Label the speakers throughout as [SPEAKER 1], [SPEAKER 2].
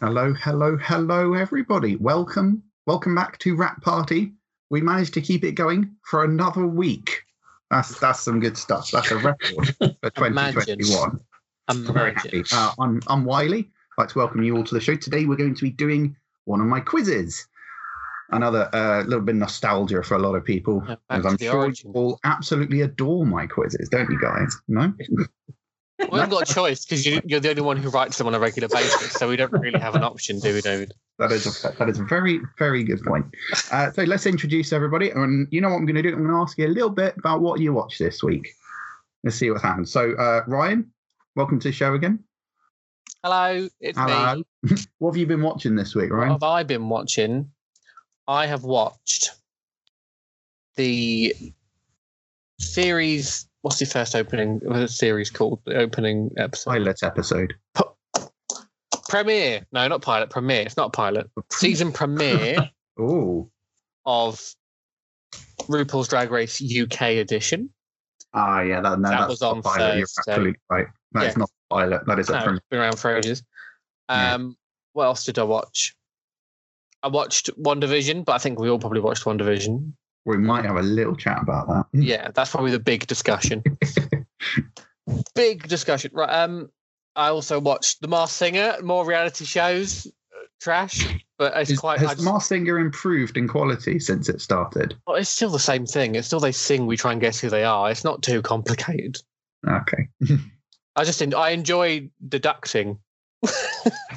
[SPEAKER 1] Hello, hello, hello, everybody. Welcome, welcome back to Rap Party. We managed to keep it going for another week. That's that's some good stuff. That's a record for 2021. I'm very happy. Uh, I'm I'm Wiley. I'd like to welcome you all to the show. Today we're going to be doing one of my quizzes. Another uh, little bit of nostalgia for a lot of people,
[SPEAKER 2] Yeah, back
[SPEAKER 1] because
[SPEAKER 2] to
[SPEAKER 1] I'm
[SPEAKER 2] the
[SPEAKER 1] sure
[SPEAKER 2] origin.
[SPEAKER 1] you all absolutely adore my quizzes, don't you guys? No.
[SPEAKER 2] We haven't got a choice because you, you're the only one who writes them on a regular basis, so we don't really have an option, do we, David?
[SPEAKER 1] That is a that is a very very good point. Uh, so let's introduce everybody, and you know what I'm going to do? I'm going to ask you a little bit about what you watched this week. Let's see what happens. So uh, Ryan, welcome to the show again.
[SPEAKER 2] Hello, it's me.
[SPEAKER 1] Hello. what have you been watching this week,
[SPEAKER 2] What
[SPEAKER 1] Ryan?
[SPEAKER 2] have I been watching? I have watched the series. What's the first opening? What the series called? The opening episode.
[SPEAKER 1] Pilot episode.
[SPEAKER 2] Premiere. No, not pilot. Premiere. It's not pilot. Season premiere
[SPEAKER 1] Oh,
[SPEAKER 2] of RuPaul's Drag Race UK edition.
[SPEAKER 1] ah, yeah, that, no,
[SPEAKER 2] That
[SPEAKER 1] that's
[SPEAKER 2] was
[SPEAKER 1] not
[SPEAKER 2] on
[SPEAKER 1] pilot. You're
[SPEAKER 2] Thursday.
[SPEAKER 1] absolutely right. That is
[SPEAKER 2] Yeah.
[SPEAKER 1] not pilot. That is a
[SPEAKER 2] No,
[SPEAKER 1] premiere.
[SPEAKER 2] it's been around for ages.
[SPEAKER 1] Yeah.
[SPEAKER 2] Um, What else did I watch? I watched One Division, but I think we all probably watched One Division.
[SPEAKER 1] We might have a little chat about that.
[SPEAKER 2] Yeah, that's probably the big discussion. big discussion. Right. Um, I also watched The Masked Singer. More reality shows, uh, trash, but it's
[SPEAKER 1] Is-
[SPEAKER 2] quite. I
[SPEAKER 1] has
[SPEAKER 2] just-
[SPEAKER 1] Mars Singer improved in quality since it started?
[SPEAKER 2] well, it's still the same thing. It's still they sing. We try and guess who they are. It's not too complicated.
[SPEAKER 1] Okay.
[SPEAKER 2] I just en- I enjoy deducting.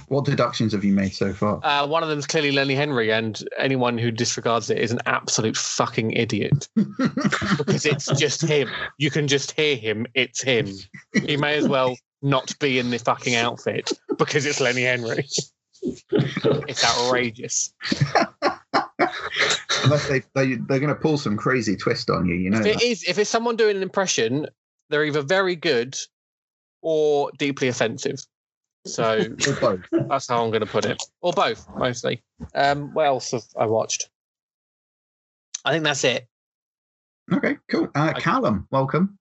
[SPEAKER 1] What deductions have you made so far?
[SPEAKER 2] Uh, one of them's clearly Lenny Henry, and anyone who disregards it is an absolute fucking idiot. Uh, because it's just him. You can just hear him. It's him. He may as well not be in the fucking outfit because it's Lenny Henry. It's outrageous.
[SPEAKER 1] Unless they, they they're going to pull some crazy twist on you, you know.
[SPEAKER 2] If it is, if it's someone doing an impression, they're either very good or deeply offensive. So
[SPEAKER 1] that. Or both.
[SPEAKER 2] that's how I'm going to put it, or both mostly. Um, what else have I watched? I think that's it.
[SPEAKER 1] Okay, cool. Uh, Callum, welcome.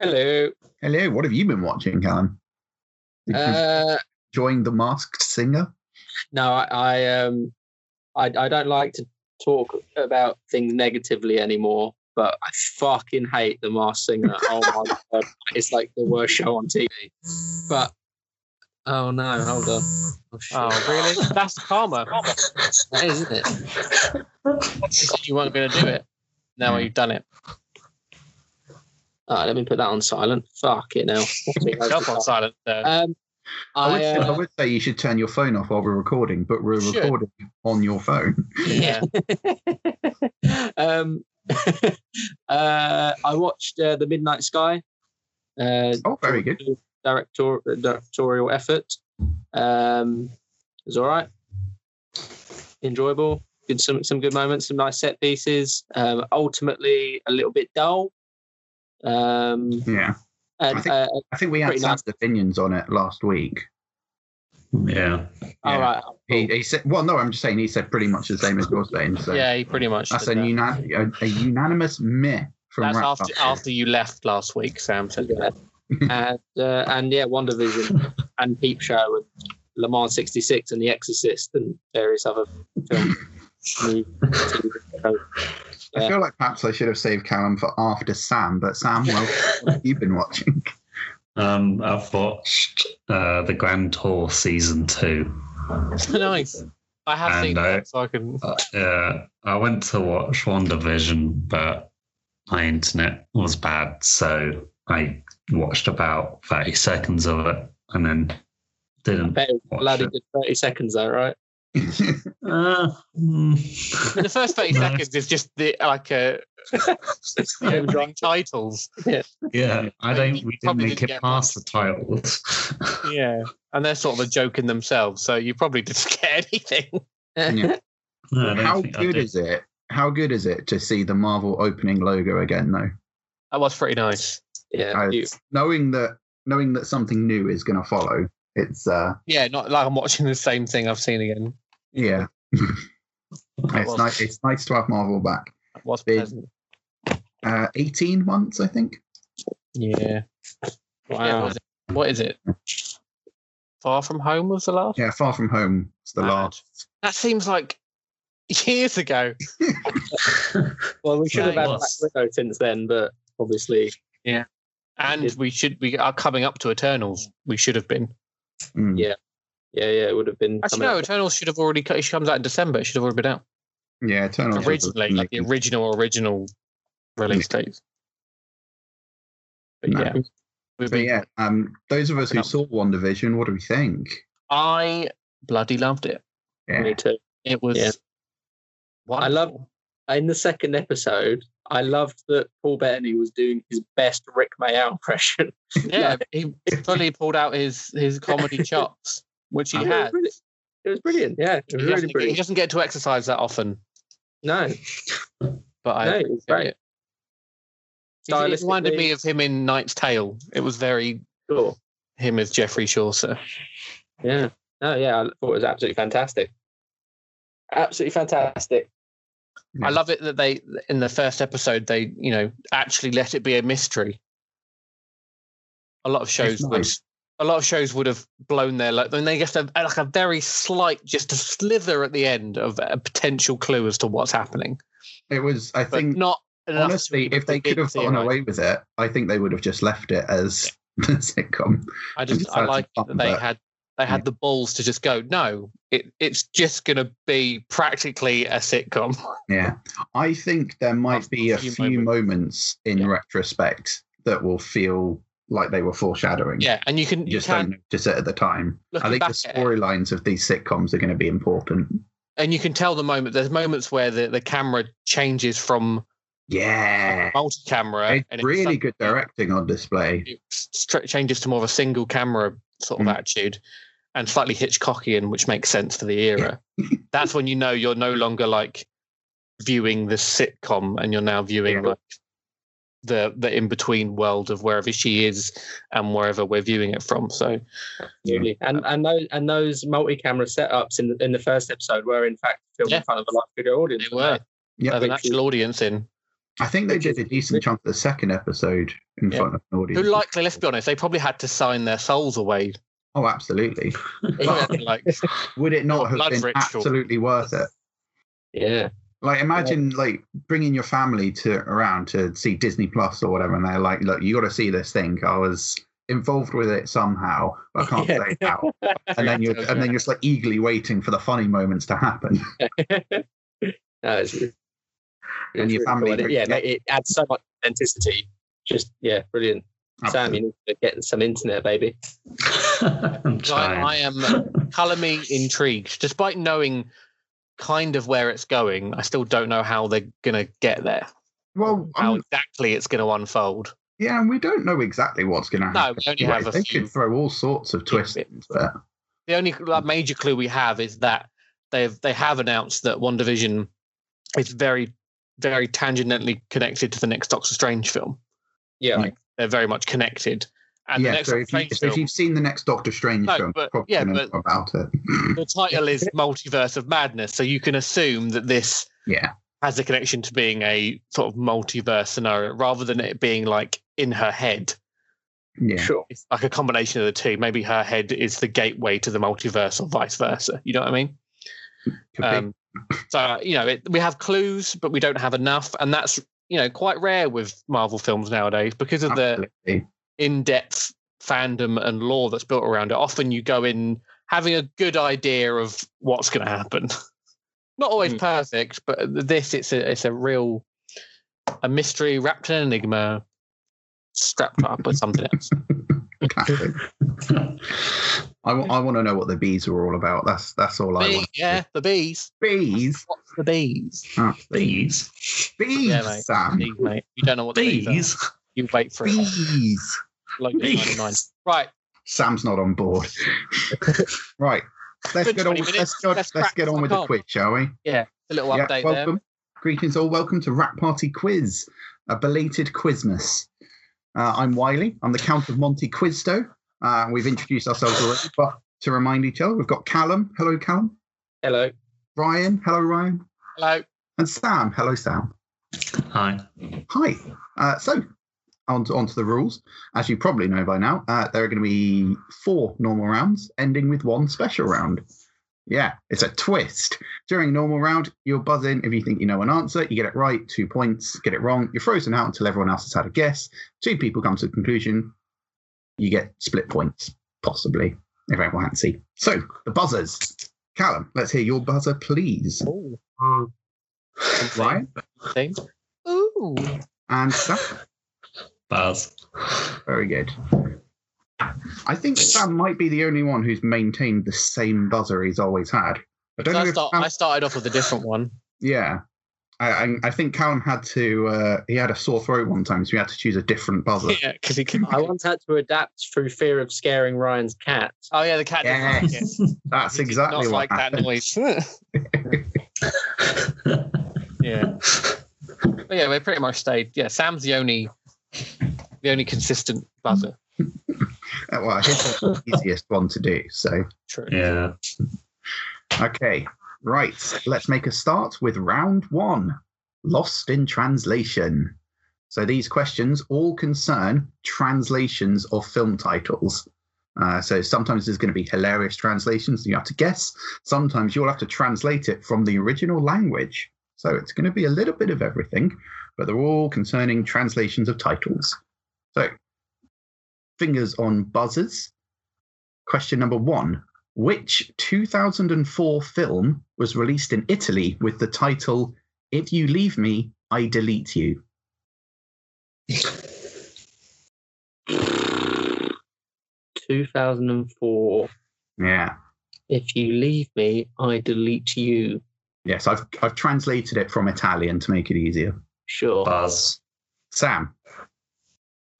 [SPEAKER 3] Hello.
[SPEAKER 1] Hello. What have you been watching, Callum? Did you
[SPEAKER 3] Uh,
[SPEAKER 1] enjoying the Masked Singer?
[SPEAKER 3] no, I, I um, I, I don't like to talk about things negatively anymore. But I fucking hate the Masked Singer. Oh my god, it's like the worst show on TV. But oh no, hold on. Oh, shit.
[SPEAKER 2] Oh, really? That's karma.
[SPEAKER 3] That is, isn't it?
[SPEAKER 2] You weren't going to do it. Now you've done it.
[SPEAKER 3] All right, let me put that on silent. Fuck it now.
[SPEAKER 2] Yourself on silent. uh, there.
[SPEAKER 3] Um,
[SPEAKER 1] I, would
[SPEAKER 3] I,
[SPEAKER 1] say, I
[SPEAKER 3] uh,
[SPEAKER 1] would say you should turn your phone off while we're recording, but we're
[SPEAKER 2] You should.
[SPEAKER 1] recording on your phone.
[SPEAKER 2] yeah.
[SPEAKER 3] um, uh, I watched uh, the Midnight Sky. Uh,
[SPEAKER 1] Oh, very good.
[SPEAKER 3] director uh, directorial effort. Um, it was all right, enjoyable. Good some some good moments, some nice set pieces. Um, ultimately, a little bit dull. Um,
[SPEAKER 1] Yeah,
[SPEAKER 3] and,
[SPEAKER 1] I think-
[SPEAKER 3] uh,
[SPEAKER 1] I think we had
[SPEAKER 3] Pretty
[SPEAKER 1] Sam's
[SPEAKER 3] nice.
[SPEAKER 1] opinions on it last week.
[SPEAKER 4] Yeah.
[SPEAKER 3] all right,
[SPEAKER 1] He, he said, "Well, no, I'm just saying he said pretty much the same as you're saying." So
[SPEAKER 2] yeah, he pretty much.
[SPEAKER 1] that's a,
[SPEAKER 2] did that.
[SPEAKER 1] unan- a, a unanimous meh from
[SPEAKER 2] That's
[SPEAKER 1] Rat Party.
[SPEAKER 2] after after you left last week, Sam said
[SPEAKER 3] Yeah.
[SPEAKER 2] that.
[SPEAKER 3] and uh, and yeah, Wonder Vision and Peep Show and Le Mans '66 and The Exorcist and various other films.
[SPEAKER 1] I feel like perhaps I should have saved Callum for after Sam, but Sam, well, what have you been watching?
[SPEAKER 4] Um, I've watched uh, the Grand Tour season two.
[SPEAKER 2] nice. I have
[SPEAKER 4] And
[SPEAKER 2] seen
[SPEAKER 4] I-
[SPEAKER 2] that, so I can.
[SPEAKER 4] Uh, I went to watch One Division, but my internet was bad, so I watched about thirty seconds of it and then didn't.
[SPEAKER 3] Better
[SPEAKER 4] watch
[SPEAKER 3] bloody
[SPEAKER 4] it.
[SPEAKER 3] good 30 seconds though, right?
[SPEAKER 4] Uh,
[SPEAKER 2] In
[SPEAKER 4] mm.
[SPEAKER 2] the first thirty
[SPEAKER 4] No.
[SPEAKER 2] seconds is just the like uh, the opening titles.
[SPEAKER 4] yeah, I don't. We didn't
[SPEAKER 2] Probably
[SPEAKER 4] make
[SPEAKER 2] didn't
[SPEAKER 4] it
[SPEAKER 2] get
[SPEAKER 4] past the titles.
[SPEAKER 2] Yeah, and they're sort of a joke in themselves. So you probably didn't get anything.
[SPEAKER 1] Yeah.
[SPEAKER 4] No, I don't
[SPEAKER 1] How
[SPEAKER 4] think I
[SPEAKER 1] good
[SPEAKER 4] did.
[SPEAKER 1] is it? How good is it to see the Marvel opening logo again, though?
[SPEAKER 2] That was pretty nice.
[SPEAKER 3] Yeah,
[SPEAKER 1] I-
[SPEAKER 3] beautiful.
[SPEAKER 1] Knowing that, knowing that something new is going to follow. It's uh,
[SPEAKER 2] Yeah, not like I'm watching the same thing I've seen again.
[SPEAKER 1] yeah,
[SPEAKER 2] That
[SPEAKER 1] it's
[SPEAKER 2] was,
[SPEAKER 1] nice. It's nice to have Marvel back.
[SPEAKER 2] that was
[SPEAKER 1] big.
[SPEAKER 2] pleasant.
[SPEAKER 1] Uh, Eighteen months, I think.
[SPEAKER 2] Yeah. Yeah,
[SPEAKER 3] Wow.
[SPEAKER 2] what is it? What is it? Far from home was the last.
[SPEAKER 1] Yeah, Far From Home It's the
[SPEAKER 2] Bad.
[SPEAKER 1] last.
[SPEAKER 2] That seems like years ago.
[SPEAKER 3] Well, we should
[SPEAKER 2] Yeah,
[SPEAKER 3] have had
[SPEAKER 4] it
[SPEAKER 3] Black
[SPEAKER 4] was.
[SPEAKER 3] Widow since then, but obviously,
[SPEAKER 2] And we should we are coming up to Eternals. We should have been.
[SPEAKER 1] Mm.
[SPEAKER 3] Yeah. yeah, yeah, it would have been.
[SPEAKER 2] Actually,
[SPEAKER 3] coming
[SPEAKER 2] no,
[SPEAKER 3] up.
[SPEAKER 2] Eternals should have already. co- It comes out in December. It should have already been out
[SPEAKER 1] Yeah, Eternal.
[SPEAKER 2] originally, like the original original release date. But
[SPEAKER 1] No.
[SPEAKER 2] yeah, we've
[SPEAKER 1] But
[SPEAKER 2] been,
[SPEAKER 1] yeah, um, those of us who saw One Division, what do we think?
[SPEAKER 2] I bloody loved it.
[SPEAKER 1] Yeah.
[SPEAKER 3] Me too.
[SPEAKER 2] It was.
[SPEAKER 3] Yeah.
[SPEAKER 2] wonderful.
[SPEAKER 3] I love- In the second episode, I loved that Paul Bettany was doing his best Rick Mayall impression.
[SPEAKER 2] Yeah, he fully pulled out his his comedy chops, which he
[SPEAKER 3] Yeah,
[SPEAKER 2] had.
[SPEAKER 3] It was, brilliant. It was brilliant. Yeah, it was
[SPEAKER 2] He
[SPEAKER 3] really
[SPEAKER 2] doesn't, he
[SPEAKER 3] brilliant.
[SPEAKER 2] doesn't get to exercise that often,
[SPEAKER 3] No,
[SPEAKER 2] but I
[SPEAKER 3] no, it was great.
[SPEAKER 2] it. It reminded
[SPEAKER 3] Stylistically-
[SPEAKER 2] me of him in Knight's Tale. It was very
[SPEAKER 3] Sure.
[SPEAKER 2] him as Geoffrey Chaucer.
[SPEAKER 3] Yeah. No, yeah, I thought it was absolutely fantastic. Absolutely fantastic.
[SPEAKER 1] Yeah.
[SPEAKER 2] I love it that they in the first episode they you know actually let it be a mystery. A lot of shows
[SPEAKER 1] It's
[SPEAKER 2] would
[SPEAKER 1] nice.
[SPEAKER 2] a lot of shows would have blown their like then they get a, like a very slight just a slither at the end of a potential clue as to what's happening,
[SPEAKER 1] It was, I
[SPEAKER 2] but
[SPEAKER 1] think,
[SPEAKER 2] not enough to
[SPEAKER 1] honestly,
[SPEAKER 2] even
[SPEAKER 1] if they could have
[SPEAKER 2] predict it,
[SPEAKER 1] gone
[SPEAKER 2] right?
[SPEAKER 1] away with it, I think they would have just left it as a sitcom.
[SPEAKER 2] I just
[SPEAKER 1] It's
[SPEAKER 2] I
[SPEAKER 1] such a
[SPEAKER 2] like that
[SPEAKER 1] fun
[SPEAKER 2] they
[SPEAKER 1] bit.
[SPEAKER 2] had they had the balls to just go no it it's just gonna be practically a sitcom.
[SPEAKER 1] Yeah. I think there might
[SPEAKER 2] After
[SPEAKER 1] be a few moments, in
[SPEAKER 2] Yeah.
[SPEAKER 1] retrospect that will feel like they were foreshadowing.
[SPEAKER 2] yeah, and you can
[SPEAKER 1] You
[SPEAKER 2] you
[SPEAKER 1] just
[SPEAKER 2] can
[SPEAKER 1] don't notice it at the time.
[SPEAKER 2] look
[SPEAKER 1] I think
[SPEAKER 2] back
[SPEAKER 1] the
[SPEAKER 2] at it.
[SPEAKER 1] storylines of these sitcoms are going to be important.
[SPEAKER 2] and you can tell the moment there's moments where the, the camera changes from
[SPEAKER 1] Yeah.
[SPEAKER 2] multi-camera
[SPEAKER 1] It's
[SPEAKER 2] and
[SPEAKER 1] really
[SPEAKER 2] suddenly
[SPEAKER 1] good directing on display.
[SPEAKER 2] it stra- changes to more of a single camera sort of
[SPEAKER 1] Mm.
[SPEAKER 2] attitude and slightly hitchcockian which makes sense for the era that's when you know you're no longer like viewing the sitcom and you're now viewing
[SPEAKER 1] Yeah.
[SPEAKER 2] like the the in-between world of wherever she is and wherever we're viewing it from so
[SPEAKER 3] Absolutely. And and those and those multi-camera setups in the, in the first episode were in fact filmed
[SPEAKER 2] Yeah.
[SPEAKER 3] in front of a lot bigger audience.
[SPEAKER 2] they were
[SPEAKER 1] Yeah.
[SPEAKER 2] they have an
[SPEAKER 3] Which
[SPEAKER 2] actual audience in
[SPEAKER 1] I think they
[SPEAKER 3] Which
[SPEAKER 1] did a decent chunk of the second episode in
[SPEAKER 2] Yeah.
[SPEAKER 1] front of an audience.
[SPEAKER 2] who likely let's be honest they probably had to sign their souls away
[SPEAKER 1] oh, absolutely.
[SPEAKER 2] like
[SPEAKER 1] Would it
[SPEAKER 2] Or
[SPEAKER 1] not have
[SPEAKER 2] blood
[SPEAKER 1] been
[SPEAKER 2] Oh, ritual.
[SPEAKER 1] absolutely worth it?
[SPEAKER 3] Yeah.
[SPEAKER 1] Like, imagine like bringing your family to around to see Disney Plus or whatever, and they're like, "Look, you got to see this thing. I was involved with it somehow, but I can't
[SPEAKER 3] Yeah.
[SPEAKER 1] say how." And then you're and then you're just like eagerly waiting for the funny moments to happen.
[SPEAKER 3] No, it's, it's
[SPEAKER 1] And your
[SPEAKER 3] really
[SPEAKER 1] family
[SPEAKER 3] cool. And it- Yeah,
[SPEAKER 1] yeah.
[SPEAKER 3] it it adds so much authenticity. Just yeah, brilliant. Sam, you need to get some internet, baby.
[SPEAKER 4] I'm
[SPEAKER 2] I, I
[SPEAKER 4] trying.
[SPEAKER 2] am colour me intrigued. Despite knowing kind of where it's going, I still don't know how they're going to get there,
[SPEAKER 1] Well,
[SPEAKER 2] how
[SPEAKER 1] um,
[SPEAKER 2] exactly it's going to unfold.
[SPEAKER 1] yeah, and we don't know exactly what's going to
[SPEAKER 2] No,
[SPEAKER 1] happen.
[SPEAKER 2] we only
[SPEAKER 1] anyway.
[SPEAKER 2] have a
[SPEAKER 1] they
[SPEAKER 2] few-
[SPEAKER 1] could throw all sorts of twists
[SPEAKER 2] bits.
[SPEAKER 1] into it.
[SPEAKER 2] The only like, major clue we have is that they've they have announced that One Division is very, very tangentially connected to the next Doctor Strange film.
[SPEAKER 3] Yeah.
[SPEAKER 1] Right.
[SPEAKER 2] They're very much connected, and the
[SPEAKER 1] yeah,
[SPEAKER 2] next
[SPEAKER 1] so if,
[SPEAKER 2] Doctor
[SPEAKER 1] you,
[SPEAKER 2] Strange
[SPEAKER 1] so if
[SPEAKER 2] film,
[SPEAKER 1] you've seen the next Doctor Strange
[SPEAKER 2] No,
[SPEAKER 1] film,
[SPEAKER 2] but-
[SPEAKER 1] you're probably
[SPEAKER 2] yeah,
[SPEAKER 1] gonna
[SPEAKER 2] but-
[SPEAKER 1] know about it.
[SPEAKER 2] the title is Multiverse of Madness. So you can assume that this
[SPEAKER 1] yeah.
[SPEAKER 2] has a connection to being a sort of multiverse scenario rather than it being like in her head.
[SPEAKER 1] Yeah.
[SPEAKER 3] Sure.
[SPEAKER 2] It's like a combination of the two. Maybe her head is the gateway to the multiverse or vice versa. You know what I mean?
[SPEAKER 1] could be.
[SPEAKER 2] Um, so, you know, it, we have clues, but we don't have enough. And that's, you know, quite rare with Marvel films nowadays because of the
[SPEAKER 1] Absolutely.
[SPEAKER 2] in depth fandom and lore that's built around it. Often you go in having a good idea of what's going to happen. Not always
[SPEAKER 3] Mm.
[SPEAKER 2] perfect, but this it's a it's a real a mystery wrapped in an enigma, strapped up with something else.
[SPEAKER 1] Classic. I, want to know what the bees were all about. That's that's all I
[SPEAKER 2] Bee,
[SPEAKER 1] want.
[SPEAKER 2] yeah, the bees.
[SPEAKER 1] Bees.
[SPEAKER 2] What's the bees?
[SPEAKER 1] Ah,
[SPEAKER 4] Bees.
[SPEAKER 1] bees,
[SPEAKER 2] Yeah, mate.
[SPEAKER 1] Sam.
[SPEAKER 2] Bees, mate. You don't know what the bees. are.
[SPEAKER 4] Bees.
[SPEAKER 2] You wait for it.
[SPEAKER 1] Bees.
[SPEAKER 2] Like
[SPEAKER 4] Bees.
[SPEAKER 2] 99. Right.
[SPEAKER 1] Sam's not on board. right. Let's
[SPEAKER 2] Good
[SPEAKER 1] get on.
[SPEAKER 2] 20 minutes.
[SPEAKER 1] Let's, go,
[SPEAKER 2] Let's
[SPEAKER 1] let's,
[SPEAKER 2] crack
[SPEAKER 1] get on
[SPEAKER 2] some
[SPEAKER 1] with the
[SPEAKER 2] on.
[SPEAKER 1] quiz, shall we?
[SPEAKER 2] A little
[SPEAKER 1] Yeah,
[SPEAKER 2] update there.
[SPEAKER 1] welcome. Greetings all. Welcome to Rap Party Quiz, a belated Quizmas. Uh, I'm Wiley. I'm the Count of Monte Quisto. Uh, we've introduced ourselves already, but to remind each other, we've got Callum. Hello, Callum.
[SPEAKER 3] Hello.
[SPEAKER 1] Ryan. Hello, Ryan.
[SPEAKER 2] Hello.
[SPEAKER 1] And Sam. Hello, Sam.
[SPEAKER 4] Hi.
[SPEAKER 1] Hi. Uh, so, on to, on to the rules. As you probably know by now, uh, there are going to be four normal rounds, ending with one special round. Yeah, it's a twist. During normal round, you'll buzz in if you think you know an answer. You get it right, two points. Get it wrong, you're frozen out until everyone else has had a guess. Two people come to a conclusion. You get split points, possibly, if everyone fancy. So, the buzzers. Callum, let's hear your buzzer, please.
[SPEAKER 2] Ooh.
[SPEAKER 1] Right?
[SPEAKER 2] Same. Ooh.
[SPEAKER 1] And Sam.
[SPEAKER 4] Buzz.
[SPEAKER 1] Very good. I think Sam might be the only one who's maintained the same buzzer he's always had. I don't
[SPEAKER 2] So
[SPEAKER 1] know
[SPEAKER 2] I,
[SPEAKER 1] if
[SPEAKER 2] start,
[SPEAKER 1] Sam-
[SPEAKER 2] I started off with a different one.
[SPEAKER 1] Yeah. I, I, I think Callum had to, uh, he had a sore throat one time, so he had to choose a different buzzer.
[SPEAKER 2] Yeah, because he can.
[SPEAKER 3] I once had to adapt through fear of scaring Ryan's cat.
[SPEAKER 2] Oh, yeah, the cat didn't like it.
[SPEAKER 1] That's
[SPEAKER 2] He did
[SPEAKER 1] exactly
[SPEAKER 2] not
[SPEAKER 1] what
[SPEAKER 2] like that
[SPEAKER 1] happened.
[SPEAKER 2] noise. yeah. But yeah, we pretty much stayed. Yeah, Sam's the only the only consistent buzzer.
[SPEAKER 1] Uh, Well, his was the easiest one to do. So,
[SPEAKER 2] True.
[SPEAKER 4] yeah.
[SPEAKER 1] okay. Right. Let's make a start with round one Lost in Translation. So, these questions all concern translations of film titles. Uh, so, sometimes there's going to be hilarious translations you have to guess. Sometimes you'll have to translate it from the original language. So, it's going to be a little bit of everything, but they're all concerning translations of titles. So, fingers on buzzers. Question number one Which 2004 film was released in Italy with the title If You Leave Me, I Delete You?
[SPEAKER 3] Two thousand and four.
[SPEAKER 1] Yeah.
[SPEAKER 3] If you leave me, I delete you.
[SPEAKER 1] Yes, I've, I've translated it from Italian to make it easier.
[SPEAKER 3] Sure.
[SPEAKER 4] Buzz.
[SPEAKER 1] Sam,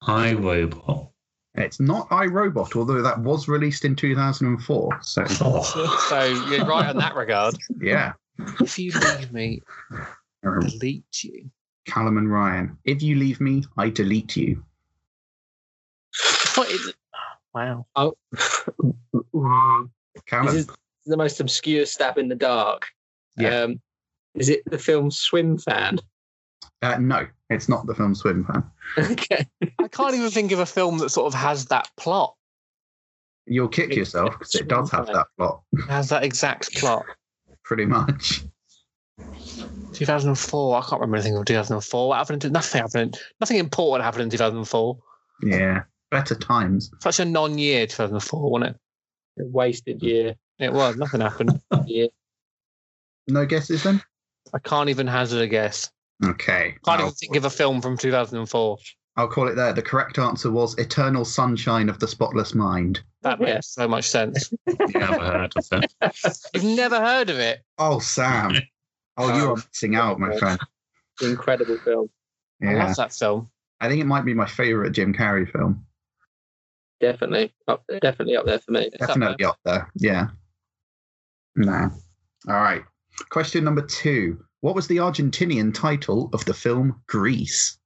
[SPEAKER 4] I robot.
[SPEAKER 1] it's not iRobot, although that was released in 2004. So,
[SPEAKER 4] Oh.
[SPEAKER 2] So you're right in that regard.
[SPEAKER 1] yeah.
[SPEAKER 2] If you leave me, I
[SPEAKER 1] Um,
[SPEAKER 2] delete you.
[SPEAKER 1] Callum and Ryan, if you leave me, I delete you.
[SPEAKER 2] What is it? Wow.
[SPEAKER 3] Oh. this
[SPEAKER 1] Callum,
[SPEAKER 3] is the most obscure stab in the dark.
[SPEAKER 1] Yeah.
[SPEAKER 3] Um, is it the film Swim Fan?
[SPEAKER 1] uh, no, it's not the film Swim Fan.
[SPEAKER 3] okay.
[SPEAKER 2] I can't even think of a film that sort of has that plot,
[SPEAKER 1] You'll kick
[SPEAKER 3] It's-
[SPEAKER 1] yourself because it does have that plot,
[SPEAKER 2] has that exact plot.
[SPEAKER 1] pretty much.
[SPEAKER 2] 2004. I can't remember anything from 2004. What happened? To, nothing happened. Nothing important happened in 2004.
[SPEAKER 1] Yeah, better times.
[SPEAKER 2] Such a non-year 2004, wasn't
[SPEAKER 3] A
[SPEAKER 2] Hmm.
[SPEAKER 3] wasted year.
[SPEAKER 2] it? It was. Nothing happened.
[SPEAKER 3] Yeah.
[SPEAKER 1] No guesses then.
[SPEAKER 2] I can't even hazard a guess.
[SPEAKER 1] Okay. I'll,
[SPEAKER 2] Can't even think of a film from 2004.
[SPEAKER 1] I'll call it there. The correct answer was "Eternal Sunshine of the Spotless Mind."
[SPEAKER 2] That
[SPEAKER 3] Yeah.
[SPEAKER 2] makes so much sense.
[SPEAKER 4] Never heard of it.
[SPEAKER 2] You've never heard of it.
[SPEAKER 1] Oh, Sam. Oh, you are missing out, my friend.
[SPEAKER 3] Incredible film.
[SPEAKER 2] I
[SPEAKER 1] Yeah,
[SPEAKER 2] love that film.
[SPEAKER 1] I think it might be my favorite Jim Carrey film.
[SPEAKER 3] Definitely. Up, definitely up there for me.
[SPEAKER 2] up
[SPEAKER 1] Definitely up there. Yeah. Nah. All right. Question number two. What was the Argentinian title of the film Grease?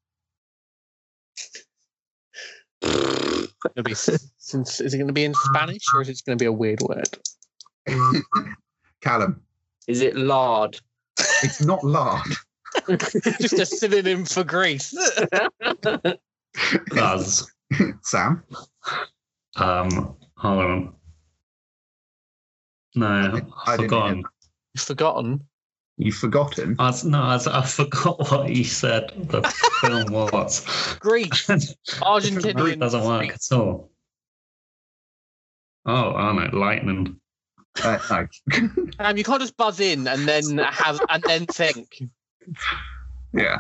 [SPEAKER 2] It'll be, since, is it going to be in Spanish or is it going to be a weird word?
[SPEAKER 1] Callum.
[SPEAKER 3] Is it lard?
[SPEAKER 1] It's not lard.
[SPEAKER 2] Just a synonym for Greece.
[SPEAKER 4] Buzz.
[SPEAKER 1] Sam.
[SPEAKER 4] Um, hold on. No,
[SPEAKER 1] I
[SPEAKER 4] I've
[SPEAKER 1] didn't
[SPEAKER 4] forgotten.
[SPEAKER 1] hear
[SPEAKER 2] You've forgotten.
[SPEAKER 1] You've forgotten.
[SPEAKER 4] I was, no, I, was, I forgot what you said the film was.
[SPEAKER 2] Greece.
[SPEAKER 4] It doesn't
[SPEAKER 2] Argentinian.
[SPEAKER 4] work at all. Oh, I know, lightning.
[SPEAKER 1] Uh, no.
[SPEAKER 2] Um, you can't just buzz in and then have and then think.
[SPEAKER 1] Yeah.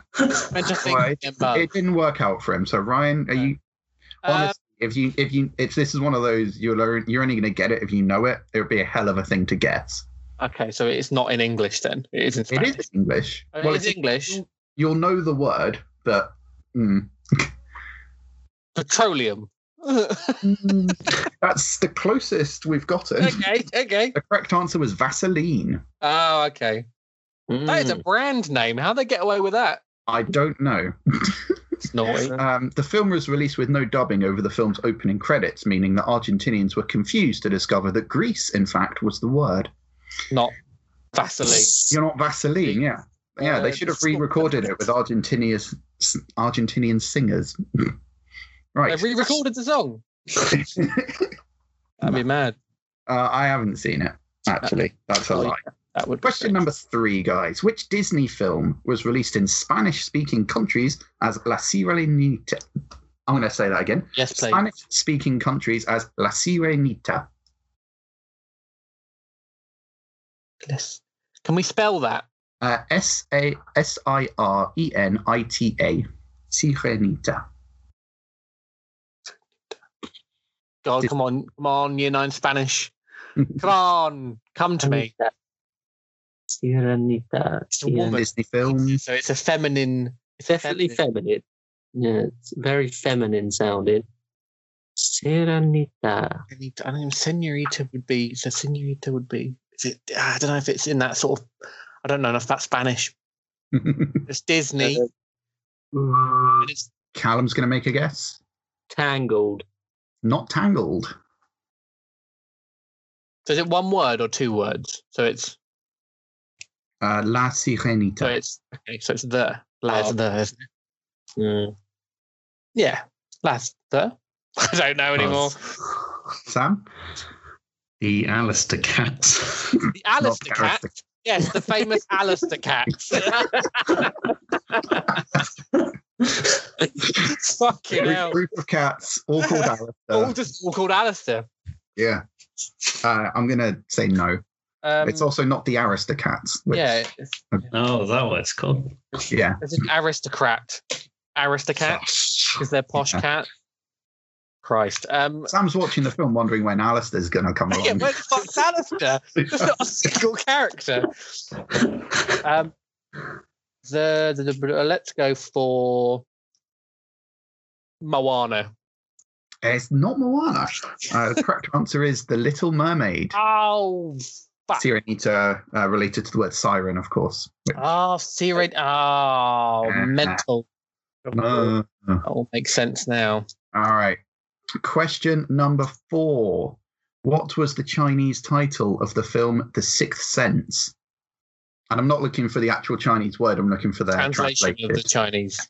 [SPEAKER 2] Meant to think
[SPEAKER 1] Right.
[SPEAKER 2] and buzz.
[SPEAKER 1] it didn't work out for him. So Ryan, are
[SPEAKER 2] No.
[SPEAKER 1] you
[SPEAKER 2] Uh,
[SPEAKER 1] honestly? if you if you if this is one of those you'll learn, you're only going to get it if you know it. It would be a hell of a thing to guess.
[SPEAKER 2] Uh, okay, so it's not in English then. It is in
[SPEAKER 1] It
[SPEAKER 2] Spanish.
[SPEAKER 1] is English.
[SPEAKER 2] Oh,
[SPEAKER 1] well,
[SPEAKER 2] it is
[SPEAKER 1] it's-
[SPEAKER 2] English.
[SPEAKER 1] you'll know the word, but mm,
[SPEAKER 2] Petroleum.
[SPEAKER 1] that's the closest we've gotten.
[SPEAKER 2] okay, okay.
[SPEAKER 1] The correct answer was Vaseline.
[SPEAKER 2] Oh, okay.
[SPEAKER 3] Hmm.
[SPEAKER 2] That is a brand name. How they get away with that?
[SPEAKER 1] I don't know.
[SPEAKER 2] It's naughty.
[SPEAKER 1] Um, the film was released with no dubbing over the film's opening credits, meaning that Argentinians were confused to discover that Greece, in fact, was the word.
[SPEAKER 2] Not Vaseline.
[SPEAKER 1] You're not Vaseline, yeah. Yeah,
[SPEAKER 2] Uh,
[SPEAKER 1] they should have
[SPEAKER 2] just-
[SPEAKER 1] re-recorded it with Argentinia's Argentinian singers. right,
[SPEAKER 2] They've re-recorded the song. I'd be mad.
[SPEAKER 1] uh, I haven't seen it, Actually, that's a
[SPEAKER 2] Actually.
[SPEAKER 1] lie.
[SPEAKER 2] That would be
[SPEAKER 1] Question number three, guys. Which Disney film was released in Spanish speaking countries as La Sirenita? I'm going to say that again.
[SPEAKER 2] yes, please.
[SPEAKER 1] Spanish speaking countries as La Sirenita.
[SPEAKER 2] Yes. Can we spell that?
[SPEAKER 1] Uh, S A S I R E N I T A. Sirenita.
[SPEAKER 2] God,
[SPEAKER 1] Did-
[SPEAKER 2] come on, come on, year nine Spanish. Come on, come to me.
[SPEAKER 3] Sirenita.
[SPEAKER 2] It's a woman.
[SPEAKER 1] Disney film.
[SPEAKER 2] So it's a feminine. It's
[SPEAKER 3] Definitely feminine. Yeah, it's very feminine sounding. Sirenita.
[SPEAKER 2] I need- I mean, senorita would be. So senorita would be. Is it? I don't know if it's in that sort of. I don't know if that's Spanish. It's Disney.
[SPEAKER 3] Uh, Mm.
[SPEAKER 2] and it's,
[SPEAKER 1] Callum's going to make a guess.
[SPEAKER 3] Tangled.
[SPEAKER 1] Not Tangled.
[SPEAKER 2] so is it one word or two words? So it's.
[SPEAKER 1] Uh, La Sirenita.
[SPEAKER 2] So it's okay. So Ah, it's the. That's
[SPEAKER 3] Oh.
[SPEAKER 2] the. isn't it?
[SPEAKER 3] Mm.
[SPEAKER 2] Yeah, that's the. I don't know anymore.
[SPEAKER 1] Sam?
[SPEAKER 4] The Alistair Cats.
[SPEAKER 2] The Alistair
[SPEAKER 1] Not
[SPEAKER 2] cat. Yes, the famous Alistair cats. Fucking
[SPEAKER 1] Group,
[SPEAKER 2] hell.
[SPEAKER 1] group of cats, all called
[SPEAKER 2] All
[SPEAKER 1] Alistair.
[SPEAKER 2] just all called Alistair.
[SPEAKER 1] Yeah. Uh, I'm going to say no.
[SPEAKER 2] Um,
[SPEAKER 1] it's also not the Aristocats. Which,
[SPEAKER 2] yeah, it's,
[SPEAKER 4] oh, is that what it's called?
[SPEAKER 1] Yeah.
[SPEAKER 2] it's an aristocrat. Aristocrat, because they're posh cat. Christ. Um,
[SPEAKER 1] Sam's watching the film wondering when Alistair's going to come along.
[SPEAKER 2] yeah, where the fuck's Alistair? There's not a single character. Um, the, the, the- let's go for Moana.
[SPEAKER 1] It's not Moana. Uh, the correct answer is The Little Mermaid.
[SPEAKER 2] Oh, fuck.
[SPEAKER 1] Sirenita, uh, related to the word siren, of course.
[SPEAKER 2] Oh, Siren. Oh,
[SPEAKER 1] Yeah.
[SPEAKER 2] mental.
[SPEAKER 1] Uh,
[SPEAKER 2] That all makes sense now.
[SPEAKER 1] all right. Question number four. What was the Chinese title of the film The Sixth Sense? And I'm not looking for the actual Chinese word. I'm looking for the
[SPEAKER 2] Translation of the
[SPEAKER 1] translated.
[SPEAKER 2] Chinese.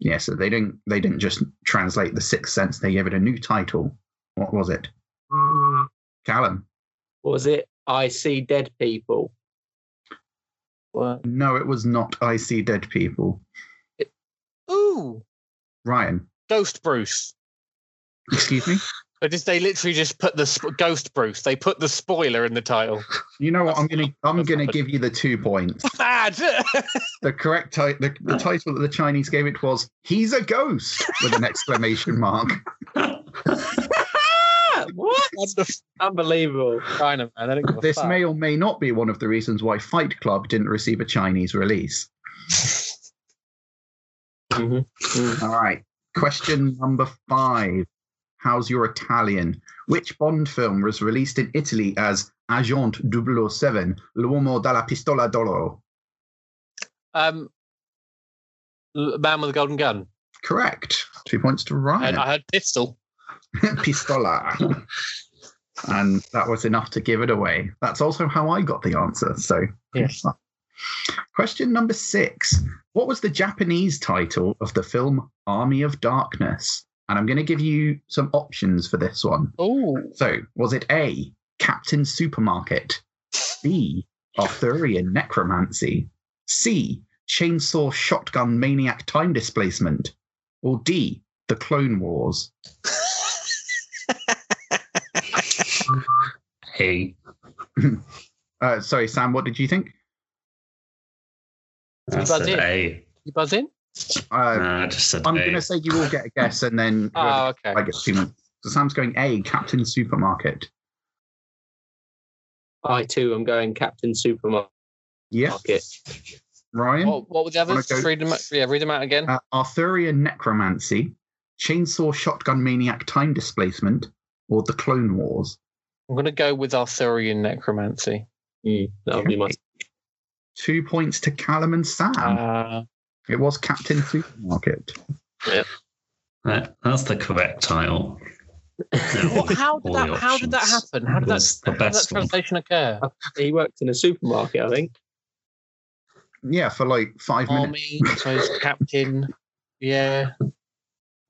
[SPEAKER 1] Yeah, so they didn't they didn't just translate The Sixth Sense. They gave it a new title. What was it?
[SPEAKER 2] Mm.
[SPEAKER 1] Callum.
[SPEAKER 3] Was it I See Dead People?
[SPEAKER 2] What?
[SPEAKER 1] No, it was not I See Dead People.
[SPEAKER 2] Ooh,
[SPEAKER 1] Ryan,
[SPEAKER 2] Ghost Bruce.
[SPEAKER 1] excuse me?
[SPEAKER 2] But just, they literally just put the sp- Ghost Bruce. They put the spoiler in the title.
[SPEAKER 1] You know what? I'm
[SPEAKER 2] That's
[SPEAKER 1] gonna I'm
[SPEAKER 2] that's
[SPEAKER 1] gonna
[SPEAKER 2] not-
[SPEAKER 1] give you the two points.
[SPEAKER 2] Mad.
[SPEAKER 1] The correct ti- the, the title that the Chinese gave it was "He's a ghost" with an exclamation mark.
[SPEAKER 3] what?
[SPEAKER 2] Wonderful.
[SPEAKER 3] Unbelievable.
[SPEAKER 2] China man. I don't give a
[SPEAKER 1] This
[SPEAKER 2] fuck.
[SPEAKER 1] may or may not be one of the reasons why Fight Club didn't receive a Chinese release.
[SPEAKER 2] Mm-hmm.
[SPEAKER 3] Mhm.
[SPEAKER 1] All right, question number five. How's your Italian? Which Bond film was released in Italy as Agent 007, L'uomo dalla pistola d'oro?
[SPEAKER 2] Um, L- Man with the Golden Gun.
[SPEAKER 1] Correct. Two points to
[SPEAKER 2] I,
[SPEAKER 1] Ryan.
[SPEAKER 2] I heard pistol.
[SPEAKER 1] pistola. and that was enough to give it away. That's also how I got the answer. So,
[SPEAKER 2] Yes.
[SPEAKER 1] question number six What was the Japanese title of the film Army of Darkness? And I'm going to give you some options for this one.
[SPEAKER 2] Ooh.
[SPEAKER 1] So, was it A, Captain Supermarket, B, Arthurian Necromancy, C, Chainsaw Shotgun Maniac Time Displacement, or D, The Clone Wars?
[SPEAKER 4] Hey,
[SPEAKER 1] Uh, sorry, Sam, what did you think?
[SPEAKER 4] I
[SPEAKER 2] That's
[SPEAKER 4] said
[SPEAKER 2] it.
[SPEAKER 4] A.
[SPEAKER 2] You Oh. buzz in?
[SPEAKER 1] Uh,
[SPEAKER 4] Nah, I just said
[SPEAKER 1] I'm
[SPEAKER 4] A.
[SPEAKER 1] going to say you all get a guess, and then whoever
[SPEAKER 2] Oh, okay.
[SPEAKER 1] I get two minutes. So Sam's going A, Captain Supermarket.
[SPEAKER 3] I too am going Captain Supermarket.
[SPEAKER 1] Yeah, Ryan.
[SPEAKER 2] What, what were the others?
[SPEAKER 1] Wanna go-
[SPEAKER 2] Read them, out- yeah, read them out again.
[SPEAKER 1] Uh, Arthurian Necromancy, Chainsaw Shotgun Maniac Time Displacement, or The Clone Wars.
[SPEAKER 2] I'm going to go with Arthurian Necromancy.
[SPEAKER 3] Mm, that'll be my.
[SPEAKER 1] Two points to Callum and Sam.
[SPEAKER 2] Uh,
[SPEAKER 1] it was Captain Supermarket.
[SPEAKER 4] That- that's the correct title.
[SPEAKER 2] what, how, did
[SPEAKER 4] All
[SPEAKER 2] that,
[SPEAKER 4] the
[SPEAKER 2] how did that
[SPEAKER 4] options.
[SPEAKER 2] happen? How did that,
[SPEAKER 4] That's the
[SPEAKER 2] how did that
[SPEAKER 4] best one.
[SPEAKER 2] translation occur?
[SPEAKER 3] He worked in a supermarket, I think.
[SPEAKER 2] Oh,
[SPEAKER 1] Yeah, for like five minutes.
[SPEAKER 2] Army, so it's captain. Yeah.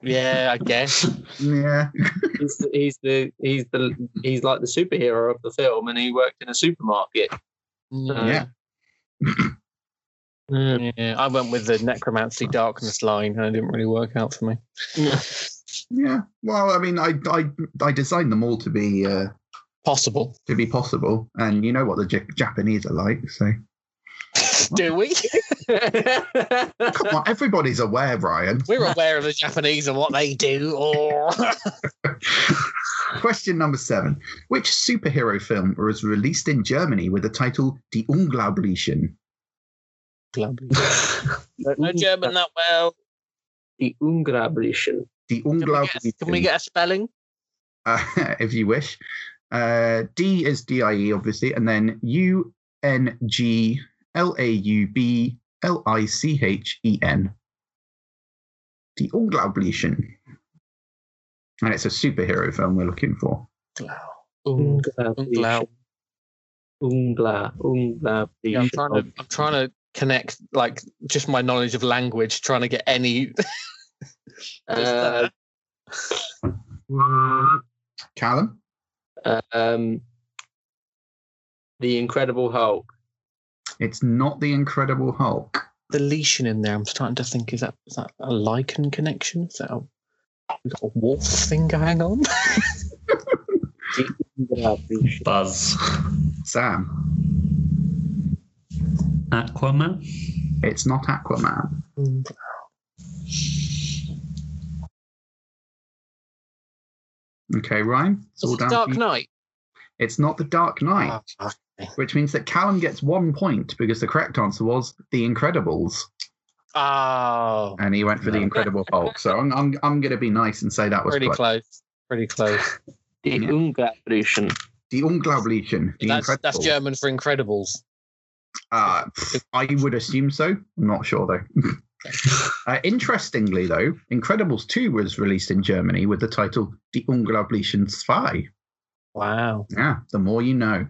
[SPEAKER 2] Yeah, I guess.
[SPEAKER 1] Yeah.
[SPEAKER 3] He's the, he's the he's the he's like the superhero of the film, and he worked in a supermarket.
[SPEAKER 1] Yeah.
[SPEAKER 3] Yeah.
[SPEAKER 2] Yeah, I went with the necromancy darkness line, and it didn't really work out for me.
[SPEAKER 1] Yeah. Well, I mean, I I, I designed them all to be uh,
[SPEAKER 2] Possible.
[SPEAKER 1] to be possible, and you know what the J- Japanese are like. So
[SPEAKER 2] Do we?
[SPEAKER 1] come on, everybody's aware, Ryan.
[SPEAKER 2] We're aware of the Japanese and what they do. Oh. Or
[SPEAKER 1] Question number seven: Which superhero film was released in Germany with the title "Die Unglaublichen"?
[SPEAKER 3] Don't
[SPEAKER 2] no German that well.
[SPEAKER 3] The Unglaublichen.
[SPEAKER 1] Die
[SPEAKER 2] Can we, get,
[SPEAKER 1] Unglaublichen.
[SPEAKER 2] can we get a spelling?
[SPEAKER 1] uh, if you wish. Uh, D is D I E, obviously, and then U N G L A U B L I C H E N. The Unglaublichen. And it's a superhero film we're looking for.
[SPEAKER 3] Mm.
[SPEAKER 2] Ung- Unglaublichen.
[SPEAKER 3] Ungla. Unglaublichen.
[SPEAKER 2] Yeah, I'm trying to. I'm trying to connect like just my knowledge of language, trying to get any.
[SPEAKER 3] Uh,
[SPEAKER 1] Callum?
[SPEAKER 3] um, the Incredible Hulk.
[SPEAKER 1] It's not The Incredible Hulk.
[SPEAKER 2] the lesion in there. I'm starting to think is that is that a lichen connection? Is that a, we got a wolf thing going on?
[SPEAKER 3] Unglaublichen.
[SPEAKER 4] Buzz.
[SPEAKER 1] Sam,
[SPEAKER 4] Aquaman?
[SPEAKER 1] it's not Aquaman. Okay, Ryan? It's all
[SPEAKER 2] It's
[SPEAKER 1] down to
[SPEAKER 2] Dark
[SPEAKER 1] you.
[SPEAKER 2] Knight.
[SPEAKER 1] It's not The Dark Knight.
[SPEAKER 2] Ah,
[SPEAKER 1] which means that Callum gets one point because the correct answer was The Incredibles,
[SPEAKER 2] Oh,
[SPEAKER 1] and he went for The Incredible Hulk. So I'm I'm, I'm going to be nice and say that was
[SPEAKER 2] pretty
[SPEAKER 1] close.
[SPEAKER 2] close. Pretty close.
[SPEAKER 3] The
[SPEAKER 1] Yeah.
[SPEAKER 3] Unglaublichen.
[SPEAKER 1] The Unglaublichen, The
[SPEAKER 2] That's,
[SPEAKER 1] Incredible.
[SPEAKER 2] that's German for Incredibles.
[SPEAKER 1] Uh, pff, I would assume so. I'm not sure though. uh, interestingly, though, Incredibles 2 was released in Germany with the title Die Unglaublichen Zwei.
[SPEAKER 2] Wow.
[SPEAKER 1] Yeah, the more you know.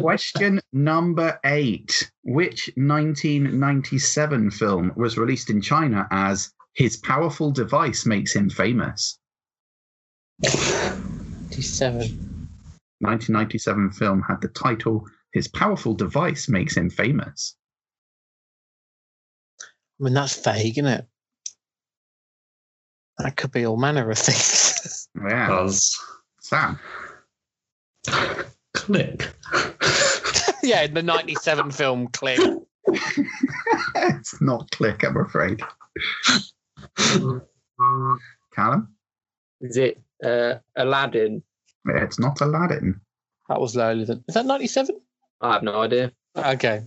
[SPEAKER 1] Question number eight. Which 1997 film was released in China as His Powerful Device Makes Him Famous?
[SPEAKER 2] 57.
[SPEAKER 1] 1997 film had the title His Powerful Device Makes Him Famous.
[SPEAKER 2] I mean, that's vague, isn't it? That could be all manner of things.
[SPEAKER 1] Yeah.
[SPEAKER 4] Buzz.
[SPEAKER 1] Sam,
[SPEAKER 4] Click.
[SPEAKER 2] yeah, the 97 film clip.
[SPEAKER 1] it's not click, I'm afraid. Callum,
[SPEAKER 3] Is it uh, Aladdin?
[SPEAKER 1] it's not Aladdin.
[SPEAKER 2] That was lower than. Is that 97?
[SPEAKER 3] I have no idea.
[SPEAKER 2] Okay.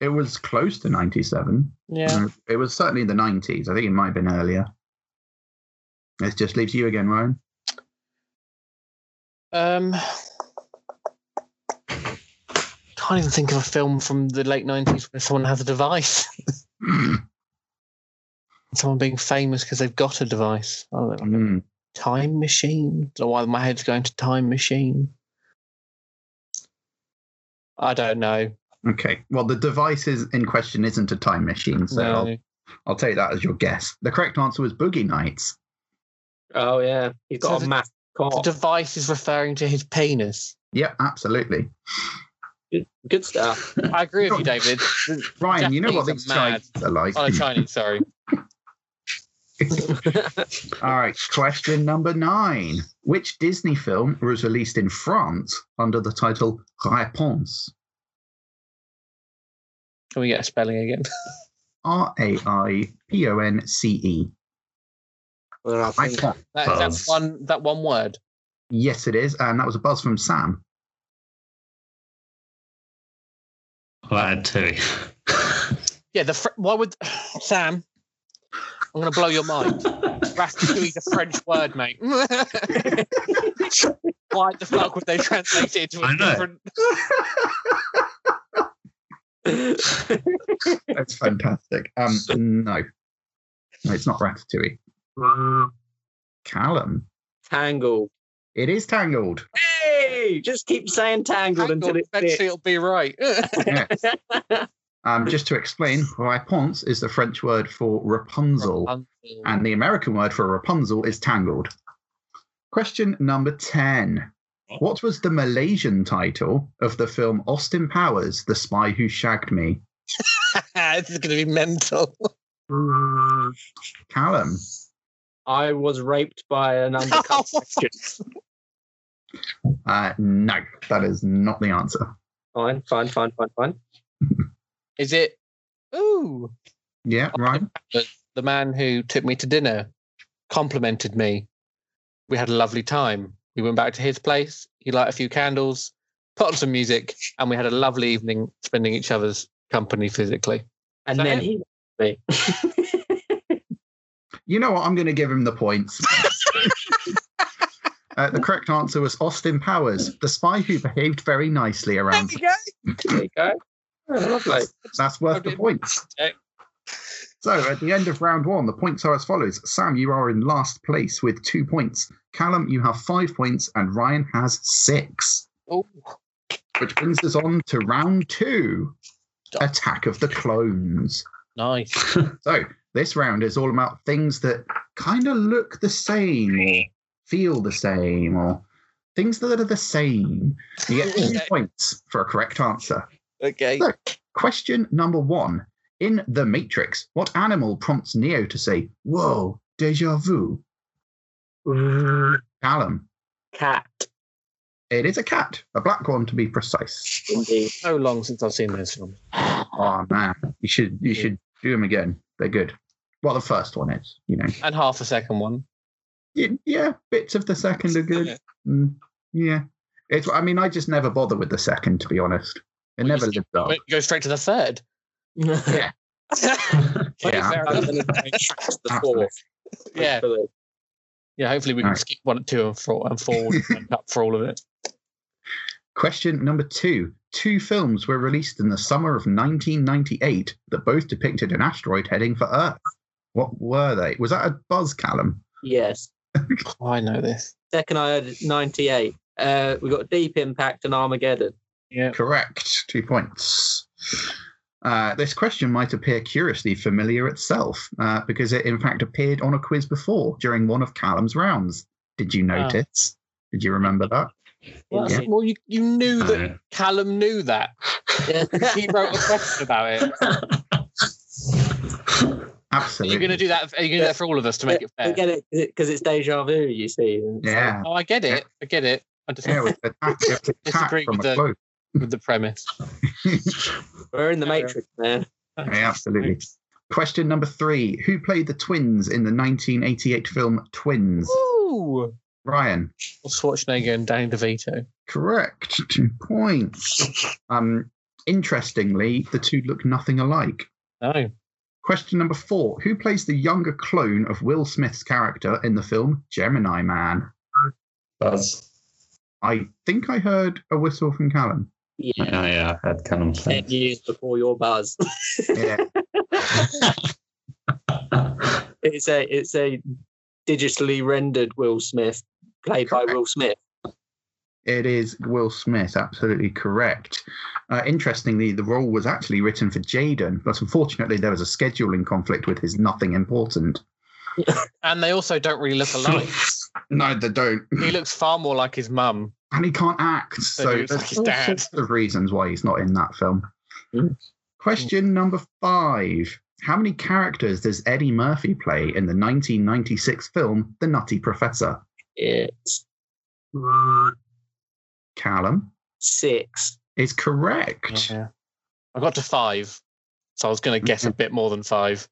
[SPEAKER 1] It was close to 97.
[SPEAKER 2] Yeah.
[SPEAKER 1] It was certainly the 90s. I think it might have been earlier. This just leaves you again, Ryan.
[SPEAKER 2] Um, can't even think of a film from the late 90s where someone has a device. someone being famous because they've got a device. I don't know, like a
[SPEAKER 1] Mm.
[SPEAKER 2] time machine. don't know why my head's going to time machine. I don't know.
[SPEAKER 1] Okay. Well, the device is in question isn't a time machine, so I'll,
[SPEAKER 2] No.
[SPEAKER 1] I'll take that as your guess. The correct answer was Boogie Nights.
[SPEAKER 3] Oh yeah, he's got
[SPEAKER 2] So
[SPEAKER 3] a
[SPEAKER 2] the-
[SPEAKER 3] math
[SPEAKER 2] The
[SPEAKER 3] cock.
[SPEAKER 2] device is referring to his penis.
[SPEAKER 1] Yep, absolutely.
[SPEAKER 3] Good stuff.
[SPEAKER 2] I agree with you, David.
[SPEAKER 1] Ryan, you know what
[SPEAKER 2] Japanese
[SPEAKER 1] these
[SPEAKER 2] are mad.
[SPEAKER 1] Chinese are like. Hmm.
[SPEAKER 2] Oh, no, Chinese, sorry. Oh,
[SPEAKER 1] All right. Question number nine. Which Disney film was released in France under the title Réponse?
[SPEAKER 2] Can we get a spelling again?
[SPEAKER 1] R A I P O N C E.
[SPEAKER 3] Well, I think
[SPEAKER 1] Réponse.
[SPEAKER 2] That, that
[SPEAKER 4] Buzz.
[SPEAKER 2] one that one word.
[SPEAKER 1] Yes, it is. And that was a buzz from Sam.
[SPEAKER 4] Letter two.
[SPEAKER 2] Yeah, the fr- why would Sam? I'm gonna blow your mind. Ratatouille's a French word, mate. Why the fuck would they translate it into
[SPEAKER 4] I
[SPEAKER 2] a
[SPEAKER 4] know.
[SPEAKER 2] different?
[SPEAKER 1] That's fantastic. Um, no, no, it's not Ratatouille. Callum,
[SPEAKER 3] Tangled.
[SPEAKER 1] it is Tangled.
[SPEAKER 3] Hey, just keep saying tangled,
[SPEAKER 2] Hang on,
[SPEAKER 3] until it
[SPEAKER 2] Eventually,
[SPEAKER 3] fits.
[SPEAKER 2] it'll be right.
[SPEAKER 1] Yes. Um, just to explain, Réponse is the French word for Rapunzel, and the American word for Rapunzel is Tangled. Question number 10. What was the Malaysian title of the film Austin Powers, The Spy Who Shagged Me?
[SPEAKER 2] this is going to be mental.
[SPEAKER 1] Callum,
[SPEAKER 3] I was raped by an undercut section.
[SPEAKER 1] uh, no, that is not the answer.
[SPEAKER 3] Fine, fine, fine, fine, fine.
[SPEAKER 2] Is it? Ooh,
[SPEAKER 1] Yeah, right.
[SPEAKER 2] the man who took me to dinner complimented me. We had a lovely time. We went back to his place. He lit a few candles, put on some music, and we had a lovely evening spending each other's company physically. Is
[SPEAKER 3] And
[SPEAKER 2] that
[SPEAKER 3] then
[SPEAKER 2] it?
[SPEAKER 3] he me.
[SPEAKER 1] You know what? I'm going to give him the points. uh, the correct answer was Austin Powers, the spy who behaved very nicely around.
[SPEAKER 3] There you go. Oh, lovely.
[SPEAKER 1] That's worth the points.
[SPEAKER 3] Okay.
[SPEAKER 1] So at the end of round one, the points are as follows. Sam, you are in last place with two points. Callum, you have five points, and Ryan has six.
[SPEAKER 2] Oh.
[SPEAKER 1] Which brings us on to round two Attack of the Clones.
[SPEAKER 2] Nice.
[SPEAKER 1] So this round is all about things that kind of look the same or feel the same or things that are the same. You get two
[SPEAKER 2] Okay.
[SPEAKER 1] points for a correct answer.
[SPEAKER 2] Okay.
[SPEAKER 1] Look. Question number one. In The Matrix, what animal prompts Neo to say, Whoa, deja vu? Callum,
[SPEAKER 3] Cat,
[SPEAKER 1] it is a cat, a black one to be precise.
[SPEAKER 3] indeed.
[SPEAKER 2] So long since I've seen this film.
[SPEAKER 1] Oh man, you should you should do them again. They're good. Well, the first one is, you know.
[SPEAKER 2] And half a second one.
[SPEAKER 1] Y- Yeah, bits of the second are good. Mm, yeah, it's. I mean, I just never bother with the second, to be honest. It
[SPEAKER 2] Well, you
[SPEAKER 1] never
[SPEAKER 2] just-
[SPEAKER 1] lives up.
[SPEAKER 2] But Oh. Go straight to the third.
[SPEAKER 3] yeah.
[SPEAKER 1] Yeah,
[SPEAKER 3] the
[SPEAKER 1] Absolutely.
[SPEAKER 3] fourth.
[SPEAKER 2] yeah.
[SPEAKER 3] hopefully.
[SPEAKER 2] Yeah. Hopefully we can
[SPEAKER 1] Right.
[SPEAKER 2] skip one, two, and four, and forward and make up for all of it.
[SPEAKER 1] Question number two. Two films were released in the summer of 1998 that both depicted an asteroid heading for Earth. What were they? Was that a buzz, Callum?
[SPEAKER 3] Yes.
[SPEAKER 2] Oh, I know this.
[SPEAKER 3] Second I heard 98. Uh, we got Deep Impact and Armageddon.
[SPEAKER 2] Yeah.
[SPEAKER 1] Correct. Two points. Uh, this question might appear curiously familiar itself uh, because it, in fact, appeared on a quiz before during one of Callum's rounds. Did you
[SPEAKER 2] Ah.
[SPEAKER 1] notice? Did you remember that?
[SPEAKER 2] Well,
[SPEAKER 3] Yeah.
[SPEAKER 2] that's- well, you, you knew that
[SPEAKER 4] No.
[SPEAKER 2] Callum knew that. He wrote a question about it. Are
[SPEAKER 1] Absolutely.
[SPEAKER 2] you going to do that? Are you going to do that for all of us to make it
[SPEAKER 3] I
[SPEAKER 2] fair?
[SPEAKER 3] get it because it's deja vu, you see. and so-
[SPEAKER 1] Yeah.
[SPEAKER 2] Oh, I get it. I get it. I just
[SPEAKER 1] Yeah, it was an attack, it was an attack
[SPEAKER 2] Disagree
[SPEAKER 1] from
[SPEAKER 2] with
[SPEAKER 1] a
[SPEAKER 2] the-
[SPEAKER 1] close.
[SPEAKER 2] with the premise.
[SPEAKER 3] We're in the
[SPEAKER 2] Yeah.
[SPEAKER 3] Matrix, man.
[SPEAKER 1] Yeah, absolutely. Question number three Who played the twins in the 1988 film Twins?
[SPEAKER 2] Ooh.
[SPEAKER 1] Ryan.
[SPEAKER 2] Schwarzenegger and Danny DeVito.
[SPEAKER 1] Correct. Two points. Um, interestingly, the two look nothing alike.
[SPEAKER 2] No.
[SPEAKER 1] Question number four Who plays the younger clone of Will Smith's character in the film Gemini Man?
[SPEAKER 4] Buzz.
[SPEAKER 1] I think I heard a whistle from Callum.
[SPEAKER 3] Yeah.
[SPEAKER 4] Yeah, yeah, I had kind of
[SPEAKER 3] Ten years before your buzz.
[SPEAKER 1] Yeah.
[SPEAKER 3] It's a it's a digitally rendered Will Smith, played by Will Smith.
[SPEAKER 1] It is Will Smith, absolutely correct. Uh, interestingly, the role was actually written for Jaden, but unfortunately, there was a scheduling conflict with his nothing important.
[SPEAKER 2] And they also don't really look alike.
[SPEAKER 1] No, they don't.
[SPEAKER 2] he looks far more like his mum.
[SPEAKER 1] And he can't act. So
[SPEAKER 2] he looks
[SPEAKER 1] there's
[SPEAKER 2] like his
[SPEAKER 1] all
[SPEAKER 2] dad.
[SPEAKER 1] sorts of reasons why he's not in that film.
[SPEAKER 3] Mm.
[SPEAKER 1] Question number five How many characters does Eddie Murphy play in the 1996 film The Nutty Professor?
[SPEAKER 3] It's
[SPEAKER 1] Callum
[SPEAKER 3] six.
[SPEAKER 1] is correct.
[SPEAKER 2] I got to five, so I was going to guess a bit more than five.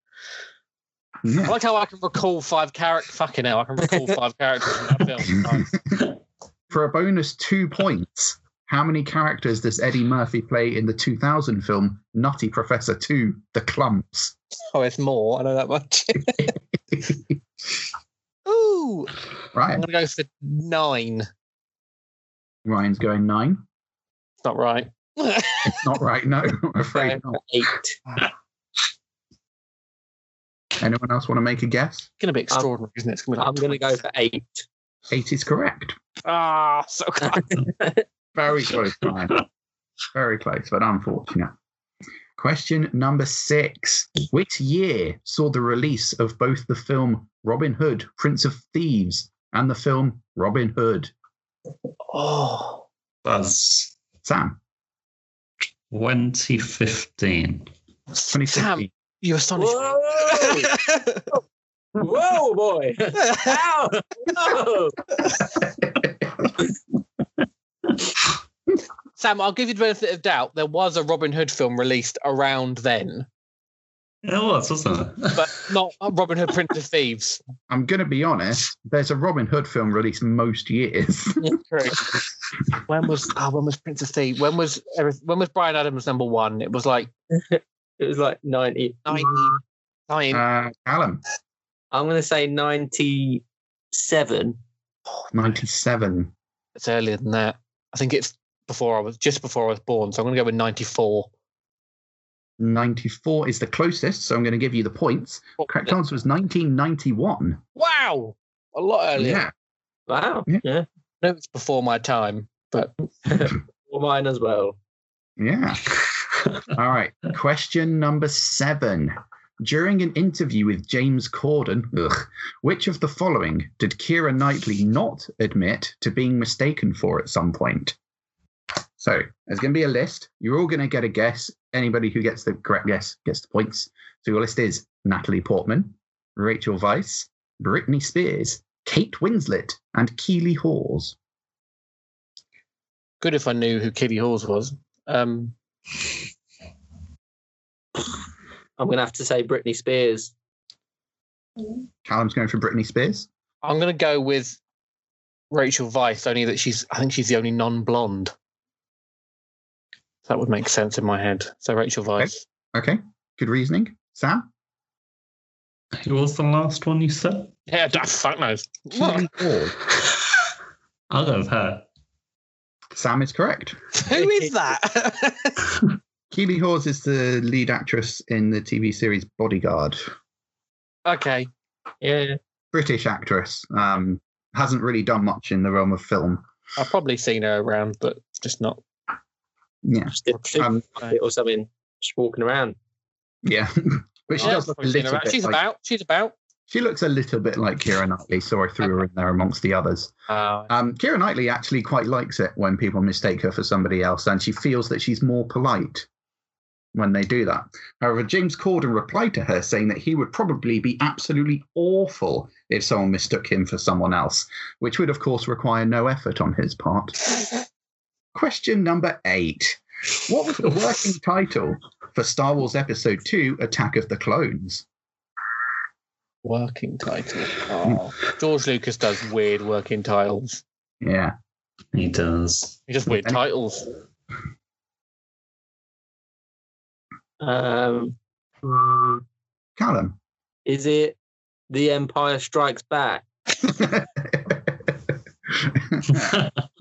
[SPEAKER 2] I
[SPEAKER 1] Yeah.
[SPEAKER 2] like how I can recall five characters. Fucking hell, I can recall five characters from that film. Nice.
[SPEAKER 1] For a bonus two points, how many characters does Eddie Murphy play in the 2000 film Nutty Professor 2 The Clumps?
[SPEAKER 2] Oh, it's more. I know that much. Ooh. I'm
[SPEAKER 1] Right.
[SPEAKER 2] going to go for nine.
[SPEAKER 1] Ryan's going nine.
[SPEAKER 2] It's not right.
[SPEAKER 1] It's not right. No, I'm afraid not.
[SPEAKER 3] Eight.
[SPEAKER 1] Anyone else want to make a guess?
[SPEAKER 2] going to be extraordinary, isn't it? It's gonna be like
[SPEAKER 3] I'm gonna go
[SPEAKER 2] 20.
[SPEAKER 3] for eight.
[SPEAKER 1] Eight is correct.
[SPEAKER 2] Ah, so close.
[SPEAKER 1] Very close, Ryan. Very close, but unfortunate. Question number six. Which year saw the release of both the film Robin Hood, Prince of Thieves and the film Robin Hood?
[SPEAKER 4] Oh, that's
[SPEAKER 1] Sam,
[SPEAKER 4] 2015.
[SPEAKER 1] 2015.
[SPEAKER 2] Sam, you astonished me.
[SPEAKER 3] Whoa! Whoa, boy! Ow! Whoa!
[SPEAKER 2] Sam, I'll give you the benefit of doubt. There was a Robin Hood film released around then,
[SPEAKER 4] It was, wasn't it?
[SPEAKER 2] but not a Robin Hood Prince of Thieves.
[SPEAKER 1] I'm going to be honest. There's a Robin Hood film released most years.
[SPEAKER 2] when was oh, when was Prince of Thieves? When was everyth- when was Brian Adams number one? It was like
[SPEAKER 3] It was like 90.
[SPEAKER 2] 1999.
[SPEAKER 1] uh, Alan,
[SPEAKER 3] I'm going to say 97.
[SPEAKER 1] 97.
[SPEAKER 2] it's earlier than that. I think it's before I was just before I was born. So I'm going to go with 94.
[SPEAKER 1] 94 is the closest, so I'm going to give you the points.
[SPEAKER 2] Oh,
[SPEAKER 1] Correct answer was 1991.
[SPEAKER 2] Wow, a lot earlier.
[SPEAKER 1] Yeah.
[SPEAKER 3] Wow.
[SPEAKER 1] Yeah.
[SPEAKER 3] Yeah.
[SPEAKER 2] I know it's before my time, but
[SPEAKER 3] Or mine as well.
[SPEAKER 1] Yeah. All right. Question number seven. During an interview with James Corden, ugh, which of the following did Kira Knightley not admit to being mistaken for at some point? So there's going to be a list. You're all going to get a guess. Anybody who gets the correct guess gets the points. So your list is Natalie Portman, Rachel Weisz, Britney Spears, Kate Winslet, and Keely Hawes.
[SPEAKER 2] good if I knew who Kitty Hawes was. Um,
[SPEAKER 3] I'm going to have to say Britney Spears.
[SPEAKER 1] Callum's going for Britney Spears.
[SPEAKER 2] I'm going to go with Rachel Vice, only that she's I think she's the only non-blonde. That would make sense in my head. So Rachel Vice.
[SPEAKER 1] Okay. Good reasoning. Sam?
[SPEAKER 4] Who was the last one you said?
[SPEAKER 2] Yeah, that fuck knows. Hmm.
[SPEAKER 1] Keely Hawes.
[SPEAKER 4] I'll go with her.
[SPEAKER 1] Sam is correct.
[SPEAKER 2] Who is that?
[SPEAKER 1] Keely Hawes is the lead actress in the TV series Bodyguard.
[SPEAKER 2] okay.
[SPEAKER 3] Yeah.
[SPEAKER 1] British actress. Um, hasn't really done much in the realm of film.
[SPEAKER 2] I've probably seen her around, but just not.
[SPEAKER 1] Yeah.
[SPEAKER 3] Just did two
[SPEAKER 1] Um,
[SPEAKER 3] or something. Just walking around.
[SPEAKER 1] Yeah. but she
[SPEAKER 2] Yeah,
[SPEAKER 1] does look a
[SPEAKER 2] probably seen her
[SPEAKER 1] little
[SPEAKER 2] around.
[SPEAKER 1] bit
[SPEAKER 2] She's
[SPEAKER 1] like,
[SPEAKER 2] about. She's about.
[SPEAKER 1] she looks a little bit like Kira Knightley, so I threw her in there amongst the others.
[SPEAKER 2] Uh,
[SPEAKER 1] Um, Kira Knightley actually quite likes it when people mistake her for somebody else, and she feels that she's more polite when they do that. However, James Corden replied to her saying that he would probably be absolutely awful if someone mistook him for someone else, which would, of course, require no effort on his part. Question number eight What was the working title for Star Wars Episode 2 Attack of the Clones?
[SPEAKER 2] working title.
[SPEAKER 1] Hmm.
[SPEAKER 2] Oh. George Lucas does weird working titles.
[SPEAKER 1] Yeah.
[SPEAKER 4] He does.
[SPEAKER 2] He does weird
[SPEAKER 1] Okay.
[SPEAKER 2] titles.
[SPEAKER 3] Um,
[SPEAKER 1] Callum.
[SPEAKER 3] is it The Empire Strikes Back?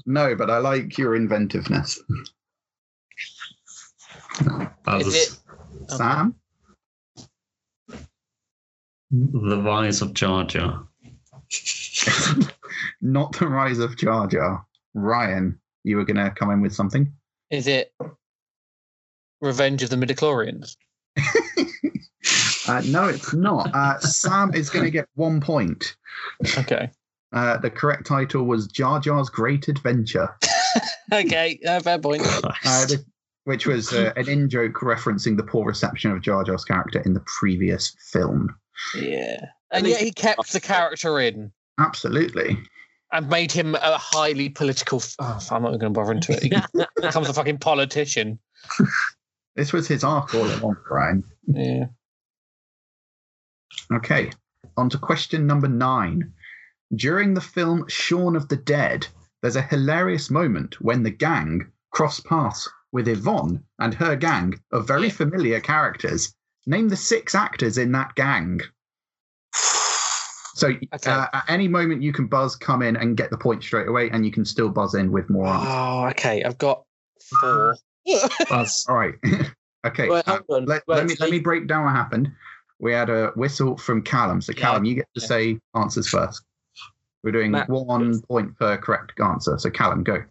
[SPEAKER 1] no, but I like your inventiveness.
[SPEAKER 4] That
[SPEAKER 2] Is
[SPEAKER 4] was
[SPEAKER 2] it-
[SPEAKER 1] Sam?
[SPEAKER 4] the rise of Jar Jar.
[SPEAKER 1] Not the rise of Jar Jar. Ryan, you were going to come in with something.
[SPEAKER 2] Is it Revenge of the Midichlorians?
[SPEAKER 1] Uh, no, it's not. Uh, Sam is going to get one point.
[SPEAKER 2] Okay.
[SPEAKER 1] Uh, the correct title was Jar Jar's Great Adventure,
[SPEAKER 2] Okay, uh, fair point.
[SPEAKER 1] uh, th- which was uh, an in joke referencing the poor reception of Jar Jar's character in the previous film.
[SPEAKER 2] Yeah. And yet he kept the character in
[SPEAKER 1] Absolutely.
[SPEAKER 2] and made him a highly political. F- oh, I'm not going to bother into it. He becomes a fucking politician.
[SPEAKER 1] This was his arc all along, Ryan.
[SPEAKER 2] Yeah.
[SPEAKER 1] Okay, on to question number nine. During the film Shaun of the Dead, there's a hilarious moment when the gang cross paths with Yvonne and her gang of very familiar characters. Name the six actors in that gang. So
[SPEAKER 2] Okay.
[SPEAKER 1] uh, at any moment you can buzz, come in and get the point straight away, and you can still buzz in with more. answers.
[SPEAKER 2] Oh, okay. I've got four.
[SPEAKER 4] That's
[SPEAKER 1] All right. okay.
[SPEAKER 3] Wait,
[SPEAKER 1] uh,
[SPEAKER 3] hold on.
[SPEAKER 1] let,
[SPEAKER 3] Wait,
[SPEAKER 1] let me
[SPEAKER 3] so
[SPEAKER 1] let me
[SPEAKER 3] you-
[SPEAKER 1] break down what happened. We had a whistle from Callum, so
[SPEAKER 2] Yeah.
[SPEAKER 1] Callum, you get to
[SPEAKER 2] Yeah.
[SPEAKER 1] say answers first. We're doing
[SPEAKER 3] Matt
[SPEAKER 1] one
[SPEAKER 3] Lucas.
[SPEAKER 1] point per correct answer. So Callum, go.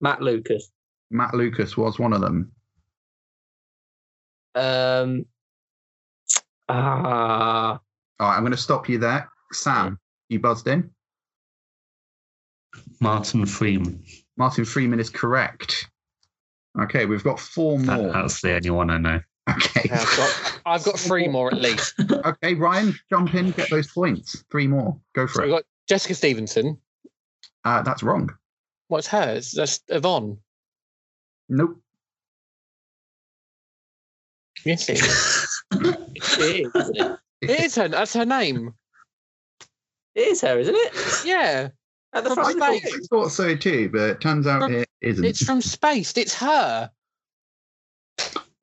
[SPEAKER 3] Matt Lucas.
[SPEAKER 1] Matt Lucas was one of them.
[SPEAKER 3] Um,
[SPEAKER 1] All
[SPEAKER 3] ah,
[SPEAKER 1] right, I'm going to stop you there. Sam, you buzzed in.
[SPEAKER 4] Martin Freeman.
[SPEAKER 1] Martin Freeman is correct. Okay, we've got four
[SPEAKER 4] That,
[SPEAKER 1] more.
[SPEAKER 4] That's the only one I know.
[SPEAKER 1] Okay.
[SPEAKER 2] Yeah, I've got I've got three more at least.
[SPEAKER 1] Okay, Ryan, jump in, get those points. Three more. Go
[SPEAKER 2] So
[SPEAKER 1] for
[SPEAKER 2] we've
[SPEAKER 1] it.
[SPEAKER 2] got Jessica Stevenson.
[SPEAKER 1] Uh, that's wrong.
[SPEAKER 2] What's hers? That's Yvonne.
[SPEAKER 1] Nope.
[SPEAKER 2] Yes, it is.
[SPEAKER 3] it is, isn't it?
[SPEAKER 2] it is her. That's her name.
[SPEAKER 3] It is her, isn't it?
[SPEAKER 2] Yeah,
[SPEAKER 3] At the
[SPEAKER 2] From
[SPEAKER 3] front of
[SPEAKER 1] I
[SPEAKER 3] the
[SPEAKER 2] Spain.
[SPEAKER 1] thought, I thought so too, but turns out it isn't.
[SPEAKER 2] it's from space. It's her.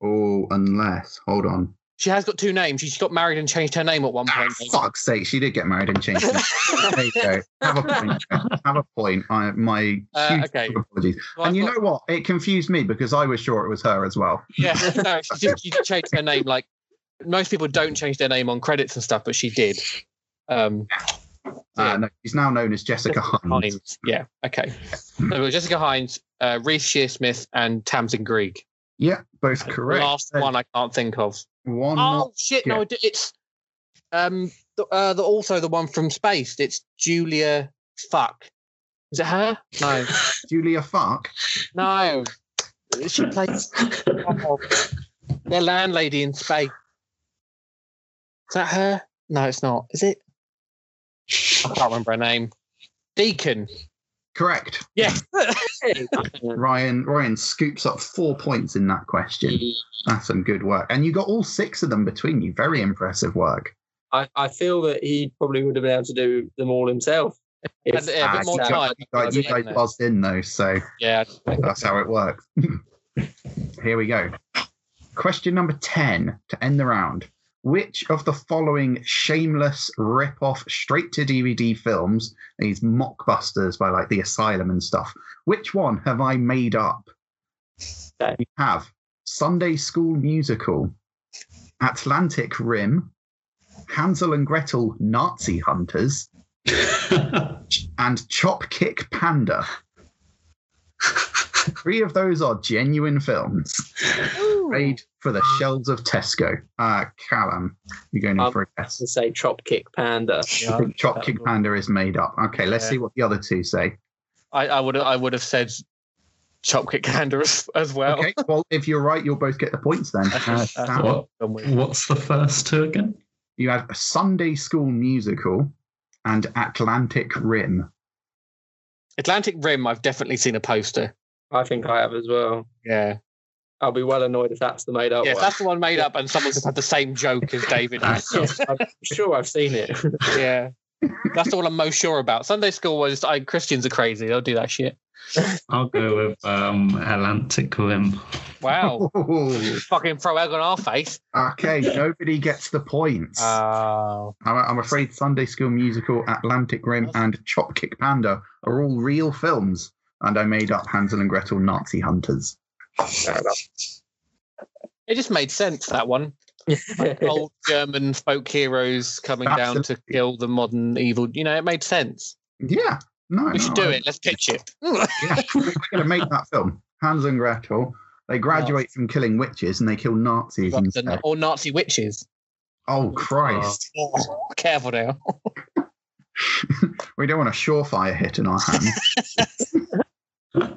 [SPEAKER 1] Oh, unless. Hold on.
[SPEAKER 2] She has got two names. She got married and changed her name at one
[SPEAKER 1] Ah,
[SPEAKER 2] point.
[SPEAKER 1] fuck's sake, she did get married and changed. it. there you go. Have a point. Have a point. I, my
[SPEAKER 2] Uh,
[SPEAKER 1] huge
[SPEAKER 2] okay.
[SPEAKER 1] apologies.
[SPEAKER 2] So I've
[SPEAKER 1] and you
[SPEAKER 2] got-
[SPEAKER 1] know what? It confused me because I was sure it was her as well.
[SPEAKER 2] yeah, no, she just she changed her name. Like most people don't change their name on credits and stuff, but she did. Um,
[SPEAKER 1] Uh,
[SPEAKER 2] Yeah.
[SPEAKER 1] no, she's now known as Jessica Hunt.
[SPEAKER 2] Hines. Yeah. Okay. So we've got Jessica Hines, uh, Reese Shearsmith, and Tamsin Greig.
[SPEAKER 1] Yeah, both correct.
[SPEAKER 2] Last one I can't think of.
[SPEAKER 1] One
[SPEAKER 2] Oh shit! No,
[SPEAKER 1] yeah.
[SPEAKER 2] I d- it's um the, uh, the also the one from space. It's Julia. Fuck. Is it her? No,
[SPEAKER 1] Julia Fuck.
[SPEAKER 2] no. She plays oh, their landlady in space. Is that her? No, it's not. Is it? I can't remember her name. Deacon.
[SPEAKER 1] Correct.
[SPEAKER 2] Yeah.
[SPEAKER 1] Ryan Ryan scoops up four points in that question.
[SPEAKER 3] front.
[SPEAKER 1] That's some good work. And you got all six of them between you. Very impressive work.
[SPEAKER 3] I, I feel that he probably would have been able to do them all himself.
[SPEAKER 2] And,
[SPEAKER 3] If-
[SPEAKER 2] yeah, a bit more
[SPEAKER 1] you
[SPEAKER 2] time.
[SPEAKER 1] guys, you guys- uh, you
[SPEAKER 2] Yeah.
[SPEAKER 1] guys buzzed in though, so
[SPEAKER 2] Yeah.
[SPEAKER 1] that's how it works. Here we go. Question number 10 to end the round. Which of the following shameless rip-off straight-to-DVD films, these mockbusters by like The Asylum and stuff, which one have I made up?
[SPEAKER 3] Okay.
[SPEAKER 1] We have Sunday School Musical, Atlantic Rim, Hansel and Gretel Nazi Hunters, and Chop Kick Panda. Three of those are genuine films made for the shelves of Tesco. Uh, Callum, you're going in
[SPEAKER 3] Um,
[SPEAKER 1] for a guess.
[SPEAKER 3] To say chop kick panda.
[SPEAKER 1] I think Chop Kick Panda is made up. Okay, let's
[SPEAKER 2] um, Yeah.
[SPEAKER 1] see what the other two say.
[SPEAKER 2] I, I would I would have said chop kick gander as, as well.
[SPEAKER 1] Okay, well, if you're right, you'll both get the points then. Uh,
[SPEAKER 2] That's
[SPEAKER 1] Sam,
[SPEAKER 4] what?
[SPEAKER 2] Done with.
[SPEAKER 4] What's the first two again?
[SPEAKER 1] you had a Sunday School Musical and Atlantic Rim.
[SPEAKER 2] Atlantic Rim. I've definitely seen a poster.
[SPEAKER 3] I think I have as well.
[SPEAKER 2] Yeah.
[SPEAKER 3] I'll be well annoyed if that's the made up
[SPEAKER 1] Oh,
[SPEAKER 2] yes,
[SPEAKER 3] one.
[SPEAKER 2] that's the one made up, and someone's just had the same joke as David.
[SPEAKER 3] Yes, I'm sure I've seen it.
[SPEAKER 2] yeah. That's all I'm most sure about. Sunday school was I, Christians are crazy. They'll do that shit.
[SPEAKER 4] I'll go with um, Atlantic Rim.
[SPEAKER 2] Wow.
[SPEAKER 1] Ooh.
[SPEAKER 2] Fucking throw egg on our face.
[SPEAKER 1] okay, nobody gets the points.
[SPEAKER 2] Oh.
[SPEAKER 1] I'm, I'm afraid Sunday School Musical, Atlantic Rim, and Chop Kick Panda are all real films, and I made up Hansel and Gretel Nazi Hunters.
[SPEAKER 2] It just made sense that one. Old German folk heroes coming down to
[SPEAKER 1] Absolutely.
[SPEAKER 2] kill the modern evil. You know, it made sense.
[SPEAKER 1] Yeah, no,
[SPEAKER 2] We should do it. Let's pitch it.
[SPEAKER 1] Yeah, we're going to make that film. Hansel and Gretel. They graduate from killing witches and they kill Nazis.
[SPEAKER 2] Rather than-
[SPEAKER 1] Instead.
[SPEAKER 2] or Nazi witches.
[SPEAKER 1] Oh Christ!
[SPEAKER 2] Careful now.
[SPEAKER 1] We don't want a surefire hit in our hands.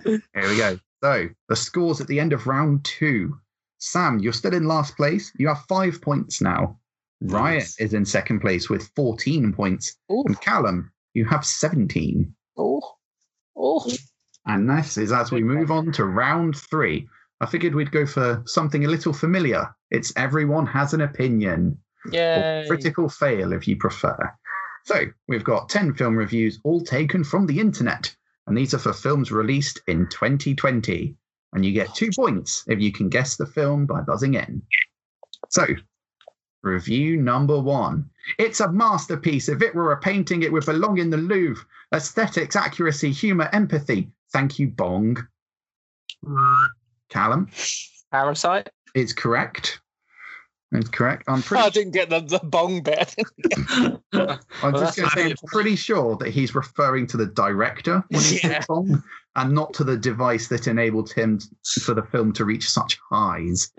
[SPEAKER 1] Here we go. So the scores at the end of round two. Sam, you're still in last place. You have five points now. Ryan
[SPEAKER 4] Nice.
[SPEAKER 1] is in second place with 14 points.
[SPEAKER 2] Ooh.
[SPEAKER 1] And Callum, you have 17.
[SPEAKER 2] Oh. Oh.
[SPEAKER 1] And this is as we move on to round three. I figured we'd go for something a little familiar. It's everyone has an opinion,
[SPEAKER 2] Yay.
[SPEAKER 1] or critical fail if you prefer. So we've got 10 film reviews, all taken from the internet. And these are for films released in 2020. And you get two points if you can guess the film by buzzing in. So, review number one. It's a masterpiece. If it were a painting, it would belong in the Louvre. Aesthetics, accuracy, humor, empathy. Thank you, Bong. Callum
[SPEAKER 3] Parasite?
[SPEAKER 1] is correct. That's correct. I'm pretty.
[SPEAKER 2] I didn't get the, the bong bit.
[SPEAKER 1] I'm
[SPEAKER 2] well,
[SPEAKER 1] just going
[SPEAKER 2] that's
[SPEAKER 1] to say I'm
[SPEAKER 2] nice.
[SPEAKER 1] pretty sure that he's referring to the director when he
[SPEAKER 2] Yeah.
[SPEAKER 1] says Bong, and not to the device that enabled him t- for the film to reach such highs.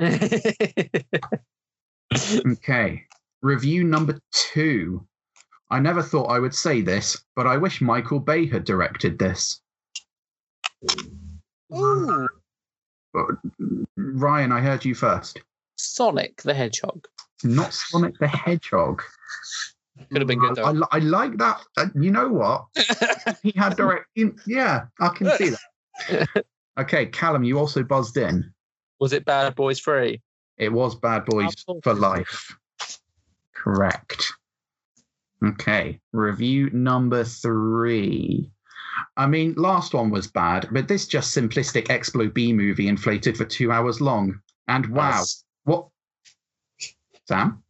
[SPEAKER 1] Okay. Review number two. I never thought I would say this, but I wish Michael Bay had directed this.
[SPEAKER 2] Ooh,
[SPEAKER 1] Ryan, I heard you first.
[SPEAKER 2] Sonic the Hedgehog.
[SPEAKER 1] Not Sonic the Hedgehog.
[SPEAKER 2] Could have been good
[SPEAKER 1] I,
[SPEAKER 2] though.
[SPEAKER 1] I like that. Uh, you know what? he had direct. in- Yeah, I can see that. Okay, Callum, you also buzzed in.
[SPEAKER 3] Was it Bad Boys 3?
[SPEAKER 1] It was Bad Boys
[SPEAKER 2] Absolutely.
[SPEAKER 1] for Life. Correct. Okay. Review number three. I mean, last one was bad, but this just simplistic Explo B movie inflated for two hours long. And wow,
[SPEAKER 4] That's-
[SPEAKER 1] what? Sam?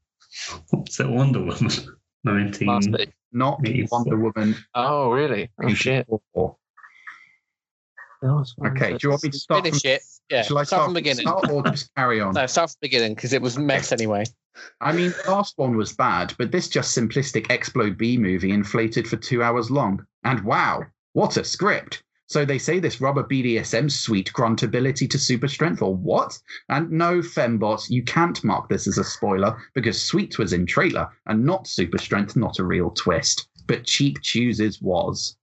[SPEAKER 4] What's it, Wonder Woman? 19.
[SPEAKER 3] Must be.
[SPEAKER 1] Not
[SPEAKER 4] Yes.
[SPEAKER 1] Wonder Woman.
[SPEAKER 2] Oh, really? Oh, shit.
[SPEAKER 1] 84. Okay, do you want me to start
[SPEAKER 2] Finish
[SPEAKER 1] from-
[SPEAKER 2] it. Yeah,
[SPEAKER 1] Shall I
[SPEAKER 2] start, from the beginning.
[SPEAKER 1] start or just carry on?
[SPEAKER 2] No, start from the beginning because it was mess anyway.
[SPEAKER 1] I mean, last one was bad, but this just simplistic Explo B movie inflated for two hours long. And wow, what a script! So they say this rubber BDSM suite gruntability to super strength, or what? And no, fembots, you can't mark this as a spoiler because sweet was in trailer and not super strength, not a real twist. But cheap chooses was.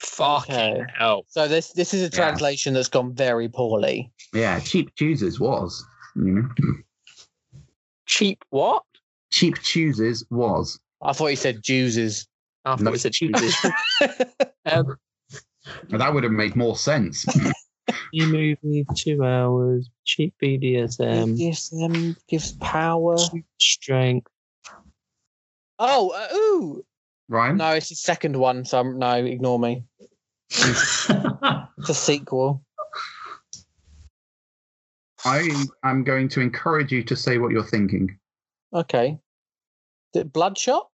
[SPEAKER 3] Fucking
[SPEAKER 2] Okay.
[SPEAKER 3] hell.
[SPEAKER 2] So this this is a
[SPEAKER 1] Yeah.
[SPEAKER 2] translation that's gone very poorly.
[SPEAKER 1] Yeah, cheap chooses was. Mm-hmm. You know?
[SPEAKER 3] Cheap what?
[SPEAKER 1] Cheap chooses was.
[SPEAKER 2] I thought you said juices.
[SPEAKER 3] I thought
[SPEAKER 1] No.
[SPEAKER 3] it said cheap. um,
[SPEAKER 1] That would have made more sense.
[SPEAKER 3] new movie, two hours, cheap BDSM,
[SPEAKER 2] gives them gives power.
[SPEAKER 3] strength.
[SPEAKER 2] Oh, uh, ooh.
[SPEAKER 1] Ryan?
[SPEAKER 2] No, it's the second one. So I'm, no, ignore me. It's a sequel.
[SPEAKER 1] I am going to encourage you to say what you're thinking.
[SPEAKER 2] Okay. Is it Bloodshot?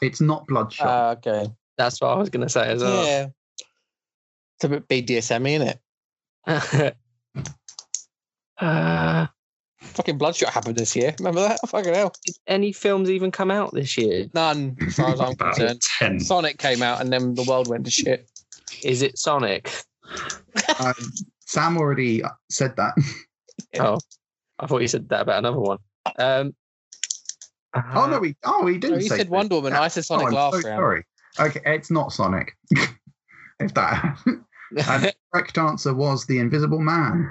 [SPEAKER 1] It's not Bloodshot.
[SPEAKER 2] Ah, okay.
[SPEAKER 3] That's what I was going to say as well.
[SPEAKER 2] Yeah. It's a bit BDSM, isn't it?
[SPEAKER 3] uh,
[SPEAKER 2] Fucking Bloodshot happened this year. Remember that? Fucking hell.
[SPEAKER 3] any films even come out this year?
[SPEAKER 2] None, as far as I'm
[SPEAKER 4] About
[SPEAKER 2] concerned.
[SPEAKER 4] 10.
[SPEAKER 2] Sonic came out and then the world went to shit.
[SPEAKER 3] Is it Sonic?
[SPEAKER 1] Uh, Sam already said that.
[SPEAKER 3] Oh, I thought you said that about another one. Um, uh-huh. Uh,
[SPEAKER 1] oh no, we oh he didn't
[SPEAKER 2] No, you
[SPEAKER 1] say
[SPEAKER 2] said Wonder Woman. I said
[SPEAKER 1] that. Oh,
[SPEAKER 2] Sonic
[SPEAKER 1] I'm
[SPEAKER 2] last
[SPEAKER 1] so
[SPEAKER 2] round.
[SPEAKER 1] sorry. Okay, it's not Sonic. if that and the correct answer was the Invisible Man.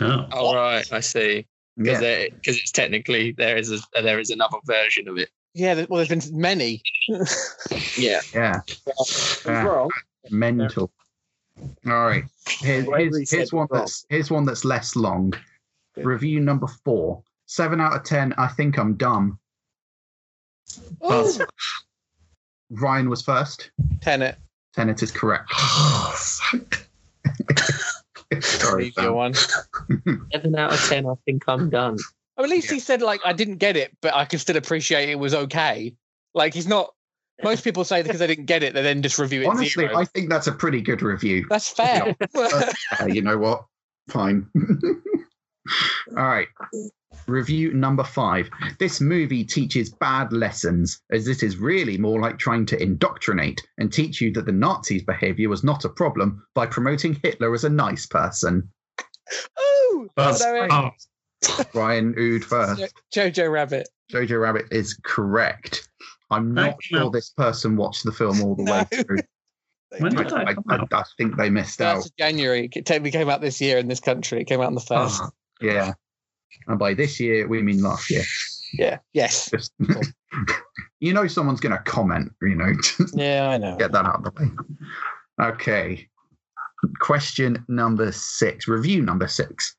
[SPEAKER 4] Oh,
[SPEAKER 3] All right, I see. Because
[SPEAKER 1] Yeah.
[SPEAKER 3] it's technically there is a, there is another version of it.
[SPEAKER 2] Yeah, there- well, there's been many.
[SPEAKER 3] Yeah.
[SPEAKER 1] Yeah. Yeah. Mental. All right. Here's,
[SPEAKER 3] Whatever
[SPEAKER 1] here's,
[SPEAKER 3] he
[SPEAKER 1] here's
[SPEAKER 3] said
[SPEAKER 1] one
[SPEAKER 3] was wrong.
[SPEAKER 1] that's here's one that's less long. Review number four. Seven out of ten. I think I'm dumb. Oh.
[SPEAKER 2] Ooh.
[SPEAKER 1] Ryan was first.
[SPEAKER 2] Tenet,
[SPEAKER 1] Tenet is correct.
[SPEAKER 4] Oh, fuck.
[SPEAKER 1] Sorry,
[SPEAKER 2] leave your
[SPEAKER 1] Sam.
[SPEAKER 2] one.
[SPEAKER 3] Seven out of ten. I think I'm done.
[SPEAKER 2] Oh, at least
[SPEAKER 1] Yeah.
[SPEAKER 2] he said like I didn't get it, but I can still appreciate it was okay. Like he's not. Most people say because they didn't get it, they then just review it
[SPEAKER 1] Honestly,
[SPEAKER 2] zero.
[SPEAKER 1] I think that's a pretty good review.
[SPEAKER 2] That's fair.
[SPEAKER 1] Uh, you know what? Fine. All right. Review number five. This movie teaches bad lessons, as it is really more like trying to indoctrinate and teach you that the Nazis' behavior was not a problem by promoting Hitler as a nice person.
[SPEAKER 2] Ooh,
[SPEAKER 4] Buzz.
[SPEAKER 2] no, it-
[SPEAKER 4] Oh,
[SPEAKER 1] Ryan Ood first.
[SPEAKER 2] Jo- Jojo Rabbit.
[SPEAKER 1] Jojo Rabbit is correct. I'm
[SPEAKER 4] Thank
[SPEAKER 1] not
[SPEAKER 4] you.
[SPEAKER 1] sure this person watched the film all the
[SPEAKER 2] No.
[SPEAKER 1] way through.
[SPEAKER 4] when did
[SPEAKER 1] I,
[SPEAKER 4] that come
[SPEAKER 1] I,
[SPEAKER 4] out?
[SPEAKER 1] I think they missed out.
[SPEAKER 2] That's January. It technically came out this year in this country. It came out on the first.
[SPEAKER 1] Uh-huh.
[SPEAKER 4] Oh,
[SPEAKER 1] Yeah. And by this year, we mean last year.
[SPEAKER 2] Yeah. Yes.
[SPEAKER 1] Just you know, someone's going to comment, you know, just
[SPEAKER 2] Yeah, I know.
[SPEAKER 1] get that out of the way. Okay. Question number six, review number six.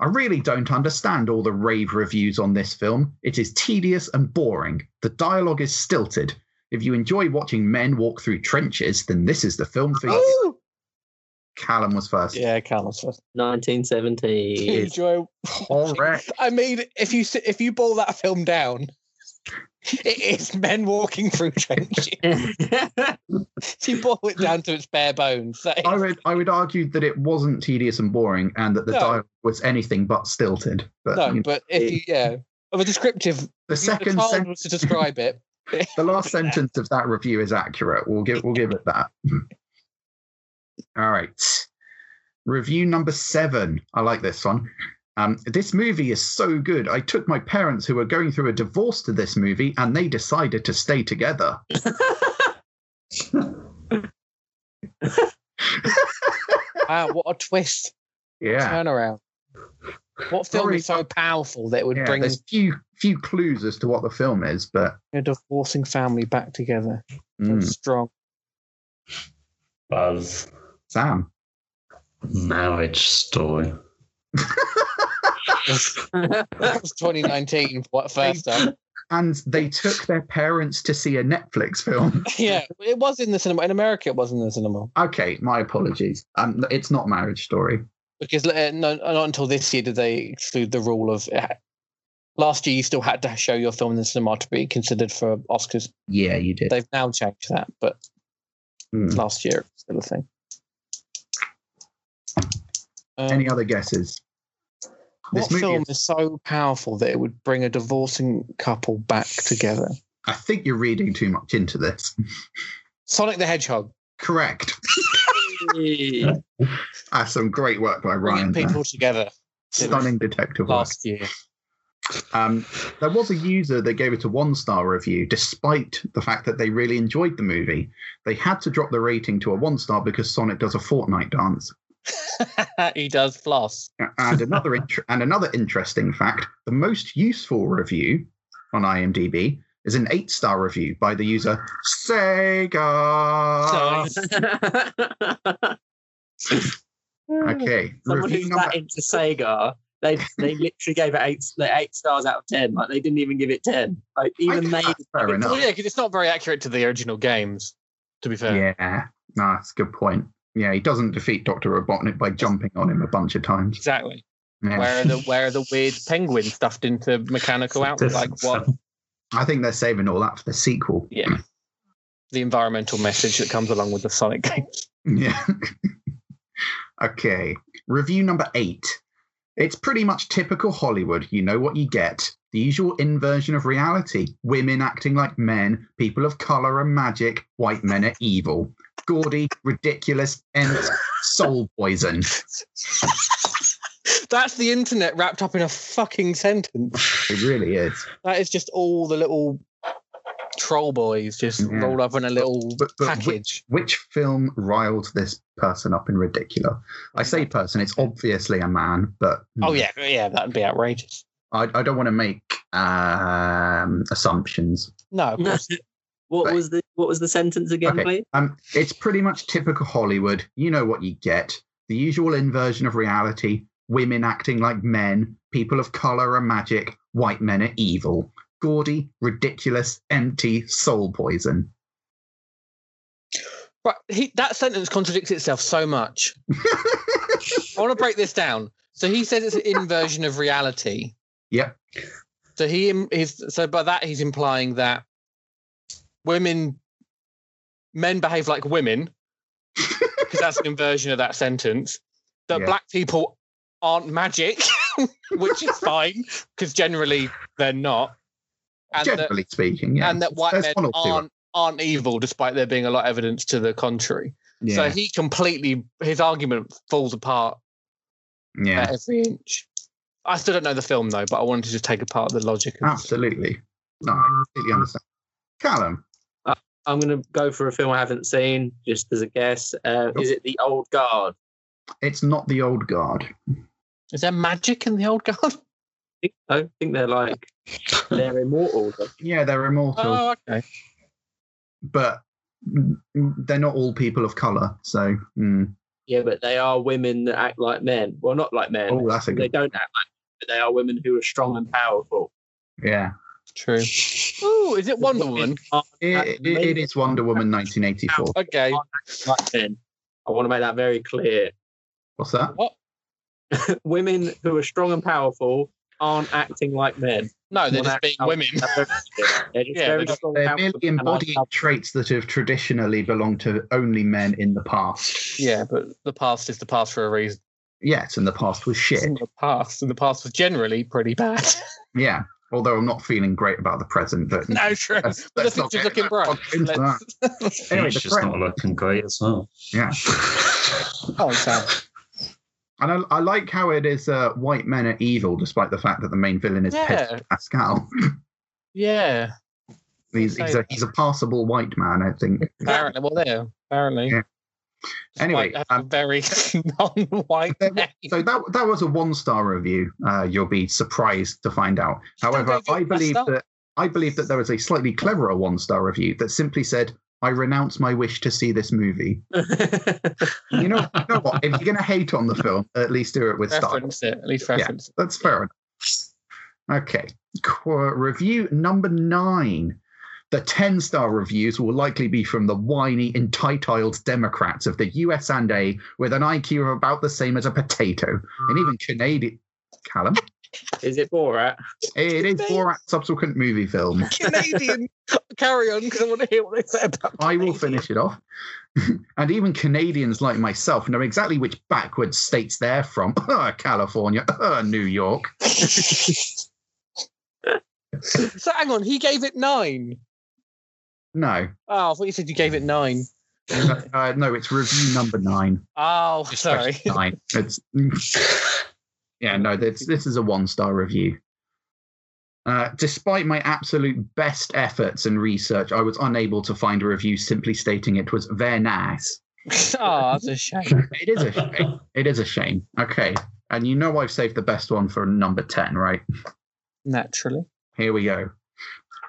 [SPEAKER 1] I really don't understand all the rave reviews on this film. It is tedious and boring. The dialogue is stilted. If you enjoy watching men walk through trenches, then this is the film for you.
[SPEAKER 2] Ooh.
[SPEAKER 1] Callum was first.
[SPEAKER 2] Oh. Yeah, Carlos. first.
[SPEAKER 3] 1917.
[SPEAKER 2] Jojo
[SPEAKER 1] Correct.
[SPEAKER 2] I mean, if you s- if you boil that film down, it is men walking through trenches. she boiled it down to its bare bones. That is,
[SPEAKER 1] I would I would argue that it wasn't tedious and boring, and that the
[SPEAKER 2] No.
[SPEAKER 1] dialogue was anything but stilted. But you
[SPEAKER 2] no,
[SPEAKER 1] know,
[SPEAKER 2] but if you yeah, of a descriptive. if
[SPEAKER 1] the
[SPEAKER 2] the
[SPEAKER 1] second
[SPEAKER 2] child
[SPEAKER 1] sen-
[SPEAKER 2] was to describe it.
[SPEAKER 1] the last sentence of that review is accurate. We'll give we'll give it that. Hmm. All right. Review number seven. I like this one. Um, this movie is so good. I took my parents who were going through a divorce to this movie, and they decided to stay together.
[SPEAKER 2] Wow, what a twist!
[SPEAKER 1] Yeah.
[SPEAKER 2] Turnaround. What film
[SPEAKER 1] Sorry.
[SPEAKER 2] is so powerful that it would
[SPEAKER 1] Yeah,
[SPEAKER 2] bring
[SPEAKER 1] there's few few clues as to what the film is, but
[SPEAKER 2] a divorcing family back together?
[SPEAKER 1] mm,
[SPEAKER 2] That's strong.
[SPEAKER 4] Buzz
[SPEAKER 1] Sam.
[SPEAKER 4] marriage story.
[SPEAKER 2] That was 2019 for what first up.
[SPEAKER 1] And they took their parents to see a Netflix film.
[SPEAKER 2] Yeah, it was in the cinema. In America, it was in the cinema
[SPEAKER 1] okay, my apologies. Um, it's not Marriage Story.
[SPEAKER 2] because uh, no, not until this year did they exclude the rule of. uh, Last year, you still had to show your film in the cinema to be considered for Oscars.
[SPEAKER 1] Yeah, you did.
[SPEAKER 2] They've now changed that, but
[SPEAKER 1] Mm.
[SPEAKER 2] last year it was still a thing. Um,
[SPEAKER 1] Any other guesses?
[SPEAKER 2] What
[SPEAKER 1] This movie
[SPEAKER 2] film is so powerful that it would bring a divorcing couple back together?
[SPEAKER 1] I think you're reading too much into this.
[SPEAKER 2] Sonic the Hedgehog.
[SPEAKER 1] Correct.
[SPEAKER 3] Hey.
[SPEAKER 1] That's some great work by Ryan.
[SPEAKER 2] Bringing
[SPEAKER 1] there.
[SPEAKER 2] people together.
[SPEAKER 1] Stunning detective work.
[SPEAKER 2] Last year.
[SPEAKER 1] Um, there was a user that gave it a one star review, despite the fact that they really enjoyed the movie. They had to drop the rating to a one star because Sonic does a Fortnite dance.
[SPEAKER 2] he does floss.
[SPEAKER 1] And another int- and another interesting fact: the most useful review on IMDb is an eight star review by the user Sega. Okay,
[SPEAKER 3] Someone
[SPEAKER 1] review
[SPEAKER 3] who's
[SPEAKER 1] number
[SPEAKER 3] that into Sega, they they literally gave it eight like eight stars out of ten. Like they didn't even give it ten. Like even they.
[SPEAKER 1] Okay, that's fair
[SPEAKER 5] Well,
[SPEAKER 1] enough.
[SPEAKER 5] yeah, because it's not very accurate to the original games, to be fair.
[SPEAKER 1] Yeah, no, that's a good point. Yeah, he doesn't defeat Doctor Robotnik by jumping on him a bunch of times.
[SPEAKER 5] Exactly.
[SPEAKER 1] Yeah.
[SPEAKER 5] Where are the where are the weird penguin stuffed into mechanical outfit? Like what
[SPEAKER 1] I think they're saving all that for the sequel.
[SPEAKER 5] Yeah. the environmental message that comes along with the Sonic games.
[SPEAKER 1] Yeah. okay. Review number eight. It's pretty much typical Hollywood. You know what you get. The usual inversion of reality. Women acting like men, people of color are magic, white men are evil. Gaudy, ridiculous, and soul poison.
[SPEAKER 2] That's the internet wrapped up in a fucking sentence.
[SPEAKER 1] It really is.
[SPEAKER 2] That is just all the little troll boys just
[SPEAKER 1] Yeah.
[SPEAKER 2] rolled up in a little
[SPEAKER 1] Mm-hmm. But- but which-
[SPEAKER 2] package.
[SPEAKER 1] Which film riled this person up in ridiculous? I say person, it's obviously a man, but
[SPEAKER 2] Oh yeah, yeah, that'd be outrageous.
[SPEAKER 1] I, I don't want to make um, assumptions.
[SPEAKER 2] No, of course.
[SPEAKER 3] What
[SPEAKER 1] Right.
[SPEAKER 3] was the what was the sentence again,
[SPEAKER 1] Okay.
[SPEAKER 3] please?
[SPEAKER 1] Um, it's pretty much typical Hollywood. You know what you get. The usual inversion of reality. Women acting like men. People of color are magic. White men are evil. Gaudy, ridiculous, empty, soul poison.
[SPEAKER 2] Right, he, that sentence contradicts itself so much. I want to break this down. So he says it's an inversion of reality.
[SPEAKER 1] Yep.
[SPEAKER 2] So he im- is so by that he's implying that women, men behave like women, because that's an inversion of that sentence. That
[SPEAKER 1] Yeah.
[SPEAKER 2] black people aren't magic, which is fine because generally they're not, and that,
[SPEAKER 1] Generally speaking, yeah.
[SPEAKER 2] and that white
[SPEAKER 1] There's
[SPEAKER 2] men
[SPEAKER 1] one or two.
[SPEAKER 2] aren't aren't evil, despite there being a lot of evidence to the contrary.
[SPEAKER 1] yeah,
[SPEAKER 2] So he completely his argument falls apart
[SPEAKER 1] yeah,
[SPEAKER 2] at every inch. I still don't know the film though, but I wanted to just take apart the logic.
[SPEAKER 1] Ah.
[SPEAKER 2] Of
[SPEAKER 1] absolutely. No, I completely understand. Callum,
[SPEAKER 3] I'm gonna go for a film I haven't seen, just as a guess. Uh, is it The Old Guard?
[SPEAKER 1] it's not the old guard.
[SPEAKER 2] Is there magic in the old guard?
[SPEAKER 3] I think, so. I think they're like they're immortal. but
[SPEAKER 1] Yeah, they're immortal,
[SPEAKER 2] Oh, okay.
[SPEAKER 1] but mm, they're not all people of color. So, mm.
[SPEAKER 3] Yeah, but they are women that act like men. Well, not like men.
[SPEAKER 1] oh, that's a
[SPEAKER 3] they
[SPEAKER 1] good.
[SPEAKER 3] don't act like, men, but they are women who are strong and powerful.
[SPEAKER 1] Yeah.
[SPEAKER 2] True. Oh, is it Wonder
[SPEAKER 3] Women
[SPEAKER 2] Woman?
[SPEAKER 3] aren't
[SPEAKER 1] It, it, it is Wonder Woman 1984.
[SPEAKER 2] Okay.
[SPEAKER 3] like men. I want to make that very clear.
[SPEAKER 1] What's that?
[SPEAKER 2] What? No, Oh, they're just being women.
[SPEAKER 3] They're just
[SPEAKER 2] Yeah,
[SPEAKER 3] very
[SPEAKER 2] they're just-
[SPEAKER 3] strong
[SPEAKER 1] They're
[SPEAKER 3] alpha
[SPEAKER 1] merely
[SPEAKER 3] and
[SPEAKER 1] embodied
[SPEAKER 3] alpha.
[SPEAKER 1] traits that have traditionally belonged to only men in the past.
[SPEAKER 2] yeah, but the past is the past for a reason.
[SPEAKER 1] Yes, and the past was
[SPEAKER 2] It's
[SPEAKER 1] shit.
[SPEAKER 2] not the past, and the past was generally pretty bad.
[SPEAKER 1] Yeah. Although I'm not feeling great about the present, but
[SPEAKER 2] no, true.
[SPEAKER 1] Let's-
[SPEAKER 2] but the
[SPEAKER 1] let's not
[SPEAKER 2] picture's
[SPEAKER 1] get
[SPEAKER 2] looking
[SPEAKER 1] that
[SPEAKER 2] bright.
[SPEAKER 1] bogged into
[SPEAKER 2] Let's-
[SPEAKER 1] Anyway,
[SPEAKER 4] it's
[SPEAKER 1] the
[SPEAKER 4] just
[SPEAKER 1] friend-
[SPEAKER 4] not looking great as well.
[SPEAKER 1] Yeah.
[SPEAKER 2] oh, Sam.
[SPEAKER 1] and I, I like how it is uh, white men are evil, despite the fact that the main villain is
[SPEAKER 2] Yeah.
[SPEAKER 1] Pedro Pascal.
[SPEAKER 2] Yeah.
[SPEAKER 1] he's,
[SPEAKER 2] Say
[SPEAKER 1] he's, a,
[SPEAKER 2] that.
[SPEAKER 1] he's a passable white man, I think.
[SPEAKER 2] Apparently, well, there. Apparently.
[SPEAKER 1] Yeah. Anyway,
[SPEAKER 2] Despite
[SPEAKER 1] um,
[SPEAKER 2] having a very non-white
[SPEAKER 1] there-
[SPEAKER 2] name.
[SPEAKER 1] So that that was a one star review. Uh, you'll be surprised to find out. However,
[SPEAKER 2] Don't go
[SPEAKER 1] I
[SPEAKER 2] get
[SPEAKER 1] believe
[SPEAKER 2] messed up.
[SPEAKER 1] that I believe that there was a slightly cleverer one star review that simply said, "I renounce my wish to see this movie." You know, you know what? If you're going to hate on the film, at least do it with style.
[SPEAKER 2] reference it. At least
[SPEAKER 1] Yeah.
[SPEAKER 2] reference. it.
[SPEAKER 1] That's fair enough. Okay. Qu- review number nine. The 10 star reviews will likely be from the whiny, entitled Democrats of the US and A with an IQ of about the same as a potato. And even Canadian. Callum?
[SPEAKER 3] Is it Borat?
[SPEAKER 1] It is Borat's subsequent movie film.
[SPEAKER 2] Canadian. Carry on, because I want to hear what they say about.
[SPEAKER 1] I will
[SPEAKER 2] Canadian.
[SPEAKER 1] finish it off. and even Canadians like myself know exactly which backwards states they're from California, New York.
[SPEAKER 2] So hang on, he gave it nine.
[SPEAKER 1] No,
[SPEAKER 2] Oh, I thought you said you gave it nine.
[SPEAKER 1] uh, no, it's review number nine.
[SPEAKER 2] Oh,
[SPEAKER 1] It's
[SPEAKER 2] sorry.
[SPEAKER 1] question nine. It's yeah, no, this this is a one star review. Uh, despite my absolute best efforts and research, I was unable to find a review simply stating it was very nice.
[SPEAKER 2] oh, that's a shame.
[SPEAKER 1] It is a shame. It is a shame. Okay, and you know I've saved the best one for number ten, right?
[SPEAKER 2] Naturally.
[SPEAKER 1] Here we go.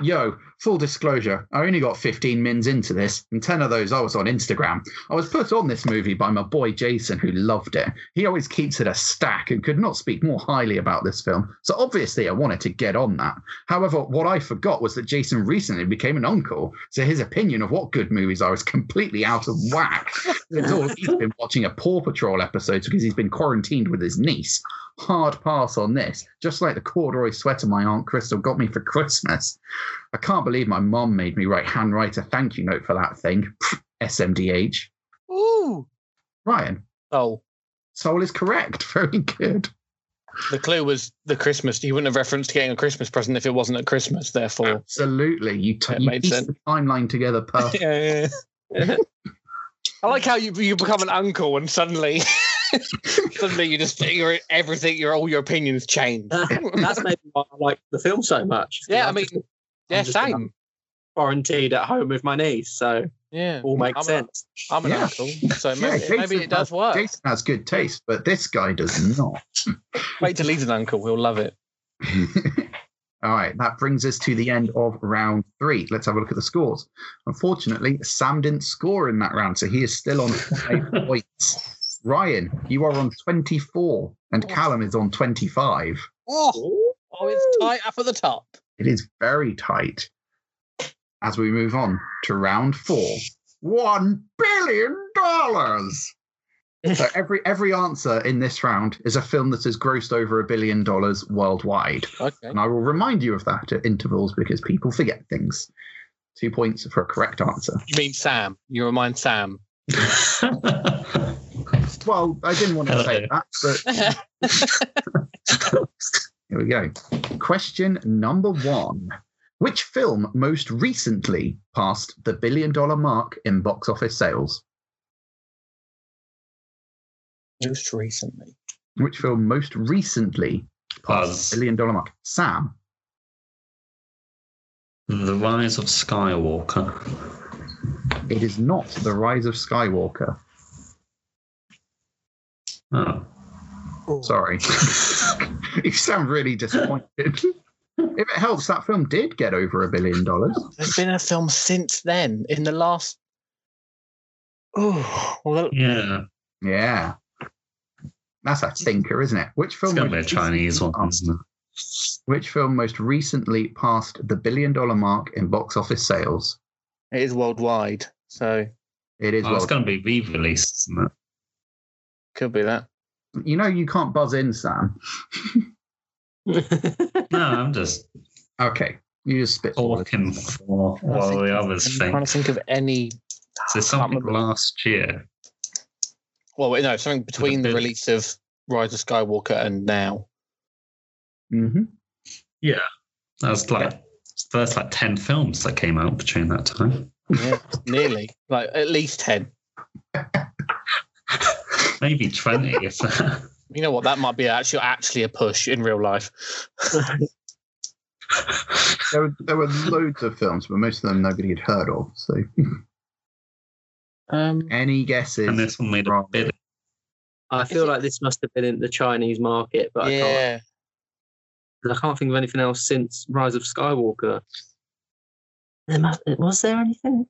[SPEAKER 1] Yo, full disclosure, I only got 15 mins into this, and 10 of those I was on Instagram. I was put on this movie by my boy Jason, who loved it. He always keeps it a stack and could not speak more highly about this film, so obviously I wanted to get on that. However, what I forgot was that Jason recently became an uncle, so his opinion of what good movies are is completely out of whack. It's all he's been watching a Paw Patrol episode because he's been quarantined with his niece hard pass on this, just like the corduroy sweater my Aunt Crystal got me for Christmas. I can't believe my mum made me write handwrite a thank you note for that thing. Pfft, SMDH.
[SPEAKER 2] Ooh.
[SPEAKER 1] Ryan,
[SPEAKER 2] Oh,
[SPEAKER 1] Soul is correct. Very good.
[SPEAKER 2] the clue was the Christmas. You wouldn't have referenced getting a Christmas present if it wasn't at Christmas. Therefore,
[SPEAKER 1] Absolutely. You, t-
[SPEAKER 2] That
[SPEAKER 1] you
[SPEAKER 2] made
[SPEAKER 1] pieced
[SPEAKER 2] sense.
[SPEAKER 1] the timeline together perfectly.
[SPEAKER 2] Yeah, yeah. I like how you you become an uncle and suddenly suddenly you just your everything your all your opinions change.
[SPEAKER 3] That's maybe why I like the film so much.
[SPEAKER 2] Yeah, I
[SPEAKER 3] I've
[SPEAKER 2] mean,
[SPEAKER 3] just
[SPEAKER 2] Yeah,
[SPEAKER 3] just an
[SPEAKER 2] same.
[SPEAKER 3] quarantined at home with my niece, so
[SPEAKER 2] Yeah,
[SPEAKER 3] all makes
[SPEAKER 2] I'm a-
[SPEAKER 3] sense.
[SPEAKER 2] I'm an
[SPEAKER 1] Yeah.
[SPEAKER 2] uncle, so
[SPEAKER 1] Yeah,
[SPEAKER 2] maybe,
[SPEAKER 1] Jason
[SPEAKER 2] maybe it does work.
[SPEAKER 1] Jason has good taste, but this guy does not.
[SPEAKER 2] Wait till he's an uncle, we'll love it.
[SPEAKER 1] All right, that brings us to the end of round three. Let's have a look at the scores. Unfortunately, Sam didn't score in that round, so he is still on five points. Ryan, you are on 24, and Callum is on 25.
[SPEAKER 2] Oh, oh, it's tight up at the top.
[SPEAKER 1] It is very tight. As we move on to round four, one billion dollars. So every every answer in this round is a film that has grossed over a billion dollars worldwide.
[SPEAKER 2] Okay.
[SPEAKER 1] And I will remind you of that at intervals because people forget things. Two points for a correct answer.
[SPEAKER 2] You mean Sam? You remind Sam?
[SPEAKER 1] Well, I didn't want to say that, but here we go. Question number one Which film most recently passed the billion dollar mark in box office sales?
[SPEAKER 2] Just recently.
[SPEAKER 1] Which film most recently passed
[SPEAKER 4] Buzz.
[SPEAKER 1] the billion dollar mark? Sam,
[SPEAKER 4] the Rise of Skywalker.
[SPEAKER 1] it is not The Rise of Skywalker.
[SPEAKER 4] Oh.
[SPEAKER 1] Sorry. you sound really disappointed. if it helps, that film did get over a billion dollars.
[SPEAKER 2] There's been a film since then. In the last. Oh, well,
[SPEAKER 4] Yeah.
[SPEAKER 1] Yeah. That's a thinker, isn't it? Which
[SPEAKER 4] It's
[SPEAKER 1] film?
[SPEAKER 4] going to be a
[SPEAKER 1] most
[SPEAKER 4] Chinese
[SPEAKER 1] recently
[SPEAKER 4] one,
[SPEAKER 1] passed-
[SPEAKER 4] isn't it?
[SPEAKER 1] Which film most recently passed the billion dollar mark in box office sales?
[SPEAKER 2] it is worldwide, so
[SPEAKER 1] It is
[SPEAKER 4] Oh, it's
[SPEAKER 1] well.
[SPEAKER 4] going to be re released, isn't it?
[SPEAKER 2] could be that.
[SPEAKER 1] You know you can't buzz in, Sam.
[SPEAKER 4] No, I'm just
[SPEAKER 1] Okay, you just
[SPEAKER 4] Oh,
[SPEAKER 1] spit.
[SPEAKER 4] talking for
[SPEAKER 2] I was
[SPEAKER 4] while the
[SPEAKER 2] thinking-
[SPEAKER 4] others
[SPEAKER 2] I'm
[SPEAKER 4] think.
[SPEAKER 2] trying to think of any.
[SPEAKER 4] So
[SPEAKER 2] I can't
[SPEAKER 4] something
[SPEAKER 2] remember.
[SPEAKER 4] last year.
[SPEAKER 2] Well, wait, no, something between the
[SPEAKER 4] bit-
[SPEAKER 2] release of Rise of Skywalker and now.
[SPEAKER 1] Mm-hmm.
[SPEAKER 4] That was like first like ten films that came out between that time.
[SPEAKER 2] Yeah, nearly. Like at least 10.
[SPEAKER 4] Maybe twenty if that.
[SPEAKER 2] You know what? That might be actually actually a push in real life.
[SPEAKER 1] There, were- there were loads of films, but most of them nobody had heard of. So,
[SPEAKER 2] Um,
[SPEAKER 1] any guesses?
[SPEAKER 4] and this one made a
[SPEAKER 1] Wrong.
[SPEAKER 4] bit.
[SPEAKER 3] I feel like this must have been in the Chinese market, but I, can't,
[SPEAKER 2] yeah.
[SPEAKER 3] 'cause I can't think of anything else since Rise of Skywalker. There must, was there anything?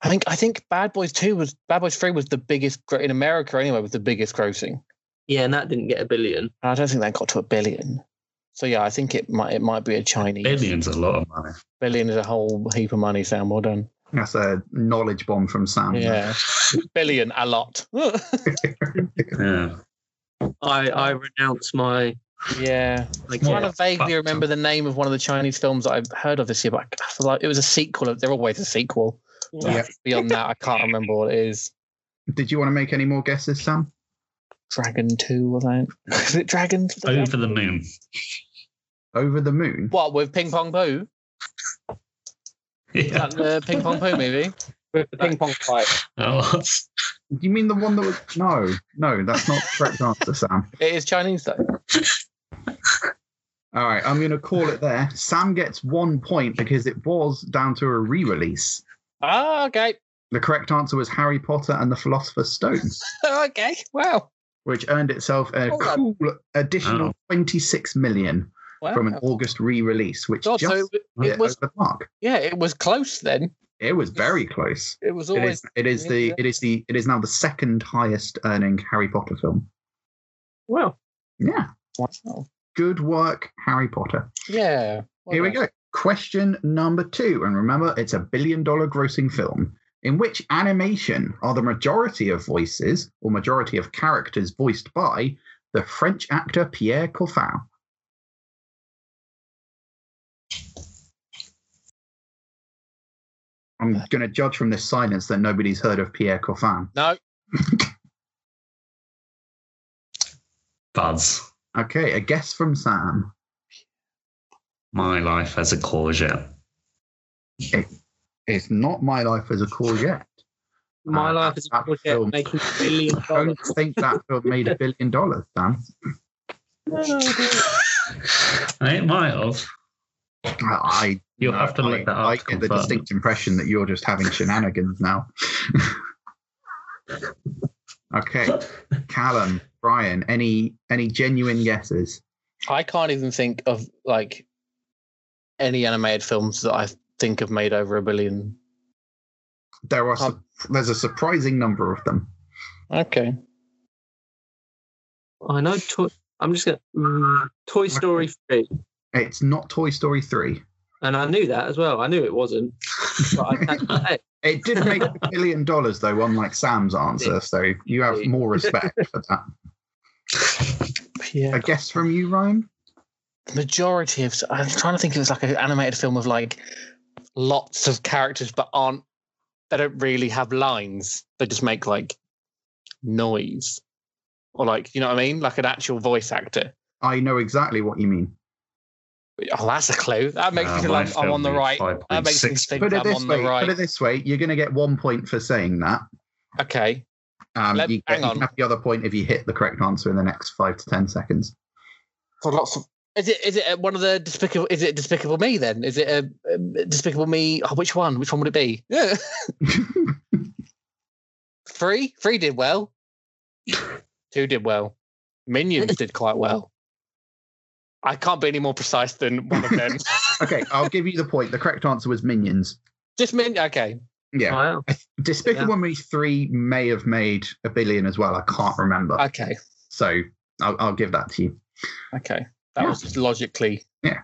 [SPEAKER 2] I think I think Bad Boys 2 was Bad Boys 3 was the biggest gro- in America anyway was the biggest grossing.
[SPEAKER 3] Yeah, and that didn't get a billion.
[SPEAKER 2] I don't think that got to a billion. So yeah, I think it might it might be a Chinese
[SPEAKER 4] Billions, a lot of money.
[SPEAKER 2] Billion is a whole heap of money, Sam. Well done.
[SPEAKER 1] That's a knowledge bomb from Sam.
[SPEAKER 2] Yeah. Billion, a lot.
[SPEAKER 4] Yeah.
[SPEAKER 3] I, I renounce my
[SPEAKER 2] yeah.
[SPEAKER 3] like
[SPEAKER 2] I'm
[SPEAKER 4] Yeah.
[SPEAKER 2] trying to vaguely
[SPEAKER 4] Fuck.
[SPEAKER 2] remember the name of one of the Chinese films that I've heard of this year, but I feel like it was a sequel. of- They're always a sequel.
[SPEAKER 1] Yeah.
[SPEAKER 2] Beyond that, I can't remember what it is.
[SPEAKER 1] Did you want to make any more guesses, Sam?
[SPEAKER 2] Dragon 2, I think. Is it Dragon?
[SPEAKER 4] Over the moon.
[SPEAKER 1] Over the moon.
[SPEAKER 2] What, with Ping Pong Poo? Is
[SPEAKER 4] Yeah.
[SPEAKER 2] that
[SPEAKER 3] uh,
[SPEAKER 2] the Ping Pong Poo movie?
[SPEAKER 3] with the ping pong fight.
[SPEAKER 4] That was-
[SPEAKER 1] You mean the one that was? No, no, that's not the correct answer, Sam.
[SPEAKER 2] It is Chinese, though.
[SPEAKER 1] All right, I'm going to call it there. Sam gets one point because it was down to a re-release.
[SPEAKER 2] Ah, okay.
[SPEAKER 1] The correct answer was Harry Potter and the Philosopher's Stone,
[SPEAKER 2] okay. Wow.
[SPEAKER 1] which earned itself a
[SPEAKER 2] Hold
[SPEAKER 1] cool additional 26 million
[SPEAKER 2] wow.
[SPEAKER 1] from an August re-release, which
[SPEAKER 2] Oh. God,
[SPEAKER 1] just
[SPEAKER 2] so it,
[SPEAKER 1] hit
[SPEAKER 2] it was,
[SPEAKER 1] over the mark.
[SPEAKER 2] yeah, it was close then.
[SPEAKER 1] It was very close.
[SPEAKER 2] It was
[SPEAKER 1] It
[SPEAKER 2] always
[SPEAKER 1] is, it is the it is the it is now the second highest earning Harry Potter film.
[SPEAKER 3] Well,
[SPEAKER 1] Yeah,
[SPEAKER 2] Wow.
[SPEAKER 1] good work, Harry Potter.
[SPEAKER 2] Yeah. Well
[SPEAKER 1] Here we
[SPEAKER 2] done.
[SPEAKER 1] go. Question number two. And remember, it's a billion dollar grossing film. In which animation are the majority of voices or majority of characters voiced by the French actor Pierre Coffin? I'm going to judge from this silence that nobody's heard of Pierre Coffin.
[SPEAKER 2] No,
[SPEAKER 4] Buzz.
[SPEAKER 1] Okay, a guess from Sam.
[SPEAKER 4] My life as a courgette.
[SPEAKER 1] It's not my life as a courgette.
[SPEAKER 3] my
[SPEAKER 1] Uh,
[SPEAKER 3] life is a
[SPEAKER 1] that film.
[SPEAKER 3] project making a billion
[SPEAKER 1] I
[SPEAKER 3] dollars.
[SPEAKER 1] don't think that film made a billion dollars, Dan.
[SPEAKER 3] Oh,
[SPEAKER 4] it might have.
[SPEAKER 1] I
[SPEAKER 4] You'll
[SPEAKER 1] No,
[SPEAKER 4] have to
[SPEAKER 1] I-
[SPEAKER 4] look that up.
[SPEAKER 1] I
[SPEAKER 4] to
[SPEAKER 1] get the
[SPEAKER 4] confirm.
[SPEAKER 1] distinct impression that you're just having shenanigans now. okay, Callum, Brian, any any genuine guesses?
[SPEAKER 2] I can't even think of like any animated films that I think have made over a billion.
[SPEAKER 1] There are su- there's a surprising number of them.
[SPEAKER 2] Okay.
[SPEAKER 3] I know. Toy, I'm just gonna mm, Toy Story three,
[SPEAKER 1] It's not Toy Story three.
[SPEAKER 3] and I knew that as well. I knew it wasn't, but I can't, hey,
[SPEAKER 1] It did make a billion dollars though, unlike Sam's answer. So you have more respect for that.
[SPEAKER 2] Yeah.
[SPEAKER 1] A guess from you, Ryan?
[SPEAKER 2] The majority of I'm trying to think it was like an animated film of like lots of characters but aren't they don't really have lines. They just make like noise. Or like, you know what I mean? Like an actual voice actor.
[SPEAKER 1] I know exactly what you mean.
[SPEAKER 2] Oh, that's a clue. That makes me
[SPEAKER 4] Uh,
[SPEAKER 2] feel
[SPEAKER 4] my
[SPEAKER 2] like I'm on the
[SPEAKER 4] film
[SPEAKER 2] right.
[SPEAKER 4] is
[SPEAKER 2] That makes me
[SPEAKER 4] 5.6.
[SPEAKER 2] think
[SPEAKER 1] Put it
[SPEAKER 2] I'm
[SPEAKER 1] this
[SPEAKER 2] on the
[SPEAKER 1] way.
[SPEAKER 2] right.
[SPEAKER 1] Put it this way. You're going to get one point for saying that.
[SPEAKER 2] okay.
[SPEAKER 1] Um,
[SPEAKER 2] Let-
[SPEAKER 1] you, get-
[SPEAKER 2] hang
[SPEAKER 1] you can
[SPEAKER 2] on.
[SPEAKER 1] have the other point if you hit the correct answer in the next five to ten seconds.
[SPEAKER 2] for lots of. Is it is it one of the despicable? Is it Despicable Me then? Is it a, um Despicable Me? Oh, which one? Which one would it be? Yeah. Three, three did well. Two did well. Minions did quite well. I can't be any more precise than one of them.
[SPEAKER 1] okay, I'll give you the point. The correct answer was Minions.
[SPEAKER 2] Just min. Okay.
[SPEAKER 1] Yeah,
[SPEAKER 3] wow.
[SPEAKER 1] Despicable Me three may have made a billion as well. I can't remember,
[SPEAKER 2] Okay.
[SPEAKER 1] so I'll, I'll give that to you.
[SPEAKER 2] Okay. That
[SPEAKER 1] Yeah.
[SPEAKER 2] was logically.
[SPEAKER 1] Yeah.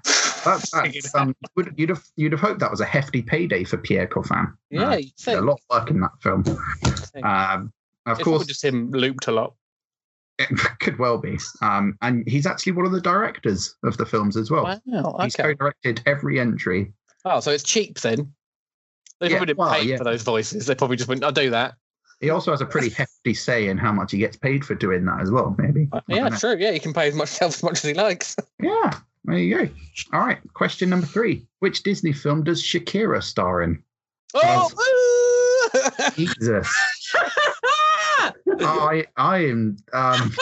[SPEAKER 1] That, that's, um, would, you'd have you'd have hoped that was a hefty payday for Pierre Coffin.
[SPEAKER 2] yeah.
[SPEAKER 1] Uh,
[SPEAKER 2] you
[SPEAKER 1] did a
[SPEAKER 2] think.
[SPEAKER 1] lot of work in that film.
[SPEAKER 2] think.
[SPEAKER 1] Um, of
[SPEAKER 2] It's all
[SPEAKER 1] course,
[SPEAKER 2] just him looped a lot.
[SPEAKER 1] It could well be. Um, and he's actually one of the directors of the films as well.
[SPEAKER 2] Wow.
[SPEAKER 1] Oh. He's
[SPEAKER 2] Okay.
[SPEAKER 1] co-directed every entry.
[SPEAKER 2] Oh, so it's cheap then. They
[SPEAKER 1] Yeah,
[SPEAKER 2] probably didn't
[SPEAKER 1] well,
[SPEAKER 2] pay
[SPEAKER 1] yeah.
[SPEAKER 2] for those voices. They probably just went, "I'll do that."
[SPEAKER 1] He also has a pretty hefty say in how much he gets paid for doing that as well. Maybe. I
[SPEAKER 2] yeah,
[SPEAKER 1] don't know.
[SPEAKER 2] true. Yeah, you can pay as much as much as he likes.
[SPEAKER 1] Yeah. There you go. All right. Question number three: Which Disney film does Shakira star in?
[SPEAKER 2] Oh, woo!
[SPEAKER 1] Jesus.
[SPEAKER 3] Ah!
[SPEAKER 1] I I am. Um,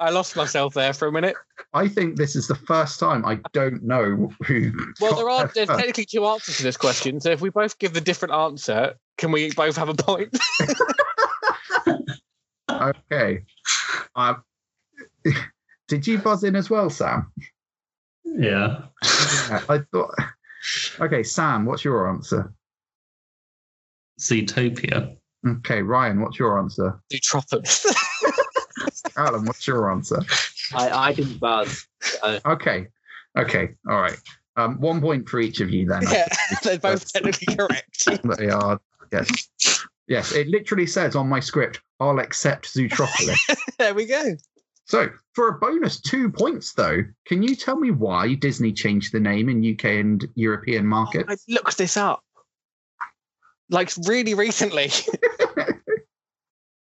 [SPEAKER 2] I lost myself there for a minute.
[SPEAKER 1] I think this is the first time I don't know who.
[SPEAKER 2] Well,
[SPEAKER 1] got
[SPEAKER 2] there are
[SPEAKER 1] that
[SPEAKER 2] there's
[SPEAKER 1] first.
[SPEAKER 2] technically two answers to this question. So if we both give the different answer, can we both have a point?
[SPEAKER 1] Okay. Um, did you buzz in as well, Sam?
[SPEAKER 4] Yeah.
[SPEAKER 1] Yeah, I thought. Okay, Sam, what's your answer?
[SPEAKER 4] Zootopia.
[SPEAKER 1] Okay, Ryan, what's your answer?
[SPEAKER 2] Do tropics.
[SPEAKER 1] Alan, what's your answer?
[SPEAKER 3] I, I didn't buzz.
[SPEAKER 1] Okay, okay, all right. Um, one point for each of you then.
[SPEAKER 2] yeah, they're both technically correct.
[SPEAKER 1] They are yes, yes. It literally says on my script, "I'll accept Zootropolis."
[SPEAKER 2] There we go.
[SPEAKER 1] so, for a bonus two points, though, can you tell me why Disney changed the name in UK and European markets?
[SPEAKER 2] Oh, I looked this up like really recently,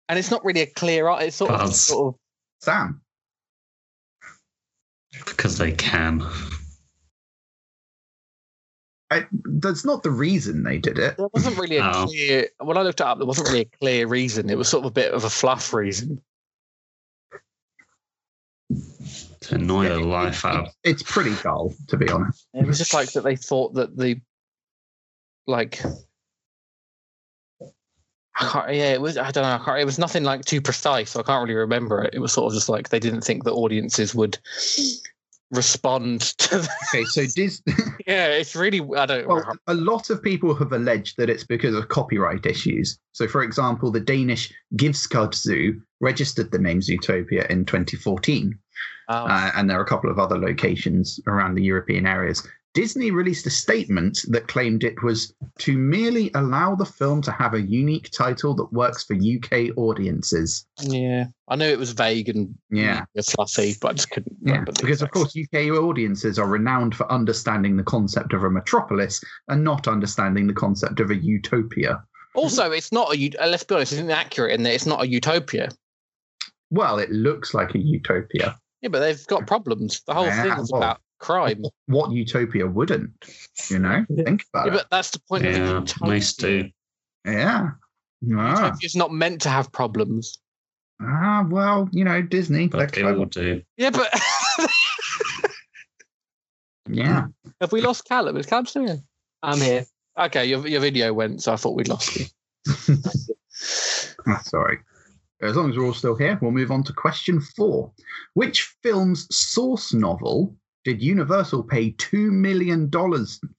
[SPEAKER 2] and it's not really a clear. a- It's sort of,
[SPEAKER 4] Buzz.
[SPEAKER 2] sort of
[SPEAKER 1] Sam,
[SPEAKER 4] Because they can.
[SPEAKER 1] that's not the reason they did it.
[SPEAKER 2] there wasn't really a
[SPEAKER 4] Oh.
[SPEAKER 2] clear. When I looked it up, there wasn't really a clear reason. It was sort of a bit of a fluff reason.
[SPEAKER 4] To annoy the life out of
[SPEAKER 1] It's pretty dull, to be honest.
[SPEAKER 2] It was just like that they thought that the like I can't, yeah, it was I don't know, I can't, it was nothing like too precise, so I can't really remember it. It was sort of just like they didn't think the audiences would respond to the,
[SPEAKER 1] Okay, so Disney.
[SPEAKER 2] Yeah, it's really I don't
[SPEAKER 1] Well, a lot of people have alleged that it's because of copyright issues. So, for example, the Danish Givskud Zoo registered the name Zootopia in 2014,
[SPEAKER 2] um,
[SPEAKER 1] uh, and there are a couple of other locations around the European areas. Disney released a statement that claimed it was to merely allow the film to have a unique title that works for UK audiences.
[SPEAKER 2] Yeah. I knew it was vague and
[SPEAKER 1] Yeah.
[SPEAKER 2] fluffy, but I just couldn't
[SPEAKER 1] Yeah,
[SPEAKER 2] remember the
[SPEAKER 1] because of
[SPEAKER 2] exact-
[SPEAKER 1] course UK audiences are renowned for understanding the concept of a metropolis and not understanding the concept of a utopia.
[SPEAKER 2] Also, it's not a ut- uh, let's be honest, it's inaccurate in that it's not a utopia.
[SPEAKER 1] Well, it looks like a utopia.
[SPEAKER 2] Yeah, but they've got problems. The whole
[SPEAKER 1] Yeah,
[SPEAKER 2] thing is
[SPEAKER 1] well,
[SPEAKER 2] about crime.
[SPEAKER 1] What utopia wouldn't? You know, think about
[SPEAKER 2] Yeah,
[SPEAKER 1] it.
[SPEAKER 2] but that's the point. of
[SPEAKER 4] Yeah,
[SPEAKER 2] utopia.
[SPEAKER 4] most do.
[SPEAKER 1] Yeah. Ah,
[SPEAKER 2] Utopia's not meant to have problems.
[SPEAKER 1] ah, well, you know, Disney.
[SPEAKER 4] But
[SPEAKER 1] that's
[SPEAKER 4] they
[SPEAKER 1] clever.
[SPEAKER 4] all do.
[SPEAKER 2] Yeah, but
[SPEAKER 1] yeah.
[SPEAKER 2] have we lost Callum? Is Callum still here?
[SPEAKER 3] I'm here.
[SPEAKER 2] Okay, your, your video went, so I thought we'd lost you.
[SPEAKER 1] Ah, Sorry. As long as we're all still here, we'll move on to question four. Which film's source novel did Universal pay $2 million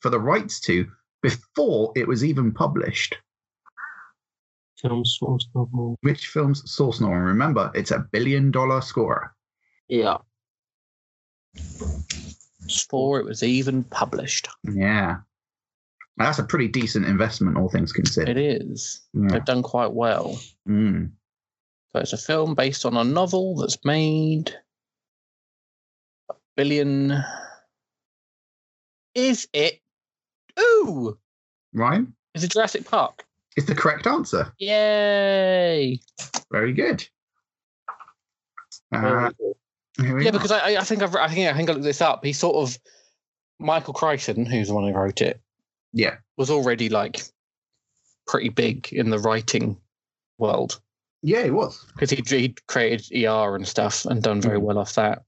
[SPEAKER 1] for the rights to before it was even published?
[SPEAKER 3] Film source novel.
[SPEAKER 1] Which film's source novel? Remember, it's a billion dollar score.
[SPEAKER 3] Yeah.
[SPEAKER 2] Before it was even published.
[SPEAKER 1] Yeah. That's a pretty decent investment, all things
[SPEAKER 2] It
[SPEAKER 1] considered.
[SPEAKER 2] is.
[SPEAKER 1] Yeah.
[SPEAKER 2] They've done quite well.
[SPEAKER 1] Mm.
[SPEAKER 2] So it's a film based on a novel that's made a billion. Is it? Ooh!
[SPEAKER 1] Ryan
[SPEAKER 2] Is it Jurassic Park?
[SPEAKER 1] is the correct answer.
[SPEAKER 2] Yay!
[SPEAKER 1] Very good.
[SPEAKER 3] Very
[SPEAKER 1] Uh,
[SPEAKER 3] good.
[SPEAKER 1] here we
[SPEAKER 2] Yeah,
[SPEAKER 1] are.
[SPEAKER 2] because I, I- I think I've, I think I think I looked this up. He sort of Michael Crichton, who's the one who wrote it,
[SPEAKER 1] yeah,
[SPEAKER 2] was already like pretty big in the writing world
[SPEAKER 1] yeah, it was.
[SPEAKER 2] because he he created ER and stuff and done very
[SPEAKER 1] Mhm.
[SPEAKER 2] well off that.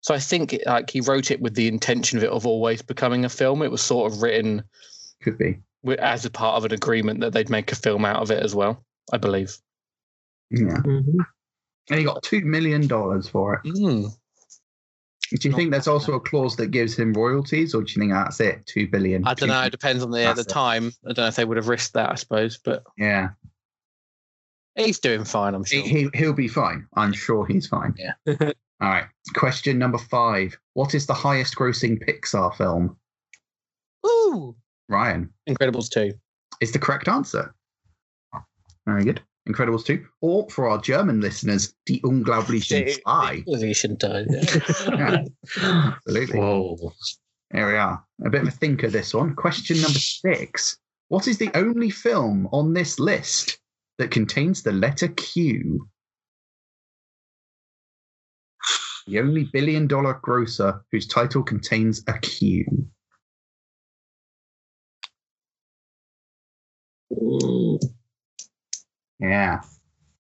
[SPEAKER 2] So I think it, like he wrote it with the intention of it of always becoming a film. It was sort of written
[SPEAKER 1] Could be.
[SPEAKER 2] wi- as a part of an agreement that they'd make a film out of it as well. I believe.
[SPEAKER 1] Yeah,
[SPEAKER 3] Mhm.
[SPEAKER 1] and he got two million dollars for it.
[SPEAKER 2] Hmm.
[SPEAKER 1] Do you
[SPEAKER 2] Not
[SPEAKER 1] think there's
[SPEAKER 2] bad.
[SPEAKER 1] also a clause that gives him royalties, or do you think that's it? Two billion.
[SPEAKER 2] I don't know. It depends on the at the
[SPEAKER 1] That's it.
[SPEAKER 2] time. I don't know if they would have risked that. I suppose, but
[SPEAKER 1] Yeah,
[SPEAKER 2] he's doing fine. I'm
[SPEAKER 1] he,
[SPEAKER 2] sure.
[SPEAKER 1] he he'll be fine. I'm sure he's fine.
[SPEAKER 2] Yeah.
[SPEAKER 1] All right. Question number five. What is the highest-grossing Pixar film?
[SPEAKER 2] Ooh,
[SPEAKER 1] Ryan
[SPEAKER 2] Incredibles two.
[SPEAKER 1] is the correct answer. Very good. Incredibles 2, or for our German listeners, Die unglaublichen Zwei.
[SPEAKER 2] Evolution time.
[SPEAKER 1] Yeah, absolutely.
[SPEAKER 4] Whoa.
[SPEAKER 1] Here we are. A bit of a thinker, this one. Question number six. What is the only film on this list that contains the letter Q? The only billion dollar grosser whose title contains a Q.
[SPEAKER 3] Mm,
[SPEAKER 1] Yeah.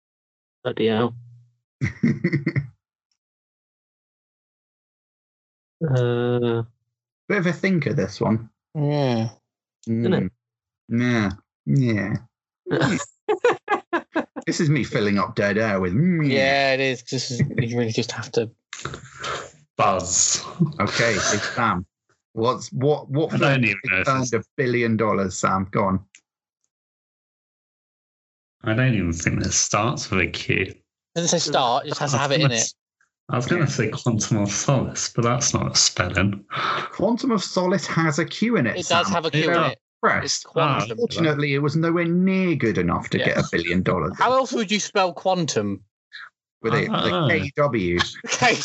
[SPEAKER 3] Bloody hell. Uh,
[SPEAKER 1] Bit of a thinker, this one.
[SPEAKER 2] Yeah.
[SPEAKER 1] Mm. Yeah. Mm. Yeah. This is me filling up dead air with. mm.
[SPEAKER 2] Yeah, it is. This is you really just have to.
[SPEAKER 4] Buzz.
[SPEAKER 1] Okay, so Sam. What's what? What
[SPEAKER 4] I don't even know if
[SPEAKER 1] earned
[SPEAKER 4] this-
[SPEAKER 1] a billion dollars? Sam, go on.
[SPEAKER 4] I don't even think this starts with a Q.
[SPEAKER 2] Doesn't say start. It just has to have it in it.
[SPEAKER 4] I was going to say Quantum of Solace, but that's not a spelling.
[SPEAKER 1] Quantum of Solace has a Q in it.
[SPEAKER 2] It does
[SPEAKER 1] Sam.
[SPEAKER 2] have a Q in it.
[SPEAKER 1] Press.
[SPEAKER 2] It's quantum.
[SPEAKER 1] Fortunately, it was nowhere near good enough to
[SPEAKER 2] Yeah.
[SPEAKER 1] get a billion dollars
[SPEAKER 2] How else would you spell quantum?
[SPEAKER 1] with it.
[SPEAKER 4] Ah.
[SPEAKER 1] The KW.
[SPEAKER 2] Okay.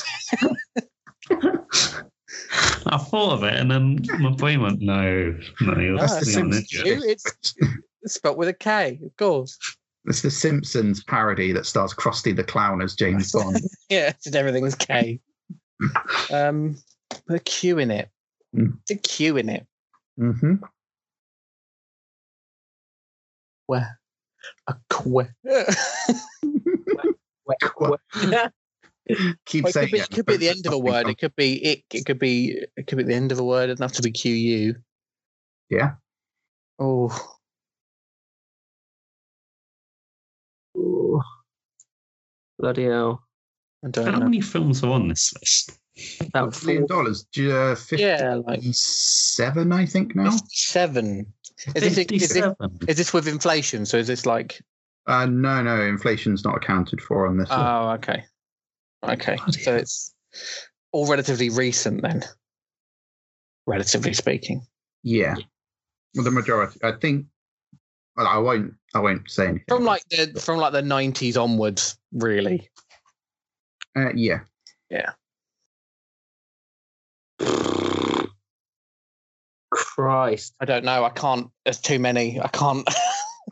[SPEAKER 4] I thought of it, and then my brain went, "No, no, you're
[SPEAKER 2] That's the
[SPEAKER 4] being an
[SPEAKER 1] Simpsons.
[SPEAKER 4] idiot."
[SPEAKER 2] it's, it's spelled with a K, of course.
[SPEAKER 1] It's the Simpsons parody that stars Krusty the Clown as James Bond.
[SPEAKER 2] Yeah, just everything was K. Um, put a Q in it.
[SPEAKER 1] Mm.
[SPEAKER 2] Put a Q in it.
[SPEAKER 1] hmm
[SPEAKER 2] Where? A que.
[SPEAKER 1] Keep
[SPEAKER 2] Well, it
[SPEAKER 1] saying
[SPEAKER 2] could be, it could be the end of a word. It could be it. It could be it could be the end of a word. It doesn't have to be Q U.
[SPEAKER 1] Yeah.
[SPEAKER 2] Oh,
[SPEAKER 3] ooh. bloody hell.
[SPEAKER 2] I
[SPEAKER 4] How
[SPEAKER 2] don't know.
[SPEAKER 4] many films are on this list?
[SPEAKER 3] That
[SPEAKER 1] billion
[SPEAKER 3] fool-
[SPEAKER 1] dollars. Uh,
[SPEAKER 2] Yeah, like
[SPEAKER 1] Fifty-seven, I think now.
[SPEAKER 2] seven. Is this, is, this,
[SPEAKER 4] Fifty-seven.
[SPEAKER 2] is this with inflation? So is this like?
[SPEAKER 1] Uh, no, no, inflation's not accounted for on this. one.
[SPEAKER 2] Oh, okay. Okay.
[SPEAKER 4] Bloody
[SPEAKER 2] So
[SPEAKER 4] hell.
[SPEAKER 2] it's all relatively recent then. Relatively speaking.
[SPEAKER 1] Yeah, well, the majority. I think. Well, I won't. I won't say anything.
[SPEAKER 2] From like the from like the nineties onwards, really.
[SPEAKER 1] Uh, yeah.
[SPEAKER 3] Christ.
[SPEAKER 2] I don't know. I can't there's too many. I can't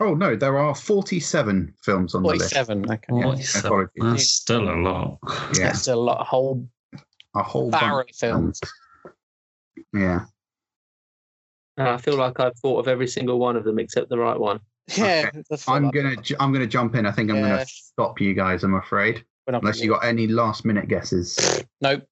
[SPEAKER 1] Oh no, there are forty-seven films on
[SPEAKER 2] forty
[SPEAKER 1] the list.
[SPEAKER 2] seven. Okay.
[SPEAKER 1] Yeah,
[SPEAKER 4] Forty-seven.
[SPEAKER 1] apologies.
[SPEAKER 4] That's still a lot.
[SPEAKER 1] Yeah,
[SPEAKER 2] That's a lot a whole
[SPEAKER 1] a whole
[SPEAKER 2] barrel
[SPEAKER 1] bunch.
[SPEAKER 2] of films.
[SPEAKER 1] Yeah.
[SPEAKER 3] And Uh, I feel like I've thought of every single one of them except the right one.
[SPEAKER 2] Yeah. that's a
[SPEAKER 1] I'm
[SPEAKER 2] lot.
[SPEAKER 1] gonna. ju- I'm gonna jump in. I think I'm
[SPEAKER 2] Yeah,
[SPEAKER 1] gonna stop you guys. I'm afraid,
[SPEAKER 2] we're not
[SPEAKER 1] unless
[SPEAKER 2] gonna-
[SPEAKER 1] you got any last-minute guesses.
[SPEAKER 2] Nope.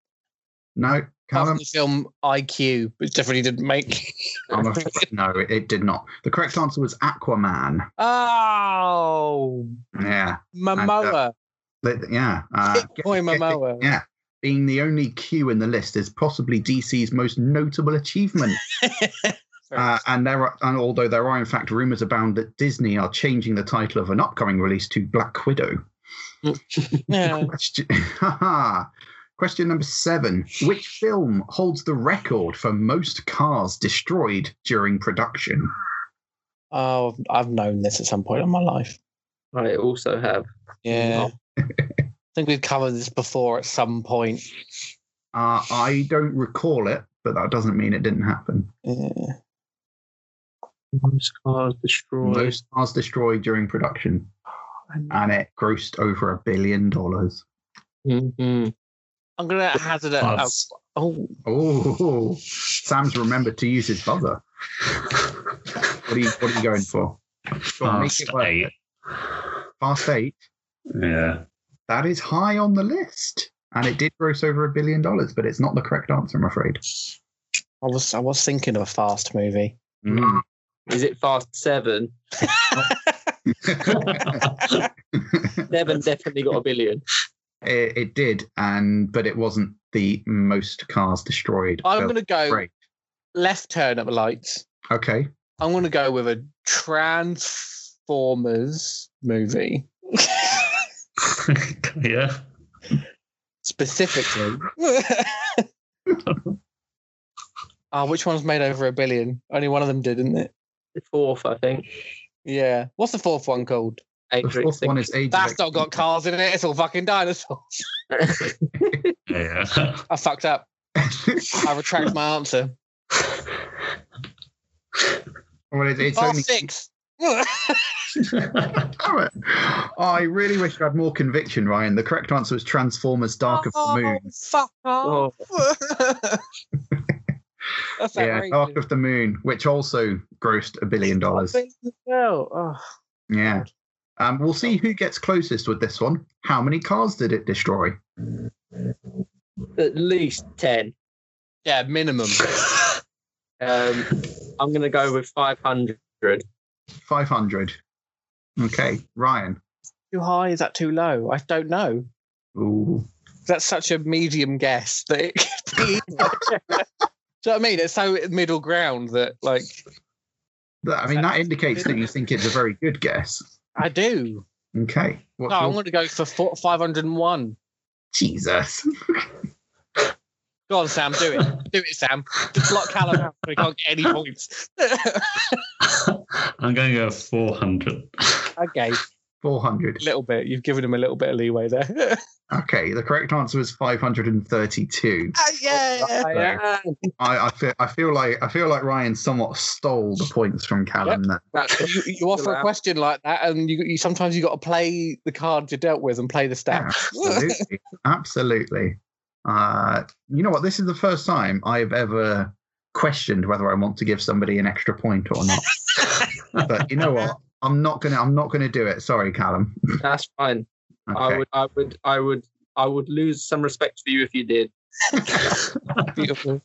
[SPEAKER 1] No,
[SPEAKER 2] Apart from
[SPEAKER 1] Callum.
[SPEAKER 2] the film IQ, which definitely didn't make
[SPEAKER 1] I'm afraid, no, it, it did not. The correct answer was Aquaman.
[SPEAKER 2] Oh
[SPEAKER 1] Yeah.
[SPEAKER 2] Momoa.
[SPEAKER 1] But, yeah. Uh, get-
[SPEAKER 2] Boy
[SPEAKER 1] get-
[SPEAKER 2] Momoa.
[SPEAKER 1] yeah. Being the only Q in the list is possibly DC's most notable achievement. Uh, and there are, and although there are in fact rumors abound that Disney are changing the title of an upcoming release to Black Widow.
[SPEAKER 2] yeah.
[SPEAKER 1] Question, haha. Question number seven: Which film holds the record for most cars destroyed during production?
[SPEAKER 2] Oh, I've known this at some point in my life.
[SPEAKER 3] I also have.
[SPEAKER 2] Yeah. I think we've covered this before at some point.
[SPEAKER 1] Uh, I don't recall it, but that doesn't mean it didn't happen.
[SPEAKER 2] Yeah.
[SPEAKER 3] Most cars destroyed.
[SPEAKER 1] Most cars destroyed during production,
[SPEAKER 3] Mhm.
[SPEAKER 1] and it grossed over a billion dollars.
[SPEAKER 3] mm-hmm.
[SPEAKER 2] I'm gonna hazard a, a
[SPEAKER 4] Buzz.
[SPEAKER 2] oh
[SPEAKER 1] Oh, Sam's remembered to use his buzzer. What are you, what are you going for? Go on, make
[SPEAKER 4] Fast
[SPEAKER 1] it work.
[SPEAKER 4] eight.
[SPEAKER 1] Fast eight.
[SPEAKER 4] Yeah.
[SPEAKER 1] That is high on the list. And it did gross over a billion dollars, but it's not the correct answer, I'm afraid.
[SPEAKER 2] I was I was thinking of a fast movie.
[SPEAKER 4] Hmm.
[SPEAKER 1] Mm.
[SPEAKER 3] Is it Fast Seven?
[SPEAKER 1] Mm.
[SPEAKER 3] Seven definitely got a billion.
[SPEAKER 1] it, it did, and but it wasn't the most cars destroyed.
[SPEAKER 2] I'm
[SPEAKER 1] film.
[SPEAKER 2] gonna go
[SPEAKER 1] great.
[SPEAKER 2] left turn at the lights.
[SPEAKER 1] Okay.
[SPEAKER 2] I'm gonna go with a Transformers movie.
[SPEAKER 4] yeah.
[SPEAKER 2] Specifically. Ah, which one's made over a billion? Only one of them did, didn't it?
[SPEAKER 3] The fourth, I think.
[SPEAKER 2] Yeah. What's the fourth one called?
[SPEAKER 1] The
[SPEAKER 3] Age of
[SPEAKER 1] fourth one is Age of
[SPEAKER 2] That's not got
[SPEAKER 1] Extinction.
[SPEAKER 2] cars in it. It's all fucking dinosaurs.
[SPEAKER 4] Yeah.
[SPEAKER 2] I fucked up. I retract my answer.
[SPEAKER 1] well, it, it's
[SPEAKER 2] Oh,
[SPEAKER 1] only
[SPEAKER 2] six.
[SPEAKER 1] Damn it. I really wish I had more conviction, Ryan. The correct answer was Transformers Dark of the Moon.
[SPEAKER 2] Oh, fuck off.
[SPEAKER 3] Oh,
[SPEAKER 2] That's
[SPEAKER 1] Yeah,
[SPEAKER 2] outrageous.
[SPEAKER 1] Dark of the Moon, which also grossed a billion dollars.
[SPEAKER 2] No, oh.
[SPEAKER 1] Yeah. Um, we'll see who gets closest with this one. How many cars did it destroy?
[SPEAKER 3] at least 10.
[SPEAKER 2] Yeah, minimum.
[SPEAKER 3] Um, I'm going to go with 500.
[SPEAKER 1] 500. Okay, Ryan.
[SPEAKER 2] Too high? Is that too low? I don't know.
[SPEAKER 1] Ooh.
[SPEAKER 2] That's such a medium guess that it could be. Do you know what I mean? It's so middle ground that, like,
[SPEAKER 1] That- I mean, that indicates that you think it's a very good guess.
[SPEAKER 2] I do.
[SPEAKER 1] Okay. What's
[SPEAKER 2] No, I'm
[SPEAKER 1] your-
[SPEAKER 2] going to go for four, 501.
[SPEAKER 1] Jesus.
[SPEAKER 2] Go on, Sam, do it. Do it, Sam. Just block Callum out so he can't get any points.
[SPEAKER 4] I'm going to go 400.
[SPEAKER 2] okay, a
[SPEAKER 1] 400.
[SPEAKER 2] little bit. You've given him a little bit of leeway there.
[SPEAKER 1] Okay, the correct answer was 532.
[SPEAKER 2] yeah.
[SPEAKER 3] Yeah,
[SPEAKER 1] I, I feel I feel like I feel like Ryan somewhat stole the points from Callum. there.
[SPEAKER 3] that's-
[SPEAKER 2] You, you offer a question like that, and you, you sometimes you got to play the cards you're dealt with and play the
[SPEAKER 1] Yeah,
[SPEAKER 2] stats.
[SPEAKER 1] absolutely, absolutely. Uh, you know what? This is the first time I've ever questioned whether I want to give somebody an extra point or not. but you know what? I'm not gonna I'm not gonna do it. Sorry, Callum.
[SPEAKER 3] That's fine. I
[SPEAKER 1] Okay.
[SPEAKER 3] would, I would, I would, I would lose some respect for you if you did.
[SPEAKER 2] Beautiful.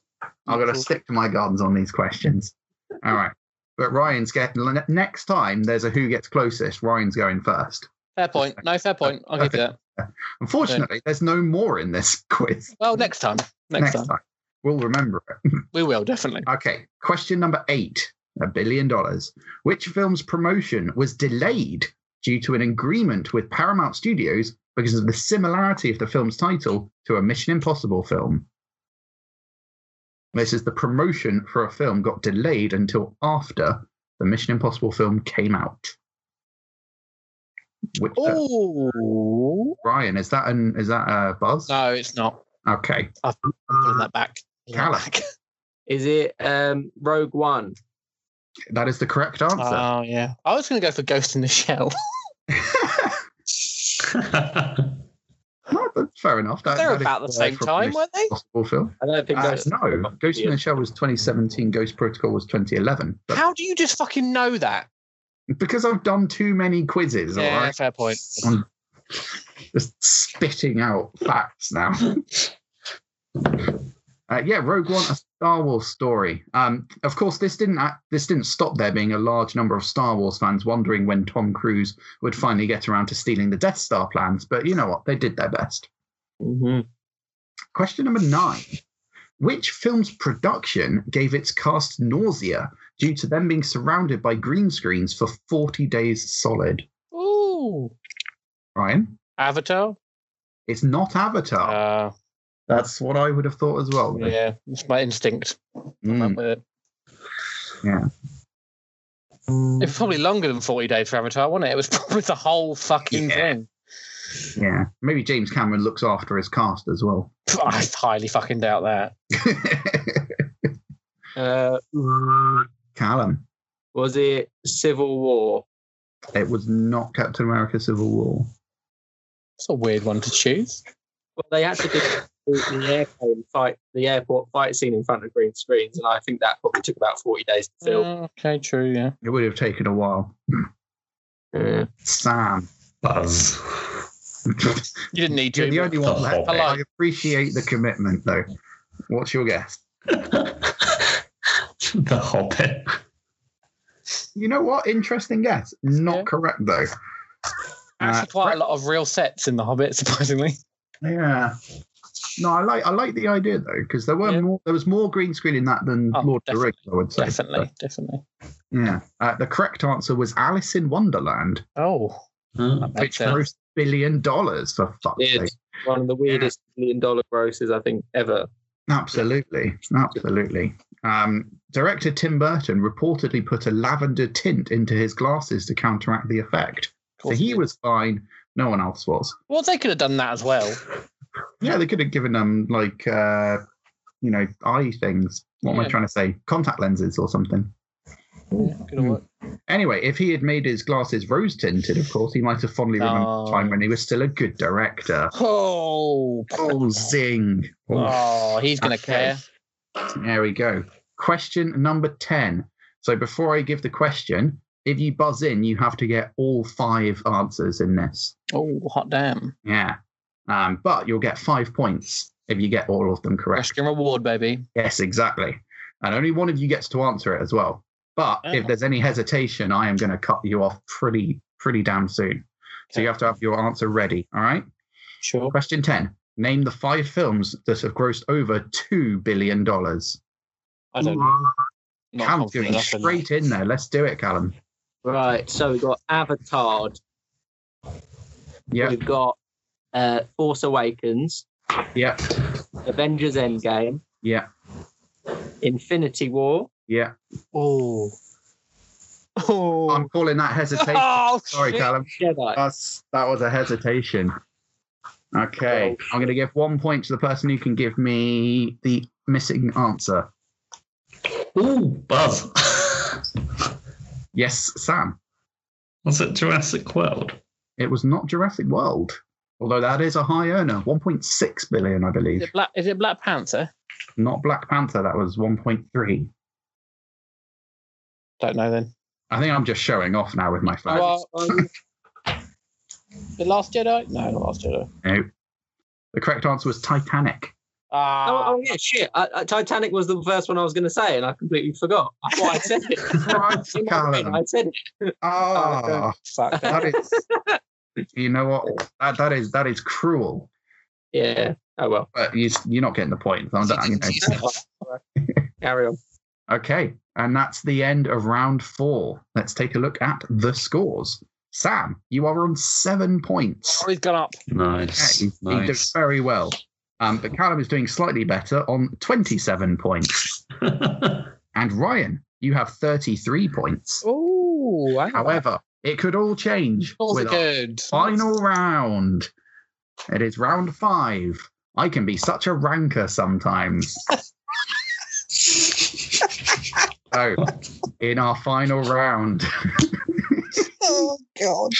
[SPEAKER 1] I'm gonna stick to my guns on these questions. All right. But Ryan's getting next time there's a who gets closest, Ryan's going first.
[SPEAKER 2] Fair point. No, fair point. I'll give you that.
[SPEAKER 1] Unfortunately, there's no more in this quiz.
[SPEAKER 2] Well, next time. Next, time.
[SPEAKER 1] We'll remember it.
[SPEAKER 2] We will, definitely.
[SPEAKER 1] Okay, question number eight a billion dollars. Which film's promotion was delayed due to an agreement with Paramount Studios because of the similarity of the film's title to a Mission Impossible film? This is the promotion for a film got delayed until after the Mission Impossible film came out. Which, uh,
[SPEAKER 2] Oh.
[SPEAKER 1] Ryan, is that an is that a buzz?
[SPEAKER 2] No, it's not.
[SPEAKER 1] Okay,
[SPEAKER 2] I'm pulling that back.
[SPEAKER 1] Callum.
[SPEAKER 3] Is it um, Rogue One?
[SPEAKER 1] that is the correct answer.
[SPEAKER 2] Oh, yeah. I was going to go for Ghost in the Shell.
[SPEAKER 1] No, but fair enough. That,
[SPEAKER 2] They're
[SPEAKER 1] that is
[SPEAKER 2] about the
[SPEAKER 1] fair
[SPEAKER 2] same
[SPEAKER 1] from
[SPEAKER 2] time,
[SPEAKER 1] Mission
[SPEAKER 2] weren't they?
[SPEAKER 1] Impossible film.
[SPEAKER 3] I don't think
[SPEAKER 1] Uh,
[SPEAKER 3] that's
[SPEAKER 1] no, Ghost in the Shell was 2017. Ghost Protocol was 2011. But
[SPEAKER 2] How do you just fucking know that?
[SPEAKER 1] because I've done too many quizzes,
[SPEAKER 2] Yeah,
[SPEAKER 1] all right,
[SPEAKER 2] fair point.
[SPEAKER 1] I'm just spitting out facts now. Uh, yeah, Rogue One, a Star Wars story. Um, of course, this didn't act, this didn't stop there being a large number of Star Wars fans wondering when Tom Cruise would finally get around to stealing the Death Star plans. But you know what? They did their best.
[SPEAKER 3] Mhm.
[SPEAKER 1] Question number nine. Which film's production gave its cast nausea due to them being surrounded by green screens for 40 days solid?
[SPEAKER 2] Ooh.
[SPEAKER 1] Ryan?
[SPEAKER 2] Avatar?
[SPEAKER 1] It's not Avatar.
[SPEAKER 2] Uh,
[SPEAKER 1] That's what I would have thought as well.
[SPEAKER 2] yeah, it's my instinct.
[SPEAKER 1] Mm.
[SPEAKER 2] Went with it. It
[SPEAKER 3] Mm.
[SPEAKER 2] was probably longer than 40 days for Avatar, wasn't it? It was probably the whole fucking
[SPEAKER 1] Yeah.
[SPEAKER 2] thing.
[SPEAKER 1] Yeah. Maybe James Cameron looks after his cast as well.
[SPEAKER 2] Pff, I highly fucking doubt that.
[SPEAKER 3] Uh,
[SPEAKER 1] Callum.
[SPEAKER 3] was it Civil War?
[SPEAKER 1] It was not Captain America Civil War.
[SPEAKER 2] It's a weird one to choose.
[SPEAKER 3] Well, they actually did the the airplane fight, the airport fight scene in front of green screens, and I think that probably took about forty days to film.
[SPEAKER 2] Uh, okay, true, yeah.
[SPEAKER 1] It would have taken a while.
[SPEAKER 3] Uh,
[SPEAKER 1] Sam.
[SPEAKER 4] Buzz.
[SPEAKER 2] You didn't need to.
[SPEAKER 1] You're the only one left.
[SPEAKER 2] Hello.
[SPEAKER 1] I appreciate the commitment, though. What's your guess?
[SPEAKER 4] the Hobbit.
[SPEAKER 1] You know what? Interesting guess. Not
[SPEAKER 2] Yeah.
[SPEAKER 1] correct though.
[SPEAKER 2] Actually,
[SPEAKER 1] Uh,
[SPEAKER 2] quite a lot of real sets in The Hobbit, surprisingly.
[SPEAKER 1] Yeah. No, I like I like the idea though because there were
[SPEAKER 2] Yeah.
[SPEAKER 1] more. There was more green screen in that than
[SPEAKER 2] Oh,
[SPEAKER 1] Lord of the Rings. I would say
[SPEAKER 2] Definitely, definitely.
[SPEAKER 1] But, yeah. Uh, the correct answer was Alice in Wonderland,
[SPEAKER 2] Oh,
[SPEAKER 4] Oh,
[SPEAKER 2] makes
[SPEAKER 1] which
[SPEAKER 2] sense.
[SPEAKER 1] grossed billion dollars for fuck's
[SPEAKER 3] Yeah.
[SPEAKER 1] sake.
[SPEAKER 3] one of the weirdest million dollar grosses I think ever.
[SPEAKER 1] Absolutely, absolutely. Um, director Tim Burton reportedly put a lavender tint into his glasses to counteract the effect. So he was fine. No one else was.
[SPEAKER 6] Well, they could have done that as well.
[SPEAKER 1] Yeah, they could have given them like uh, you know eye things. What am I
[SPEAKER 6] Yeah.
[SPEAKER 1] trying to say? Contact lenses or something.
[SPEAKER 6] Yeah, could have
[SPEAKER 1] Hmm.
[SPEAKER 6] worked.
[SPEAKER 1] Anyway, if he had made his glasses rose tinted, of course, he might have fondly remembered the
[SPEAKER 6] Oh.
[SPEAKER 1] time when he was still a good director.
[SPEAKER 6] Oh,
[SPEAKER 1] Oh, zing!
[SPEAKER 2] Ah.
[SPEAKER 6] oh, he's gonna
[SPEAKER 1] Okay.
[SPEAKER 6] care.
[SPEAKER 1] There we go. Question number 10. So before I give the question, if you buzz in, you have to get all five answers in this.
[SPEAKER 6] Oh, hot damn!
[SPEAKER 1] Yeah. Um, but you'll get five points if you get all of them correct.
[SPEAKER 6] Question reward, baby.
[SPEAKER 1] Yes, exactly. And only one of you gets to answer it as well. But if
[SPEAKER 6] Oh.
[SPEAKER 1] there's any hesitation, I am going to cut you off pretty, pretty damn soon. So you have to have your answer ready. All right.
[SPEAKER 6] Sure.
[SPEAKER 1] Question 10. Name the five films that have grossed over $2 billion.
[SPEAKER 6] I don't. Not
[SPEAKER 1] Callum's
[SPEAKER 6] confident
[SPEAKER 1] going
[SPEAKER 6] enough in that.
[SPEAKER 1] straight in there. Let's do it, Callum.
[SPEAKER 3] Right, so we've got Avatar,
[SPEAKER 1] Yeah,
[SPEAKER 3] we've got uh, Force Awakens,
[SPEAKER 1] yeah,
[SPEAKER 3] Avengers Endgame,
[SPEAKER 1] yeah,
[SPEAKER 3] Infinity War.
[SPEAKER 1] yeah.
[SPEAKER 6] Oh. Oh.
[SPEAKER 1] I'm calling that hesitation.
[SPEAKER 6] Oh,
[SPEAKER 1] Sorry,
[SPEAKER 6] shit.
[SPEAKER 1] Callum.
[SPEAKER 3] Jedi.
[SPEAKER 1] That's that was a hesitation. Okay,
[SPEAKER 6] Oh.
[SPEAKER 1] I'm going to give one point to the person who can give me the missing answer.
[SPEAKER 4] Ooh, Buzz.
[SPEAKER 1] Yes, Sam.
[SPEAKER 4] was it Jurassic World?
[SPEAKER 1] It was not Jurassic World, although that is a high earner, 1.6 billion, I
[SPEAKER 6] Is
[SPEAKER 1] believe.
[SPEAKER 6] it Black? Is it Black Panther?
[SPEAKER 1] Not Black Panther. That was 1.3.
[SPEAKER 6] Don't know then.
[SPEAKER 1] I think I'm just showing off now with my phone.
[SPEAKER 6] Well, um, the Last Jedi? No, the Last Jedi.
[SPEAKER 1] No. The correct answer was Titanic.
[SPEAKER 6] Ah,
[SPEAKER 3] Oh, oh, yeah, shit. I, I, Titanic was the first one I was going to say, and I completely forgot. I thought I said it.
[SPEAKER 1] Right,
[SPEAKER 3] In my brain,
[SPEAKER 1] Callum.
[SPEAKER 3] I said it.
[SPEAKER 1] Ah.
[SPEAKER 6] fuck.
[SPEAKER 1] that is you know what that, that is that is cruel
[SPEAKER 3] Yeah. Oh well.
[SPEAKER 1] but you, you're not getting the point I'm done, you know.
[SPEAKER 3] Carry on.
[SPEAKER 1] okay and that's the end of round four let's take a look at the scores sam you are on seven points
[SPEAKER 6] Oh, he's gone up.
[SPEAKER 4] Nice.
[SPEAKER 1] okay, you you did
[SPEAKER 4] nice.
[SPEAKER 1] very well um, but callum is doing slightly better on 27 points and ryan you have 33 points
[SPEAKER 6] Oh, wow.
[SPEAKER 1] however it could all change
[SPEAKER 6] Scores are
[SPEAKER 1] with our
[SPEAKER 6] good.
[SPEAKER 1] final round. It is round five. I can be such a ranker sometimes. so, in our final round,
[SPEAKER 6] Oh god.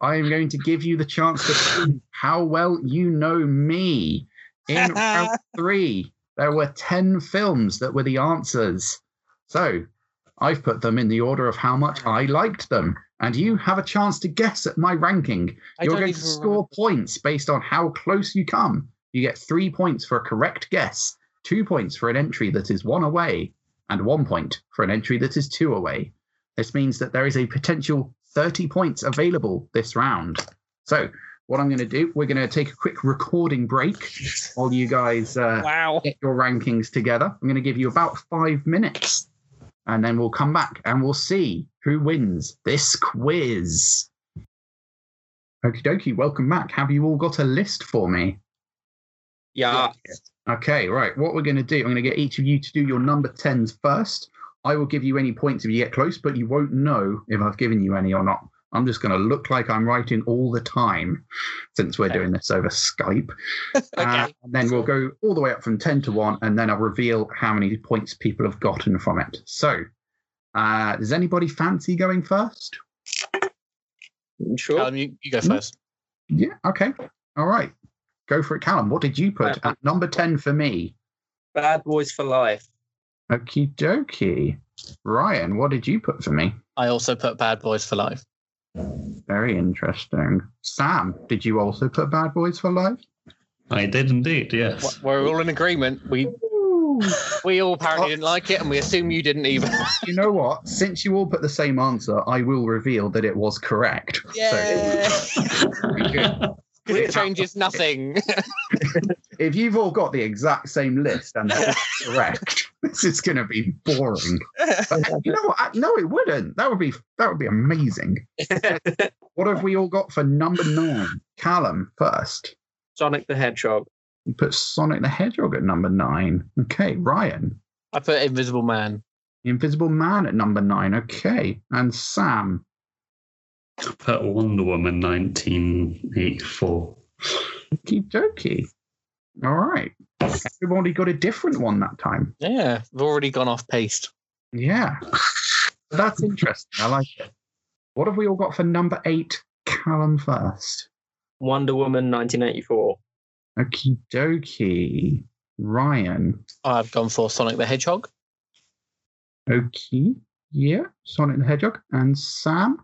[SPEAKER 1] I am going to give you the chance to see how well you know me. In round three, there were 10 films that were the answers. So, I've put them in the order of how much I liked them. And you have a chance to guess at my ranking.
[SPEAKER 6] I
[SPEAKER 1] You're
[SPEAKER 6] don't
[SPEAKER 1] going to
[SPEAKER 6] even
[SPEAKER 1] score points based on how close you come. You get three points for a correct guess, two points for an entry that is one away, and one point for an entry that is two away. This means that there is a potential 30 points available this round. So, what I'm going to do, we're going to take a quick recording break while you guys uh,
[SPEAKER 6] remember. Wow.
[SPEAKER 1] get your rankings together. I'm going to give you about five minutes, and then we'll come back and we'll see who wins this quiz. Okie dokie, welcome back. Have you all got a list for me?
[SPEAKER 3] Yeah.
[SPEAKER 1] Okay, right. What we're going to do, I'm going to get each of you to do your number 10s first. I will give you any points if you get close, but you won't know if I've given you any or not. I'm just going to look like I'm writing all the time since we're
[SPEAKER 6] Okay.
[SPEAKER 1] doing this over Skype. Uh,
[SPEAKER 6] Okay.
[SPEAKER 1] and then we'll go all the way up from 10 to 1, and then I'll reveal how many points people have gotten from it. So, uh, does anybody fancy going first?
[SPEAKER 3] Sure.
[SPEAKER 6] Callum, you, you go first.
[SPEAKER 1] Yeah, okay. All right. Go for it, Callum. What did you put
[SPEAKER 3] Uh,
[SPEAKER 1] at number 10 for me?
[SPEAKER 3] Bad Boys for Life.
[SPEAKER 1] Okie dokie. Ryan, what did you put for me?
[SPEAKER 6] I also put Bad Boys for Life.
[SPEAKER 1] Very interesting. Sam, did you also put Bad Boys for Life?
[SPEAKER 4] I did indeed, yes.
[SPEAKER 6] W- We're all in agreement. We we all
[SPEAKER 1] Oh.
[SPEAKER 6] apparently didn't like it, and we assume you didn't either.
[SPEAKER 1] you know what? Since you all put the same answer, I will reveal that it was correct. So
[SPEAKER 6] Yeah.
[SPEAKER 1] Weird.
[SPEAKER 6] it changes nothing.
[SPEAKER 1] if you've all got the exact same list and they're all correct, this is going to be boring. But you know what? I- No, it wouldn't. That would be that would be amazing. what have we all got for number nine? Callum first.
[SPEAKER 3] Sonic the Hedgehog.
[SPEAKER 1] You put Sonic the Hedgehog at number nine. Okay, Ryan.
[SPEAKER 6] I put Invisible Man.
[SPEAKER 1] The Invisible Man at number nine. Okay, and Sam.
[SPEAKER 4] put Wonder Woman 1984.
[SPEAKER 1] Okie dokie. All right. Everybody got a different one that time.
[SPEAKER 2] Yeah, we've already gone off paste.
[SPEAKER 1] Yeah. That's interesting. I like it. What have we all got for number eight? Callum first.
[SPEAKER 3] Wonder Woman 1984.
[SPEAKER 1] Okie dokie. Ryan.
[SPEAKER 2] I've gone for Sonic the Hedgehog.
[SPEAKER 1] Okay. Yeah. Sonic the Hedgehog. And Sam.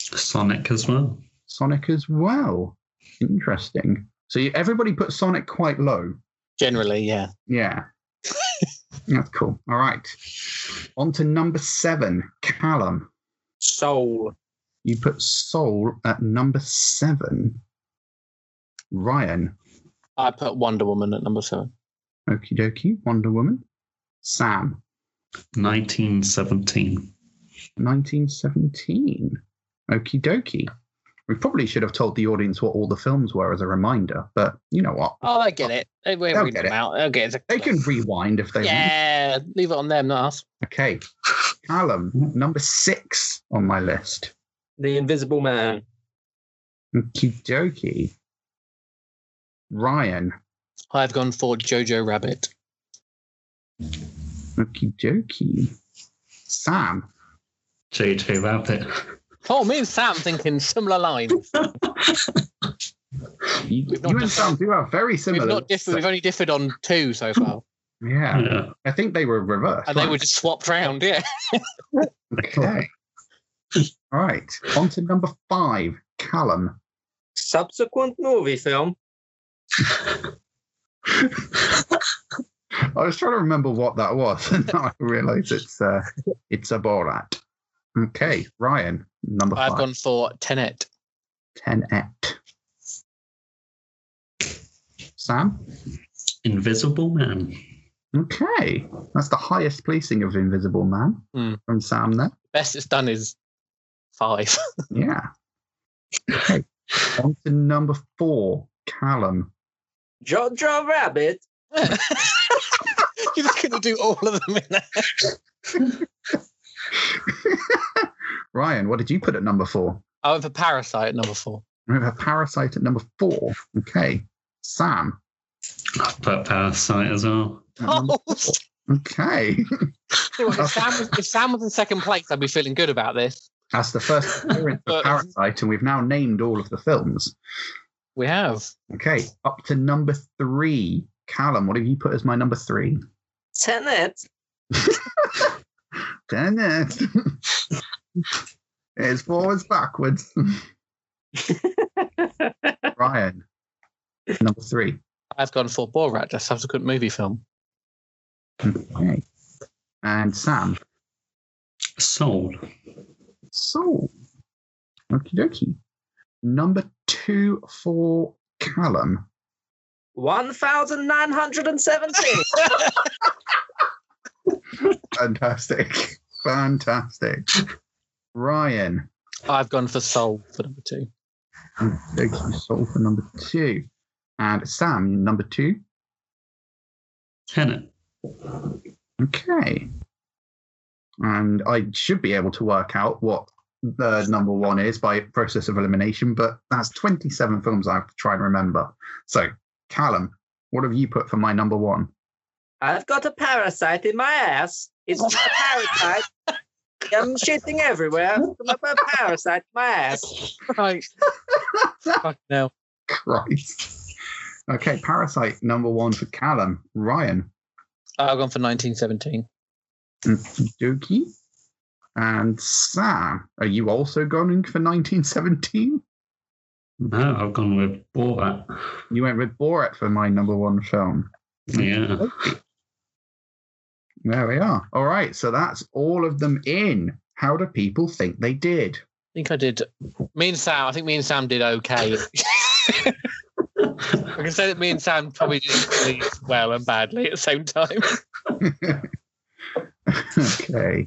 [SPEAKER 4] Sonic as well.
[SPEAKER 1] Sonic as well. Interesting. So you, everybody put Sonic quite low.
[SPEAKER 2] Generally, yeah.
[SPEAKER 1] Yeah. That's cool. All right. On to number seven, Callum.
[SPEAKER 3] Soul.
[SPEAKER 1] You put Soul at number seven. Ryan.
[SPEAKER 2] I put Wonder Woman at number seven.
[SPEAKER 1] Okie dokie, Wonder Woman. Sam.
[SPEAKER 4] 1917.
[SPEAKER 1] 1917. Okie dokie. We probably should have told the audience what all the films were as a reminder, but you know what?
[SPEAKER 2] Oh, I get it. They, we
[SPEAKER 1] They'll
[SPEAKER 2] read
[SPEAKER 1] get
[SPEAKER 2] them
[SPEAKER 1] it.
[SPEAKER 2] out. They'll get it.
[SPEAKER 1] They can rewind if they want.
[SPEAKER 2] Yeah, leave it on them, not us.
[SPEAKER 1] Okay. Callum, number six on my list.
[SPEAKER 3] The Invisible Man.
[SPEAKER 1] Okie dokie. Ryan.
[SPEAKER 2] I've gone for Jojo Rabbit.
[SPEAKER 1] Okie dokie. Sam.
[SPEAKER 4] JJ Rabbit.
[SPEAKER 2] Oh, me and Sam thinking similar lines.
[SPEAKER 1] You,
[SPEAKER 2] We've not
[SPEAKER 1] you and
[SPEAKER 2] just-
[SPEAKER 1] Sam do are very
[SPEAKER 2] We've,
[SPEAKER 1] similar.
[SPEAKER 2] not differed, we've only differed on two so far,
[SPEAKER 1] yeah.
[SPEAKER 4] Yeah.
[SPEAKER 1] I think they were reversed.
[SPEAKER 2] and they were
[SPEAKER 1] weren't
[SPEAKER 2] just swapped round. Yeah.
[SPEAKER 1] Okay. All right. On to number five, Callum.
[SPEAKER 3] Subsequent movie film.
[SPEAKER 1] I was trying to remember what that was, and now I realise it's uh, it's a Borat. Okay, Ryan, number
[SPEAKER 2] I've
[SPEAKER 1] five,
[SPEAKER 2] gone for Tenet.
[SPEAKER 1] Tenet. Sam.
[SPEAKER 4] Invisible Man.
[SPEAKER 1] Okay, that's the highest placing of Invisible Man
[SPEAKER 2] Hmm.
[SPEAKER 1] from Sam. There.
[SPEAKER 2] Best it's done is five.
[SPEAKER 1] Yeah. Okay. On to number four, Callum.
[SPEAKER 3] Jojo Rabbit.
[SPEAKER 2] You're just going to do all of them in there.
[SPEAKER 1] Ryan, what did you put at number four?
[SPEAKER 2] I went for Oh, Parasite at number four.
[SPEAKER 1] We have a parasite at number four. Okay. Sam.
[SPEAKER 4] I put Parasite as well.
[SPEAKER 1] at number-
[SPEAKER 2] Oh,
[SPEAKER 1] Okay.
[SPEAKER 2] if, Sam was, if Sam was in second place, I'd be feeling good about this.
[SPEAKER 1] That's the first appearance of
[SPEAKER 2] But-
[SPEAKER 1] Parasite, and we've now named all of the films.
[SPEAKER 2] We have.
[SPEAKER 1] Okay. Up to number three. Callum, what have you put as my number three?
[SPEAKER 3] Tenet.
[SPEAKER 1] Damn it. it's forwards, backwards. Ryan, number three.
[SPEAKER 2] I've gone for Borat, a subsequent movie film.
[SPEAKER 1] Okay. And Sam.
[SPEAKER 4] Soul.
[SPEAKER 1] So, okie dokie. Number two for Callum.
[SPEAKER 3] 1917.
[SPEAKER 1] Fantastic. Fantastic. Ryan.
[SPEAKER 2] I've gone for Soul for number two.
[SPEAKER 1] Thank you, Saul, for number two. And Sam, number two.
[SPEAKER 4] Tenet.
[SPEAKER 1] Okay. And I should be able to work out what the number one is by process of elimination, but that's 27 films I have to try and remember. So, Callum, what have you put for my number one?
[SPEAKER 3] I've got a parasite in my ass. It's a parasite. I'm shitting everywhere. I've got a parasite in my ass.
[SPEAKER 2] Right. Fuck no.
[SPEAKER 1] Christ. Okay, Parasite number one for Callum. Ryan,
[SPEAKER 2] I've gone for 1917.
[SPEAKER 1] Dookie, and Sam. Are you also going for 1917?
[SPEAKER 4] No, I've gone with Borat.
[SPEAKER 1] You went with Borat for my number one film.
[SPEAKER 4] Yeah.
[SPEAKER 1] There we are. All right, so that's all of them in. How do people think they did?
[SPEAKER 2] I think I did. Me and Sam, I think me and Sam did okay. I can say that me and Sam probably did really well and badly at the same time.
[SPEAKER 1] okay.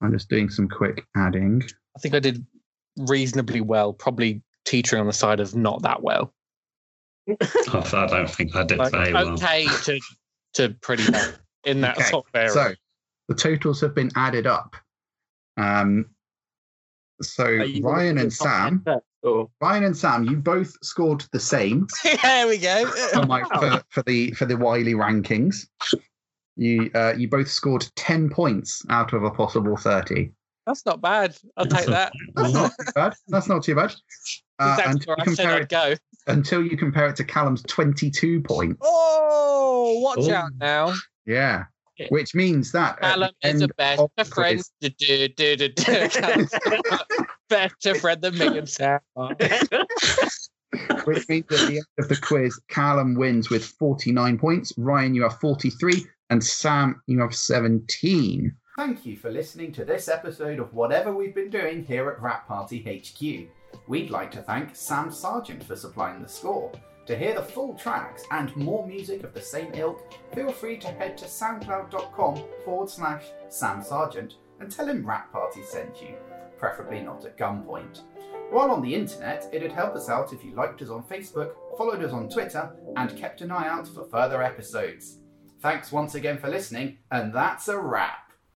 [SPEAKER 1] I'm just doing some quick adding.
[SPEAKER 2] I think I did reasonably well, probably teetering on the side of not that well.
[SPEAKER 4] I I don't think I did
[SPEAKER 2] Like,
[SPEAKER 4] very
[SPEAKER 3] uh,
[SPEAKER 4] well.
[SPEAKER 2] okay to, to pretty well in that
[SPEAKER 1] Okay,
[SPEAKER 2] sort of area.
[SPEAKER 1] So the totals have been added up. Um,
[SPEAKER 3] So Ryan and Sam,
[SPEAKER 7] Oh,
[SPEAKER 3] Ryan and Sam, you both scored the same
[SPEAKER 2] there we go.
[SPEAKER 3] for, my, for, for the for the Wiley rankings. You uh, you both scored ten points out of a possible thirty.
[SPEAKER 2] That's not bad. I'll take that.
[SPEAKER 3] That's not too bad. That's not too bad. Uh,
[SPEAKER 2] Oh. That's
[SPEAKER 3] until,
[SPEAKER 2] where
[SPEAKER 3] you
[SPEAKER 2] I said
[SPEAKER 3] compare
[SPEAKER 2] I'd
[SPEAKER 3] it,
[SPEAKER 2] go.
[SPEAKER 3] until you compare it to Callum's twenty-two points.
[SPEAKER 2] Oh, watch
[SPEAKER 4] Oh.
[SPEAKER 2] out now.
[SPEAKER 3] Yeah,
[SPEAKER 2] Yeah.
[SPEAKER 3] which means that at
[SPEAKER 2] Alan
[SPEAKER 3] the
[SPEAKER 2] is a
[SPEAKER 3] end
[SPEAKER 2] better
[SPEAKER 3] of the
[SPEAKER 2] friend.
[SPEAKER 3] quiz-
[SPEAKER 2] Du- du- du- du- du- Callum's better friend than me and Sam. are.
[SPEAKER 3] which means at the end of the quiz, Callum wins with forty-nine points. Ryan, you have forty-three, and Sam, you have seventeen.
[SPEAKER 1] Thank you for listening to this episode of whatever we've been doing here at Rap Party HQ. We'd like to thank Sam Sargent for supplying the score. To hear the full tracks and more music of the same ilk, feel free to head to soundcloud.com forward slash Sam Sargent and tell him Rap Party sent you, preferably not at gunpoint. While on the internet, it'd help us out if you liked us on Facebook, followed us on Twitter, and kept an eye out for further episodes. Thanks once again for listening, and that's a wrap.